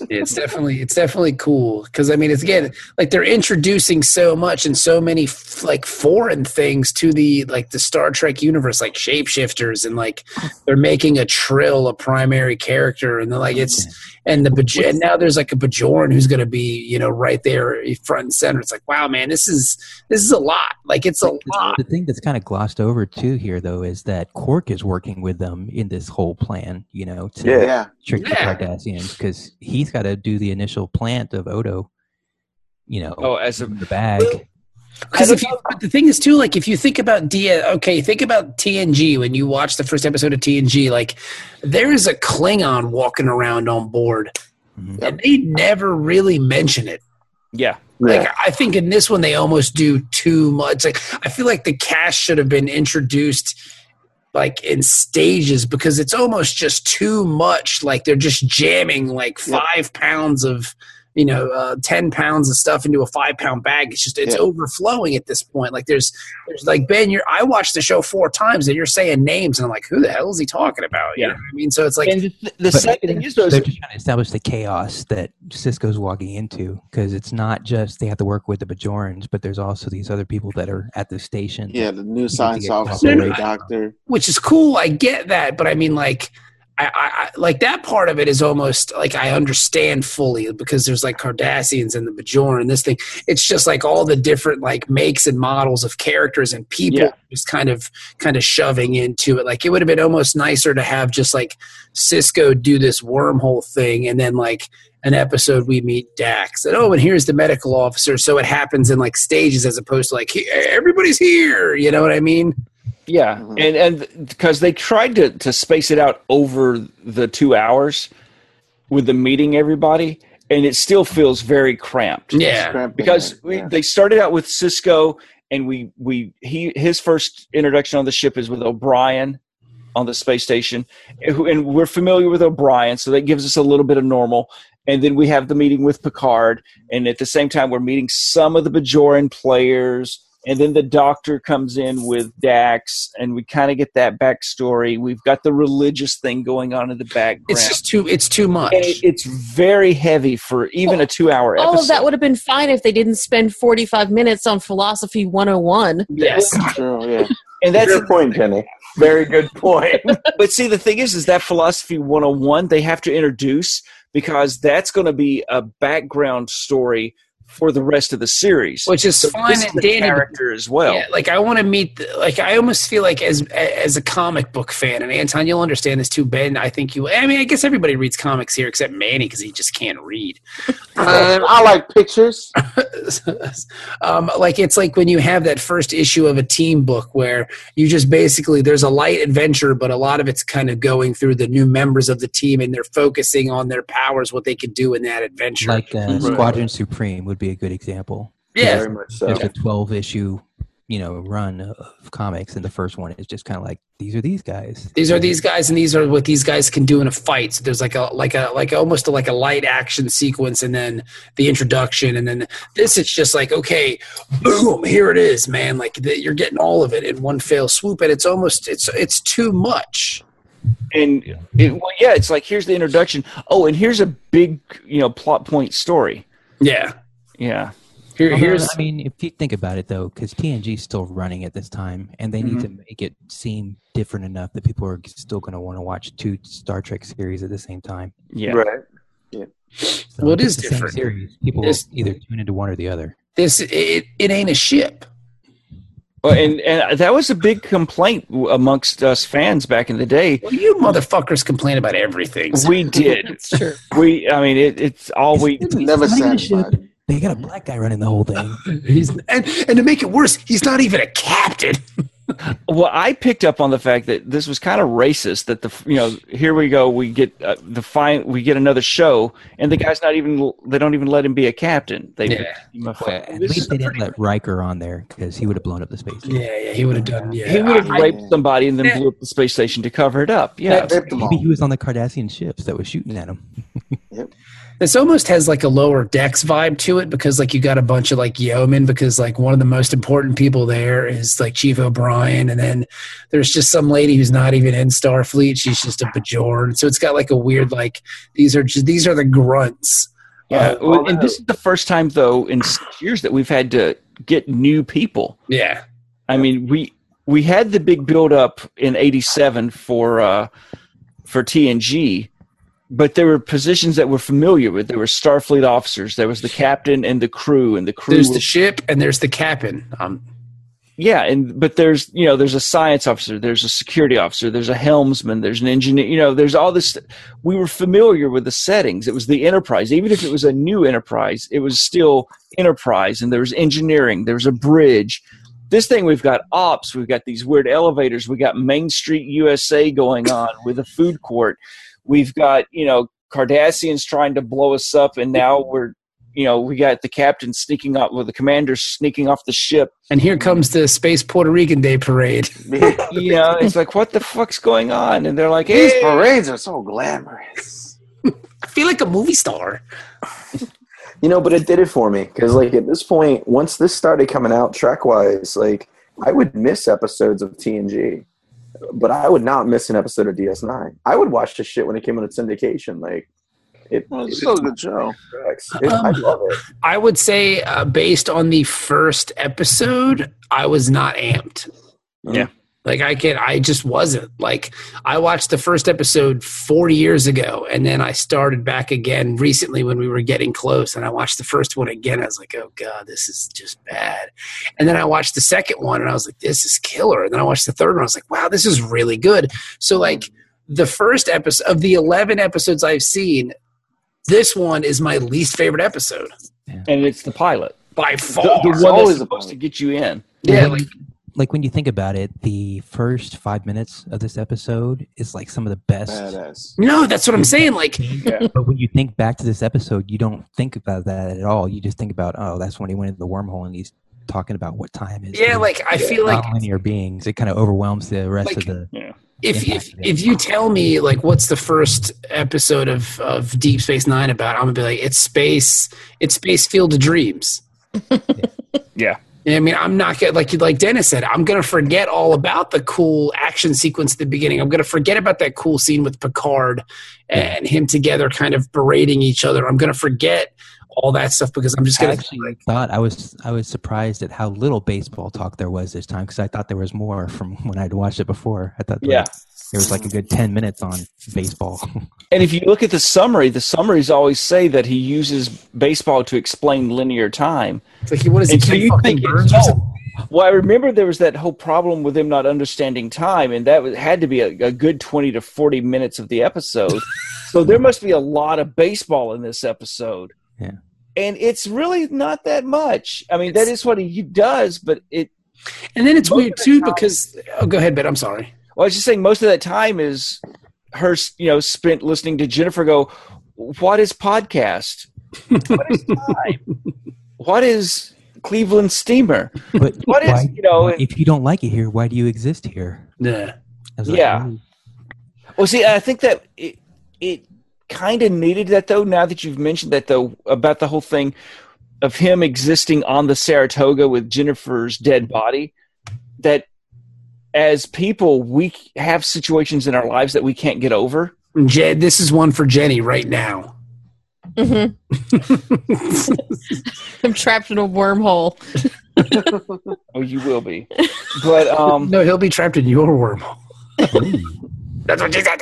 Yeah, it's definitely it's definitely cool because I mean it's again like they're introducing so much and so many f- like foreign things to the like the Star Trek universe like shapeshifters and like they're making a Trill a primary character and they're like it's and the Baj- and now there's like a Bajoran who's going to be you know right there front and center it's like wow man this is this is a lot like it's a lot
The thing that's kind of glossed over too here, though, is that Quark is working with them in this whole plan. You know, to
Yeah.
Yeah.
trick
Yeah.
the Cardassians because he's got to do the initial plant of Odo. You know,
Oh, as a
in the bag.
Because if you, but the thing is too, like if you think about Dia, okay, think about TNG when you watch the first episode of TNG, like there is a Klingon walking around on board,
Mhm.
and they never really mention it.
yeah.
Like I think in this one they almost do too much. Like I feel like the cast should have been introduced like in stages because it's almost just too much. Like they're just jamming like
Yep.
five pounds of you know uh, ten pounds of stuff into a five pound bag. It's just it's
Yeah.
overflowing at this point. Like there's there's like Ben, you're I watched the show four times and you're saying names and I'm like who the hell is he talking about? You
Yeah.
know what I mean, so it's like
and the, the
But-
sad thing is, though,
They're
is
just trying to establish the chaos that Cisco's walking into because it's not just they have to work with the Bajorans, but there's also these other people that are at the station.
Yeah. The new
to
science
get
officer,
cooperation.
doctor.
which is cool. I get that, but I mean, like, I, I, I like that part of it is almost like I understand fully because there's like Cardassians and the Bajoran and this thing. It's just like all the different like makes and models of characters and people
Yeah.
just kind of kind of shoving into it. Like it would have been almost nicer to have just like Cisco do this wormhole thing and then like an episode we meet Dax and oh and here's the medical officer. So it happens in like stages as opposed to like "Hey, everybody's here. You know what I mean?
yeah,
Mhm.
and and because they tried to to space it out over the two hours with the meeting everybody, and it still feels very cramped
Yeah.
Cramped in
because
there.
we,
Yeah.
they started out with Cisco and we we he his first introduction on the ship is with O'Brien on the space station, and who- and we're familiar with O'Brien, so that gives us a little bit of normal. And then we have the meeting with Picard, and at the same time we're meeting some of the Bajoran players, and then the Doctor comes in with Dax, and we kind of get that backstory. We've got the religious thing going on in the background.
It's just too. It's too much.
And it- it's very heavy for even a two-hour
Oh,
episode.
All of that would have been fine if they didn't spend 45 minutes on Philosophy 101.
yes,
True, yeah.
and that's
Good point, Penny. Very good point.
but see the thing is is that philosophy 101 they have to introduce because that's going to be a background story for the rest of the series
which is
So
fine
this is
and
the
dandy.
character as well
Yeah, like I want to meet. The, like I almost feel like as as a comic book fan, and Anton, you'll understand this too, Ben. I think you. I mean, I guess everybody reads comics here except Manny because he just can't read.
Um, I like pictures.
um, like it's like when you have that first issue of a team book where you just basically there's a light adventure, but a lot of it's kind of going through the new members of the team and they're focusing on their powers, what they can do in that adventure.
Like uh, Squadron Supreme would be a good example.
yeah,
Very much so.
There's a 12 issue, you know, run of comics, and the first one is just kind of like these are these guys.
these are these guys and these are what these guys can do in a fight so there's like a like a like almost like a light action sequence and then the introduction and then this it's just like okay boom here it is man like the, you're getting all of it in one fell swoop and it's almost it's it's too much
and it, well yeah it's like here's the introduction oh and here's a big you know plot point story
yeah
yeah
here,
Although,
here's
I mean, if you think about it though, because TNG's still running at this time, and they need to
Mm-hmm.
make it seem different enough that people are still going to want to watch two Star Trek series at the same time.
yeah
Right.
So
Well, it
if it's
is
the same
different.
series. People will
It's-
either tune into one or the other.
this it, it ain't a ship
Well, and and that was a big complaint amongst us fans back in the day
well you motherfuckers complain about everything
we did
Sure.
we i mean it, it's all we
Never
It's not even a ship.
satisfied.
They got a black guy running the whole thing.
he's and, and to make it worse he's not even a captain
Well, I picked up on the fact that this was kind of racist. That the you know here we go we get uh, the fine we get another show and the guy's not even they don't even let him be a captain. They
Yeah.
picked him a-
Well, at
this is
least they didn't let Riker on there because he would have blown up the space. station.
yeah yeah he would have done yeah
he would have
I-
raped somebody and then
Yeah.
blew up the space station to cover it up. Yeah,
Ripped them
Maybe
all.
he was on the Cardassian ships that was shooting at him.
This almost has like a lower decks vibe to it because like you got a bunch of like yeomen because like one of the most important people there is like Chief O'Brien and then there's just some lady who's not even in Starfleet she's just a Bajoran so it's got like a weird like these are just these are the grunts
yeah.
Uh,
and this is the first time though in six years that we've had to get new people.
yeah
I mean we we had the big build up in '87 for uh, for TNG, but there were positions that we're familiar with. There were Starfleet officers. There was the captain and the crew, and the crew.
there's the
was-
ship and there's the captain um
yeah, and but there's you know there's a science officer, there's a security officer, there's a helmsman, there's an engineer. You know, there's all this. We were familiar with the settings. It was the Enterprise, even if it was a new Enterprise, it was still Enterprise, and there was engineering, there was a bridge. This thing we've got ops, we've got these weird elevators, we got Main Street USA going on with a food court. We've got you know Cardassians trying to blow us up, and now we're you know we got the captain sneaking off, well the commander sneaking off the ship
and here comes the space Puerto Rican Day parade
you know, it's like, what the fuck's going on? And they're like,
These
hey,
parades are so glamorous.
I feel like a movie star
You know, but it did it for me because, like, at this point, once this started coming out track wise, like, I would miss episodes of TNG, but I would not miss an episode of DS9. I would watch this shit when it came out of syndication. Like, it,
Oh,
Well, it's
it-
still a good show.
it's- it- I love it.
I would say uh, based on the first episode, I was not amped.
Yeah.
Like I can I just wasn't. Like I watched the first episode 4 years ago and then I started back again recently when we were getting close and I watched the first one again. I was like, "Oh god, this is just bad." And then I watched the second one and I was like, "This is killer." And then I watched the third one. I was like, "Wow, this is really good." So like the first episode of the 11 episodes I've seen, this one is my least favorite episode
and it's the pilot.
by
The,
far.
the one that's
always the
supposed
pilot.
to get you in.
yeah, like
Like when you think about it, the first five minutes of this episode is like some of the best.
Badass.
no, that's what I'm saying. Like,
But when you think back to this episode, you don't think about that at all. You just think about, oh, that's when he went into the wormhole and he's talking about what time is.
Yeah, like I feel like
linear beings. It kind of overwhelms the rest
Like-
of the.
if
Yeah.
if if you tell me like what's the first episode of of Deep Space Nine about, I'm gonna be like, it's space, it's space field of dreams.
Yeah.
I mean, I'm not gonna like like Dennis said, I'm gonna forget all about the cool action sequence at the beginning. I'm gonna forget about that cool scene with Picard and him together, kind of berating each other. I'm gonna forget all that stuff because I'm just
I
gonna
actually
like,
thought I was I was surprised at how little baseball talk there was this time because I thought there was more from when I'd watched it before. I thought like,
Yeah.
there was like a good ten minutes on baseball.
And if you look at the summary, the summaries always say that he uses baseball to explain linear time.
it's like what is it?
And so you
fucking
think it's-
birds or something?
Well, I remember there was that whole problem with him not understanding time, and that was, had to be a, a good 20 to 40 minutes of the episode. so there must be a lot of baseball in this episode.
Yeah.
And it's really not that much. I mean, that is what he does, but it.
And then it's
Most
weird too because oh, go ahead, but I'm sorry.
Well, I was just saying, most of that time is her, s- you know, spent listening to Jennifer go, "What is podcast? What is time? what is Cleveland Steamer?
But
What is
why-
you know?"
why- if you don't like it here, why do you exist here?
Yeah.
I was like,
Yeah.
"Ooh,
Well, see, I think that it it kind of needed that though. Now that you've mentioned that though about the whole thing of him existing on the Saratoga with Jennifer's dead body, that as people we c- have situations in our lives that we can't get over.
Jed, this is one for Jenny right now.
hmm
Mm-hmm.
I'm trapped in a wormhole.
Oh, you will be, but um,
No, he'll be trapped in your wormhole. That's what she said.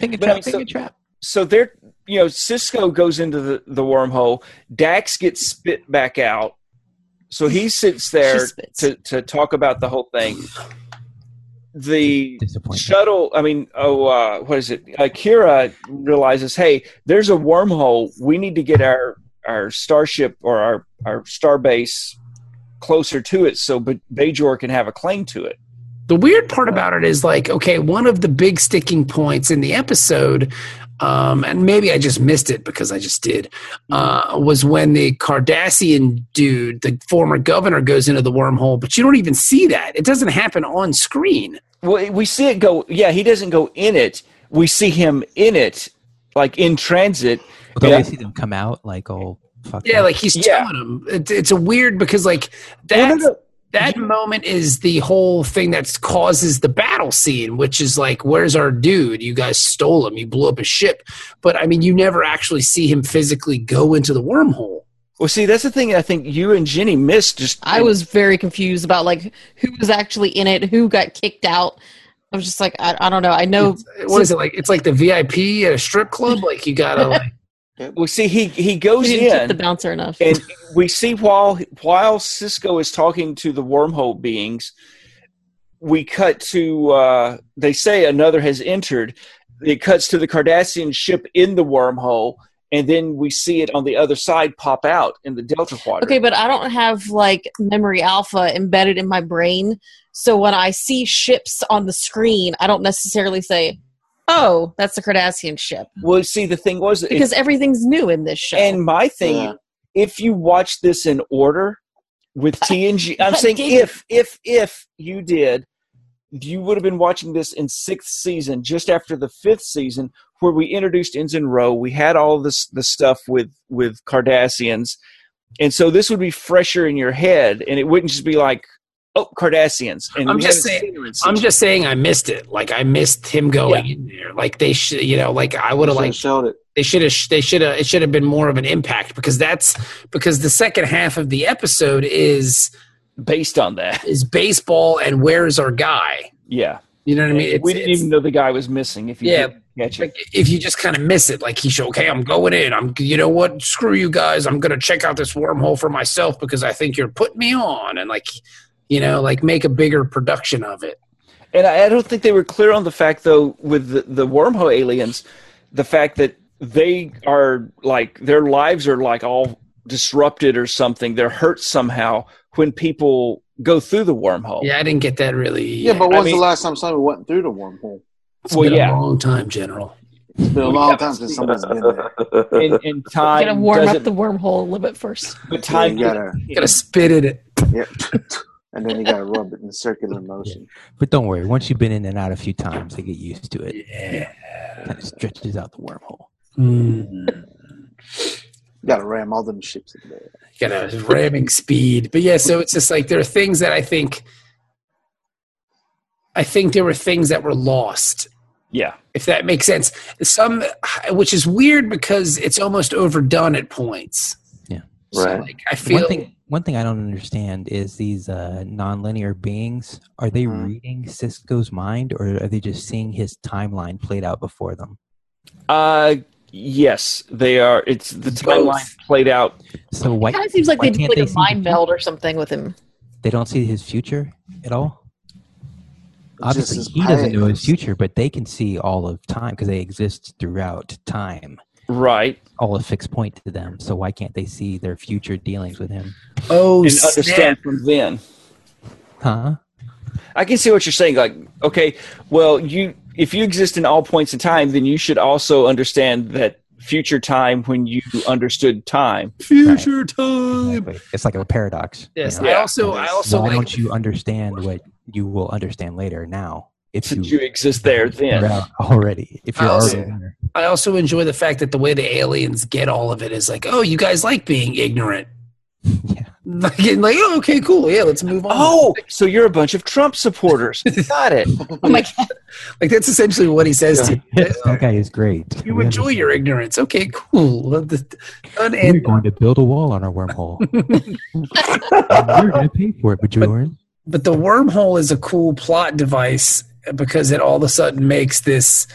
But I mean, so, so they're you know Cisco goes into the, the wormhole. Dax gets spit back out, so he sits
She
there
spits.
to to talk about the whole thing. The
disappointment.
shuttle, I mean, oh, uh, what is it? Akira realizes, hey, there's a wormhole. We need to get our our starship or our our starbase closer to it, so Ba- Bajor can have a claim to it.
The weird part about it is like, okay, one of the big sticking points in the episode, um, and maybe I just missed it because I just did, uh, was when the Cardassian dude, the former governor, goes into the wormhole, but you don't even see that. It doesn't happen on screen.
Well, we see it go. Yeah, he doesn't go in it. We see him in it, like in transit.
But then
Yeah.
we see them come out like oh, all fucked
Yeah,
up.
like he's
Yeah.
telling him. It's, it's a weird because like
No, no,
that's
no.
that moment is the whole thing that causes the battle scene, which is like, where's our dude? You guys stole him. You blew up a ship. But I mean, you never actually see him physically go into the wormhole.
Well, see, that's the thing. I think you and Jenny missed. Just
I was very confused about like who was actually in it, who got kicked out. I was just like, I, I don't know. I know
What is it like? It's like the VIP at a strip club. Like you gotta. Like,
Well, see, he he goes
we didn't tip the
in,
bouncer enough.
and we see while while Cisco is talking to the wormhole beings, we cut to uh, they say another has entered. It cuts to the Cardassian ship in the wormhole, and then we see it on the other side pop out in the Delta Quadrant.
Okay, but I don't have like memory alpha embedded in my brain. So when I see ships on the screen, I don't necessarily say, "Oh, that's the Cardassian ship,"
Well, see, the thing was it's-
because everything's new in this show.
And my thing,
Yeah.
if you watch this in order with TNG, I'm
but
saying
David-
if if if you did, you would have been watching this in sixth season, just after the fifth season, where we introduced Ensign Rowe. We had all this the stuff with with Cardassians, and so this would be fresher in your head, and it wouldn't just be like, oh, Cardassians. And
I'm
we
just saying-
haven't seen her in
I'm
six-
just saying, I missed it. Like I missed him going in there. Like they should, you know, like I would have like
showed it.
they should have they should have it should have been more of an impact because that's because the second half of the episode is
based on that.
is baseball and where's our guy
Yeah,
you know what i mean
we didn't even know the guy was missing. If you
Yeah.
didn't catch it.
like, if you just kind of miss it like he should okay i'm going in i'm you know what screw you guys i'm gonna check out this wormhole for myself because i think you're putting me on and like you know like make a bigger production of it
And I, I don't think they were clear on the fact, though, with the, the wormhole aliens, the fact that they are like their lives are like all disrupted or something. They're hurt somehow when people go through the wormhole.
yeah i didn't get that really
Yeah, but
I
when was
mean-
the last time somebody went through the wormhole?
it's
well,
been
yeah.
a long time general
It's been a long time since somebody's been there.
In, in time,
Gotta warm
doesn't-
up the wormhole a little bit first.
but time
you gotta,
You gotta spit at it.
yeah. and then you gotta rub it in a circular motion.
But don't worry, once you've been in and out a few times, they get used to it.
Yeah.
Kind of stretches out the wormhole.
Mm-hmm.
Mm.
You gotta ram all them ships in there.
You gotta ramming speed. But yeah, so it's just like there are things that I think. I think there were things that were lost
Yeah.
if that makes sense. Some, which is weird because it's almost overdone at points.
Yeah.
So,
Right.
like, I feel.
One thing, one thing I don't understand is these uh, nonlinear beings. Are they
Mm-hmm.
Mhm.
reading Cisco's mind, or are they just seeing his timeline played out before them?
Uh, yes, they are. It's the
Both.
timeline played out.
So why
It kind of seems like
why
they did
can't
like
they
a
see
mind
the
meld or something with him.
they don't see his future at all?
It's just
Obviously,
his
he doesn't
past.
know his future, but they can see all of time because they exist throughout time.
Right.
All a fixed point to them. So why can't they see their future dealings with him?
oh,
And
snap.
understand from then.
Huh?
I can see what you're saying. Like, okay, well, you if you exist in all points in time, then you should also understand that future time when you understood time.
future time.
Exactly. It's like a paradox. you
Yes.
know?
I also. I also
why
like.
don't you understand what you will understand later now if
Since you exist there then.
figure out already if you're
I also-
already there.
I also enjoy the fact that the way the aliens get all of it is like, oh, you guys like being ignorant.
Yeah.
Like, and like oh, okay, cool. Yeah, let's move on.
Oh, so you're a bunch of Trump supporters. Got it.
Oh my god!
like that's essentially what he says to you.
that guy is great.
You
We
enjoy your
understand.
ignorance. Okay, cool. Well, the-
We're
unend-
going to build a wall on our wormhole. And you're going to pay for it, Bajoran.
but the wormhole is a cool plot device because it all of a sudden makes this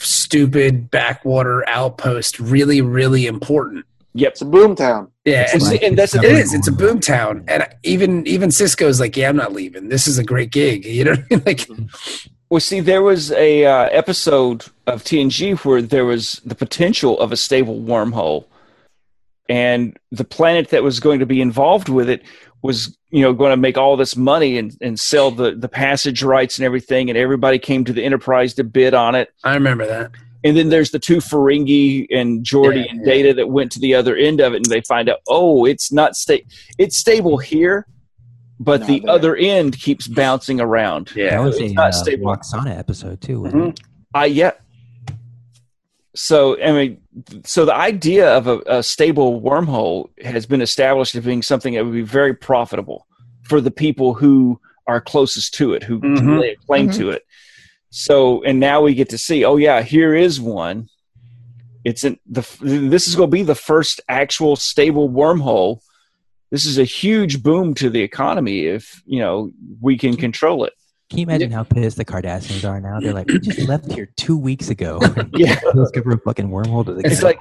stupid backwater outpost really really important
Yep.
It's a boom town.
yeah
It's
and
like- and that's-
it is it's a boom town and even even cisco's like yeah i'm not leaving this is a great gig you know what I mean? like
Well, see, there was a uh, episode of TNG where there was the potential of a stable wormhole, and the planet that was going to be involved with it was, you know, going to make all this money and, and sell the the passage rights and everything, and everybody came to the Enterprise to bid on it.
i remember that
And then there's the two Ferengi and Geordi
Yeah,
and Data that went to the other end of it, and they find out, oh, it's not sta- it's stable here, but
Not
the
there.
other end keeps bouncing around.
That was a
It's not
uh,
stable.
Roxana episode, too. wasn't
Mhm.
it?
I yeah. So I mean, so the idea of a, a stable wormhole has been established as being something that would be very profitable for the people who are closest to it, who
Mhm.
lay claim to it. So, and now we get to see. Oh yeah, here is one. It's in the. f- This is going to be the first actual stable wormhole. This is a huge boom to the economy if you know we can control it.
Can you imagine how pissed the Kardashians are now? They're like, we just left here two weeks ago.
Yeah,
Discover a fucking wormhole to the
it's like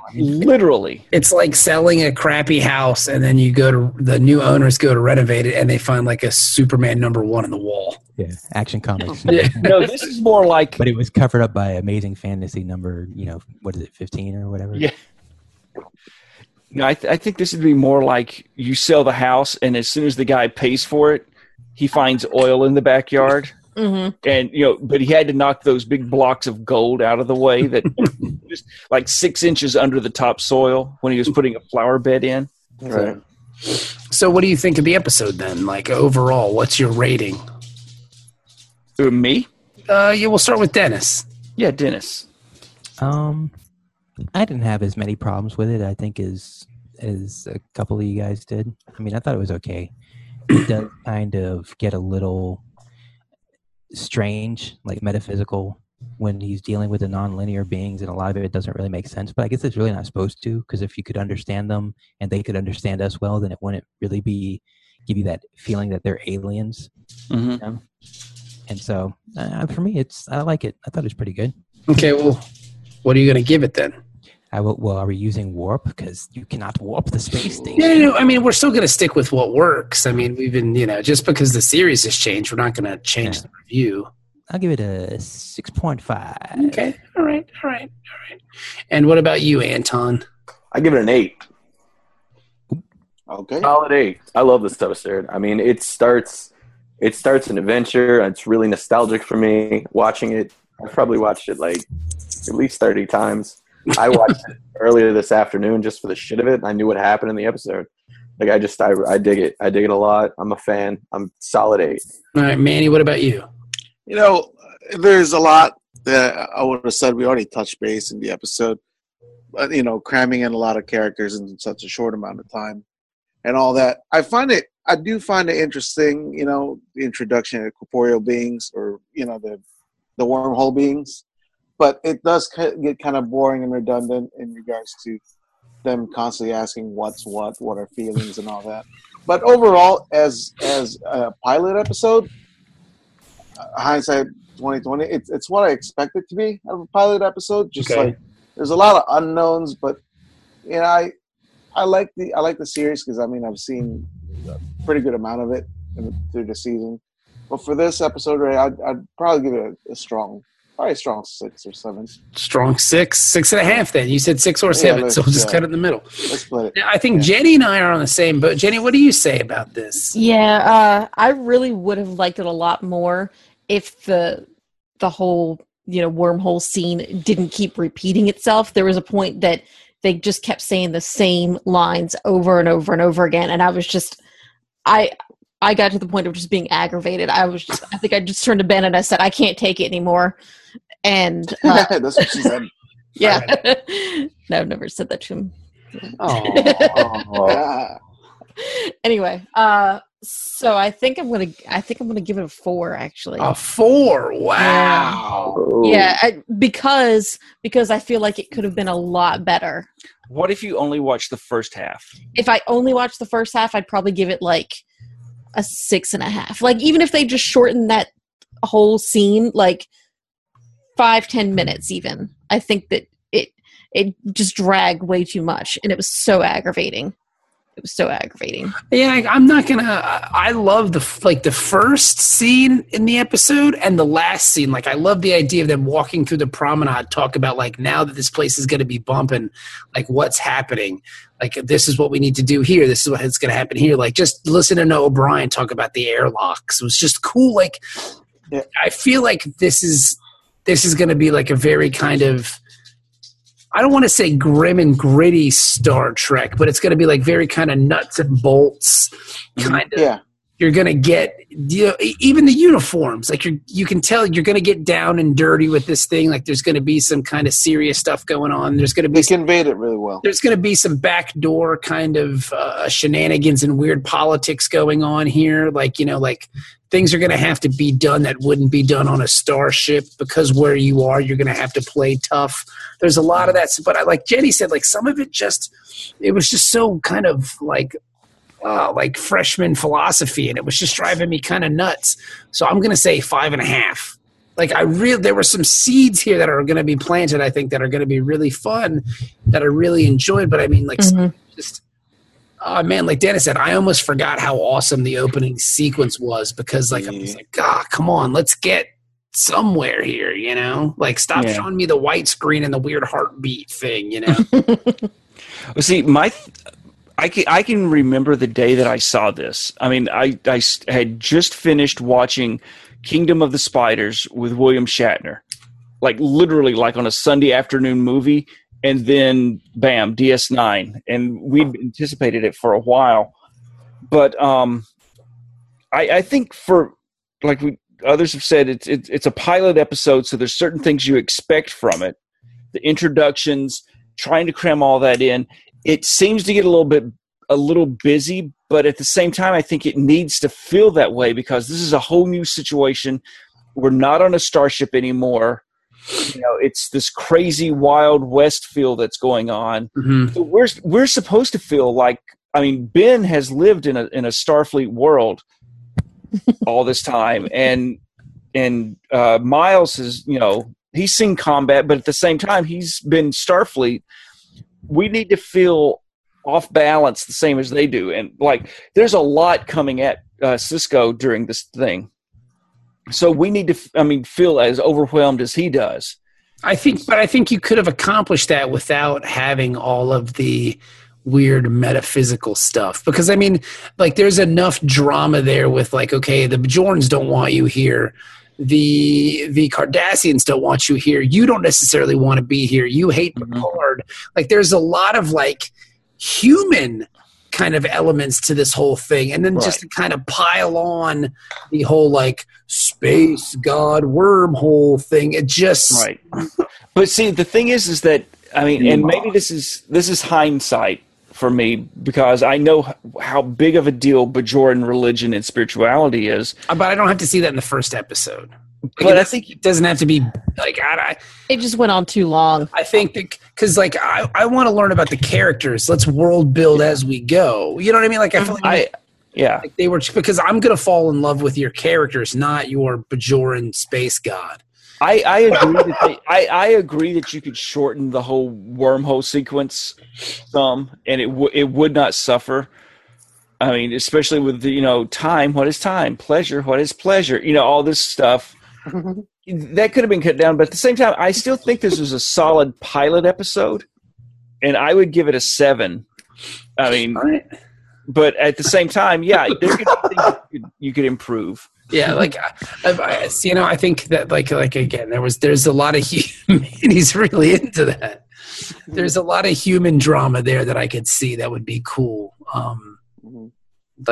literally.
it's like selling a crappy house and then you go to the new owners go to renovate it and they find like a superman number one in the wall
yeah, action comics.
Yeah.
No, this is more like
But it was covered up by Amazing Fantasy number, you know, what is it, 15 or whatever?
Yeah. No, I, th- I think this would be more like you sell the house, and as soon as the guy pays for it, he finds oil in the backyard,
hmm
Mm-hmm.
and you know, but he had to knock those big blocks of gold out of the way that just like six inches under the topsoil when he was putting a flower bed in.
Right.
So, what do you think of the episode then? Like overall, what's your rating?
Uh, me?
Uh, yeah, we'll start with Dennis.
Yeah, Dennis.
Um, I didn't have as many problems with it. I think as as a couple of you guys did. I mean, I thought it was okay. It does kind of get a little strange, like metaphysical, when he's dealing with the nonlinear beings, and a lot of it doesn't really make sense. But I guess it's really not supposed to, because if you could understand them and they could understand us well, then it wouldn't really be give you that feeling that they're aliens.
Mm-hmm.
And so, uh, for me, it's I like it. I thought it was pretty good.
Okay, well, what are you going to give it then?
I will, well, are we using warp? Because you cannot warp the space station.
No, no, no. I mean, we're still going to stick with what works. I mean, we've been, you know, just because the series has changed, we're not going to change
Yeah.
the review.
I'll give it a six point five.
Okay, all right, all right, all right. And what about you, Anton?
I give it an eight.
Okay.
Solid eight. I love this episode. I mean, it starts. It starts an adventure. It's really nostalgic for me watching it. I've probably watched it like at least 30 times. I watched it earlier this afternoon just for the shit of it, and I knew what happened in the episode. Like I just I, I dig it. I dig it a lot. I'm a fan. I'm solid eight.
All right, Manny, what about you?
You know, there's a lot that I would have said. We already touched base in the episode, but you know, cramming in a lot of characters in such a short amount of time, and all that. I find it. I do find it interesting. You know, the introduction of corporeal beings, or you know, the the wormhole beings, but it does ki- get kind of boring and redundant in regards to them constantly asking what's what, what are feelings, and all that. But overall, as as a pilot episode, uh, hindsight 2020, it's it's what I expect it to be of a pilot episode. Just
Okay.
like there's a lot of unknowns, but you know, I I like the I like the series because I mean I've seen a pretty good amount of it in, through the season. But for this episode, right, I'd, I'd probably give it a, a strong, probably a strong six or seven.
Strong six, six and a half. Then you said six or seven,
let's-
so we'll just
yeah.
cut it in the middle.
Let's split it.
Now, I think Jenny and I are on the same boat. Jenny, what do you say about this?
Yeah, uh, I really would have liked it a lot more if the the whole you know wormhole scene didn't keep repeating itself. There was a point that they just kept saying the same lines over and over and over again, and I was just I I got to the point of just being aggravated. I was just, I think I just turned to Ben and I said I can't take it anymore, and uh,
That's what she said.
yeah, no, I've never said that to him.
Oh,
Ah.
Anyway, uh, so I think I'm gonna I think I'm gonna give it a four actually.
A four. Wow.
yeah I, because because i feel like it could have been a lot better
What if you only watch the first half?
if i only watched the first half i'd probably give it like a six and a half like even if they just shortened that whole scene like five ten minutes even i think that it it just dragged way too much and it was so aggravating it was so aggravating
Yeah, I- I'm not gonna. I I love the f- like the first scene in the episode and the last scene. Like, I love the idea of them walking through the promenade, talk about like now that this place is gonna be bumping, like what's happening. Like, this is what we need to do here. This is what's gonna happen here. Like, just listen to Noah O'Brien talk about the airlocks. It was just cool. Like,
Yeah.
I feel like this is this is gonna be like a very kind of I don't want to say grim and gritty Star Trek, but it's going to be like very kind of nuts and bolts kind of.
Yeah.
You're going to get you know, e- even the uniforms. Like you you can tell you're going to get down and dirty with this thing. Like there's going to be some kind of serious stuff going on. There's going to be
They
some,
conveyed it really well.
there's going to be some backdoor kind of uh, shenanigans and weird politics going on here. Like you know, like things are going to have to be done that wouldn't be done on a starship because where you are, you're going to have to play tough. There's a lot of that, s- but I like Jenny said, like some of it just it was just so kind of like. Uh, like freshman philosophy, and it was just driving me kind of nuts. So I'm gonna say five and a half. Like I real there were some seeds here that are gonna be planted. I think that are gonna be really fun, that I really enjoyed. But I mean, like just oh man, like Dennis said, I almost forgot how awesome the opening sequence was because like I'm just like, ah, come on, let's get somewhere here, you know? Like stop
Yeah.
showing me the white screen and the weird heartbeat thing, you know?
Well, see, my th- I can I can remember the day that I saw this. I mean, I I s- had just finished watching Kingdom of the Spiders with William Shatner, like literally like on a Sunday afternoon movie, and then bam, DS9, and we'd anticipated it for a while, but um, I I think for like we others have said it's it's it's a pilot episode, so there's certain things you expect from it, the introductions, trying to cram all that in it seems to get a little bit a little busy but at the same time i think it needs to feel that way because this is a whole new situation we're not on a starship anymore you know it's this crazy wild west feel that's going on
Mhm.
so we're we're supposed to feel like i mean ben has lived in a in a starfleet world all this time and and uh miles has you know he's seen combat but at the same time he's been starfleet we need to feel off balance the same as they do and like there's a lot coming at uh, cisco during this thing so we need to f- i mean feel as overwhelmed as he does
I think, but I think you could have accomplished that without having all of the weird metaphysical stuff. Because I mean, like, there's enough drama there with like, okay, the Bajorans don't want you here, the the Cardassians don't want you here. You don't necessarily want to be here. You hate Picard. Like there's a lot of like human kind of elements to this whole thing, and then just to kind of pile on the whole like space god wormhole thing. It just
right but see the thing is is that i mean and maybe this is this is hindsight for me because i know h- how big of a deal bajoran religion and spirituality is
Uh, but I don't have to see that in the first episode. Like,
But I
it doesn't- it doesn't have to be like I, I-
It just went on too long.
I think that because like I, I want to learn about the characters. Let's world build as we go. You know what I mean? Like I feel like,
i yeah
like they were because I'm gonna fall in love with your characters, not your Bajoran space god.
I, I agree that they, I, I agree that you could shorten the whole wormhole sequence some, and it w- it would not suffer. I mean, especially with the, you know time. What is time? Pleasure. What is pleasure? You know all this stuff that could have been cut down. But at the same time, I still think this was a solid pilot episode, and I would give it a seven. I mean, but at the same time, yeah, there could be things you could, you could improve.
Yeah, like I, I, I- you know, I think that like like again, there was there's a lot of human. He's really into that.
Mm-hmm.
There's a lot of human drama there that I could see that would be cool. Um,
Mm-hmm.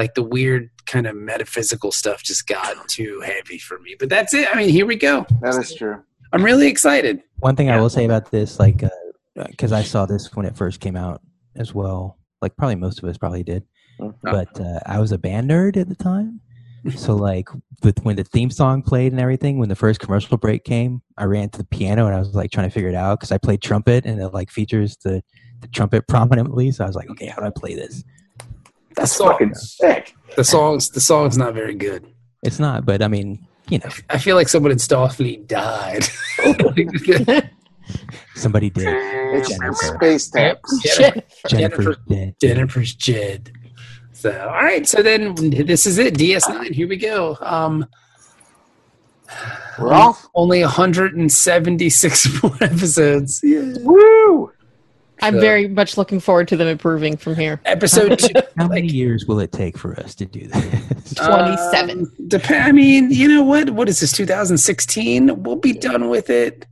like the weird kind of metaphysical stuff just got too heavy for me. But that's it. I mean, here we go.
That is true.
I'm really excited.
One thing I will say about this, like, because I saw this when it first came out as well, like probably most of us probably did, but uh, I was a band nerd at the time. So like with, when the theme song played and everything, when the first commercial break came, I ran to the piano and I was like trying to figure it out because I played trumpet and it like features the, the trumpet prominently. So I was like, okay, how do I play this?
The song,
Fucking sick.
the song's the song's not very good.
It's not, but I mean, you know,
I feel like someone in Starfleet died.
somebody did.
It's
Jennifer,
space taps.
Jennifer,
Jennifer's dead.
Jennifer's Jed. So, all right. So then this is it. DS9. Here we go. Um,
We're off.
only 176 more episodes. Yeah.
I'm
So-
very much looking forward to them improving from here.
Episode two.
How many
like-
years will it take for us to do this?
27.
Um, dep- I mean, you know what? What is this? 2016. We'll be done with it.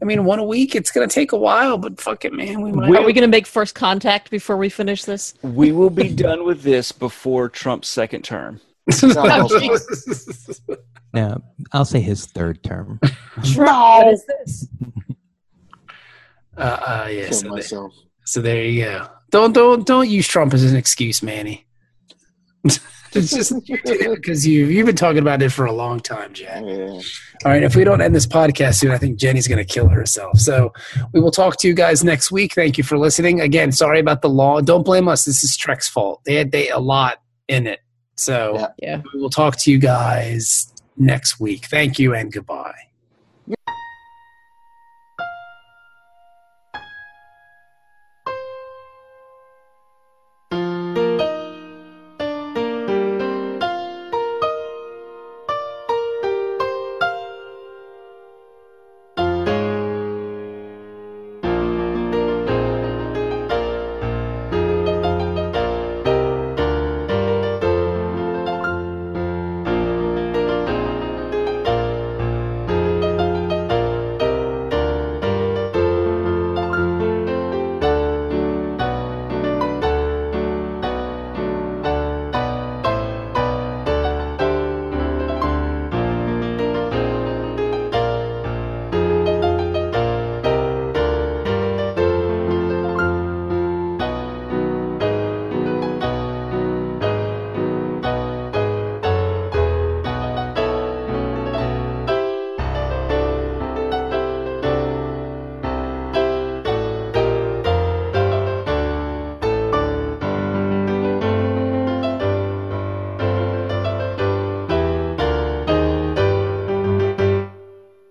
I mean, one a week. It's gonna take a while, but fuck it, man. We might.
Are we going to make first contact before we finish this?
We will be done with this before Trump's second term.
No, I'll say his third term.
What is this?
uh, uh, yeah,
Kill
so, there,
myself.
so there you go. Don't don't don't use Trump as an excuse, Manny. it's just you did it because you you've been talking about it for a long time, Jack.
Yeah.
All right, if we don't end this podcast soon, I think Jenny's going to kill herself. So we will talk to you guys next week. Thank you for listening. Again, sorry about the law. Don't blame us. This is Trek's fault. They had they, a lot in it. So
Yeah.
Yeah.
we will talk to you guys next week. Thank you and goodbye.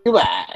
Goodbye.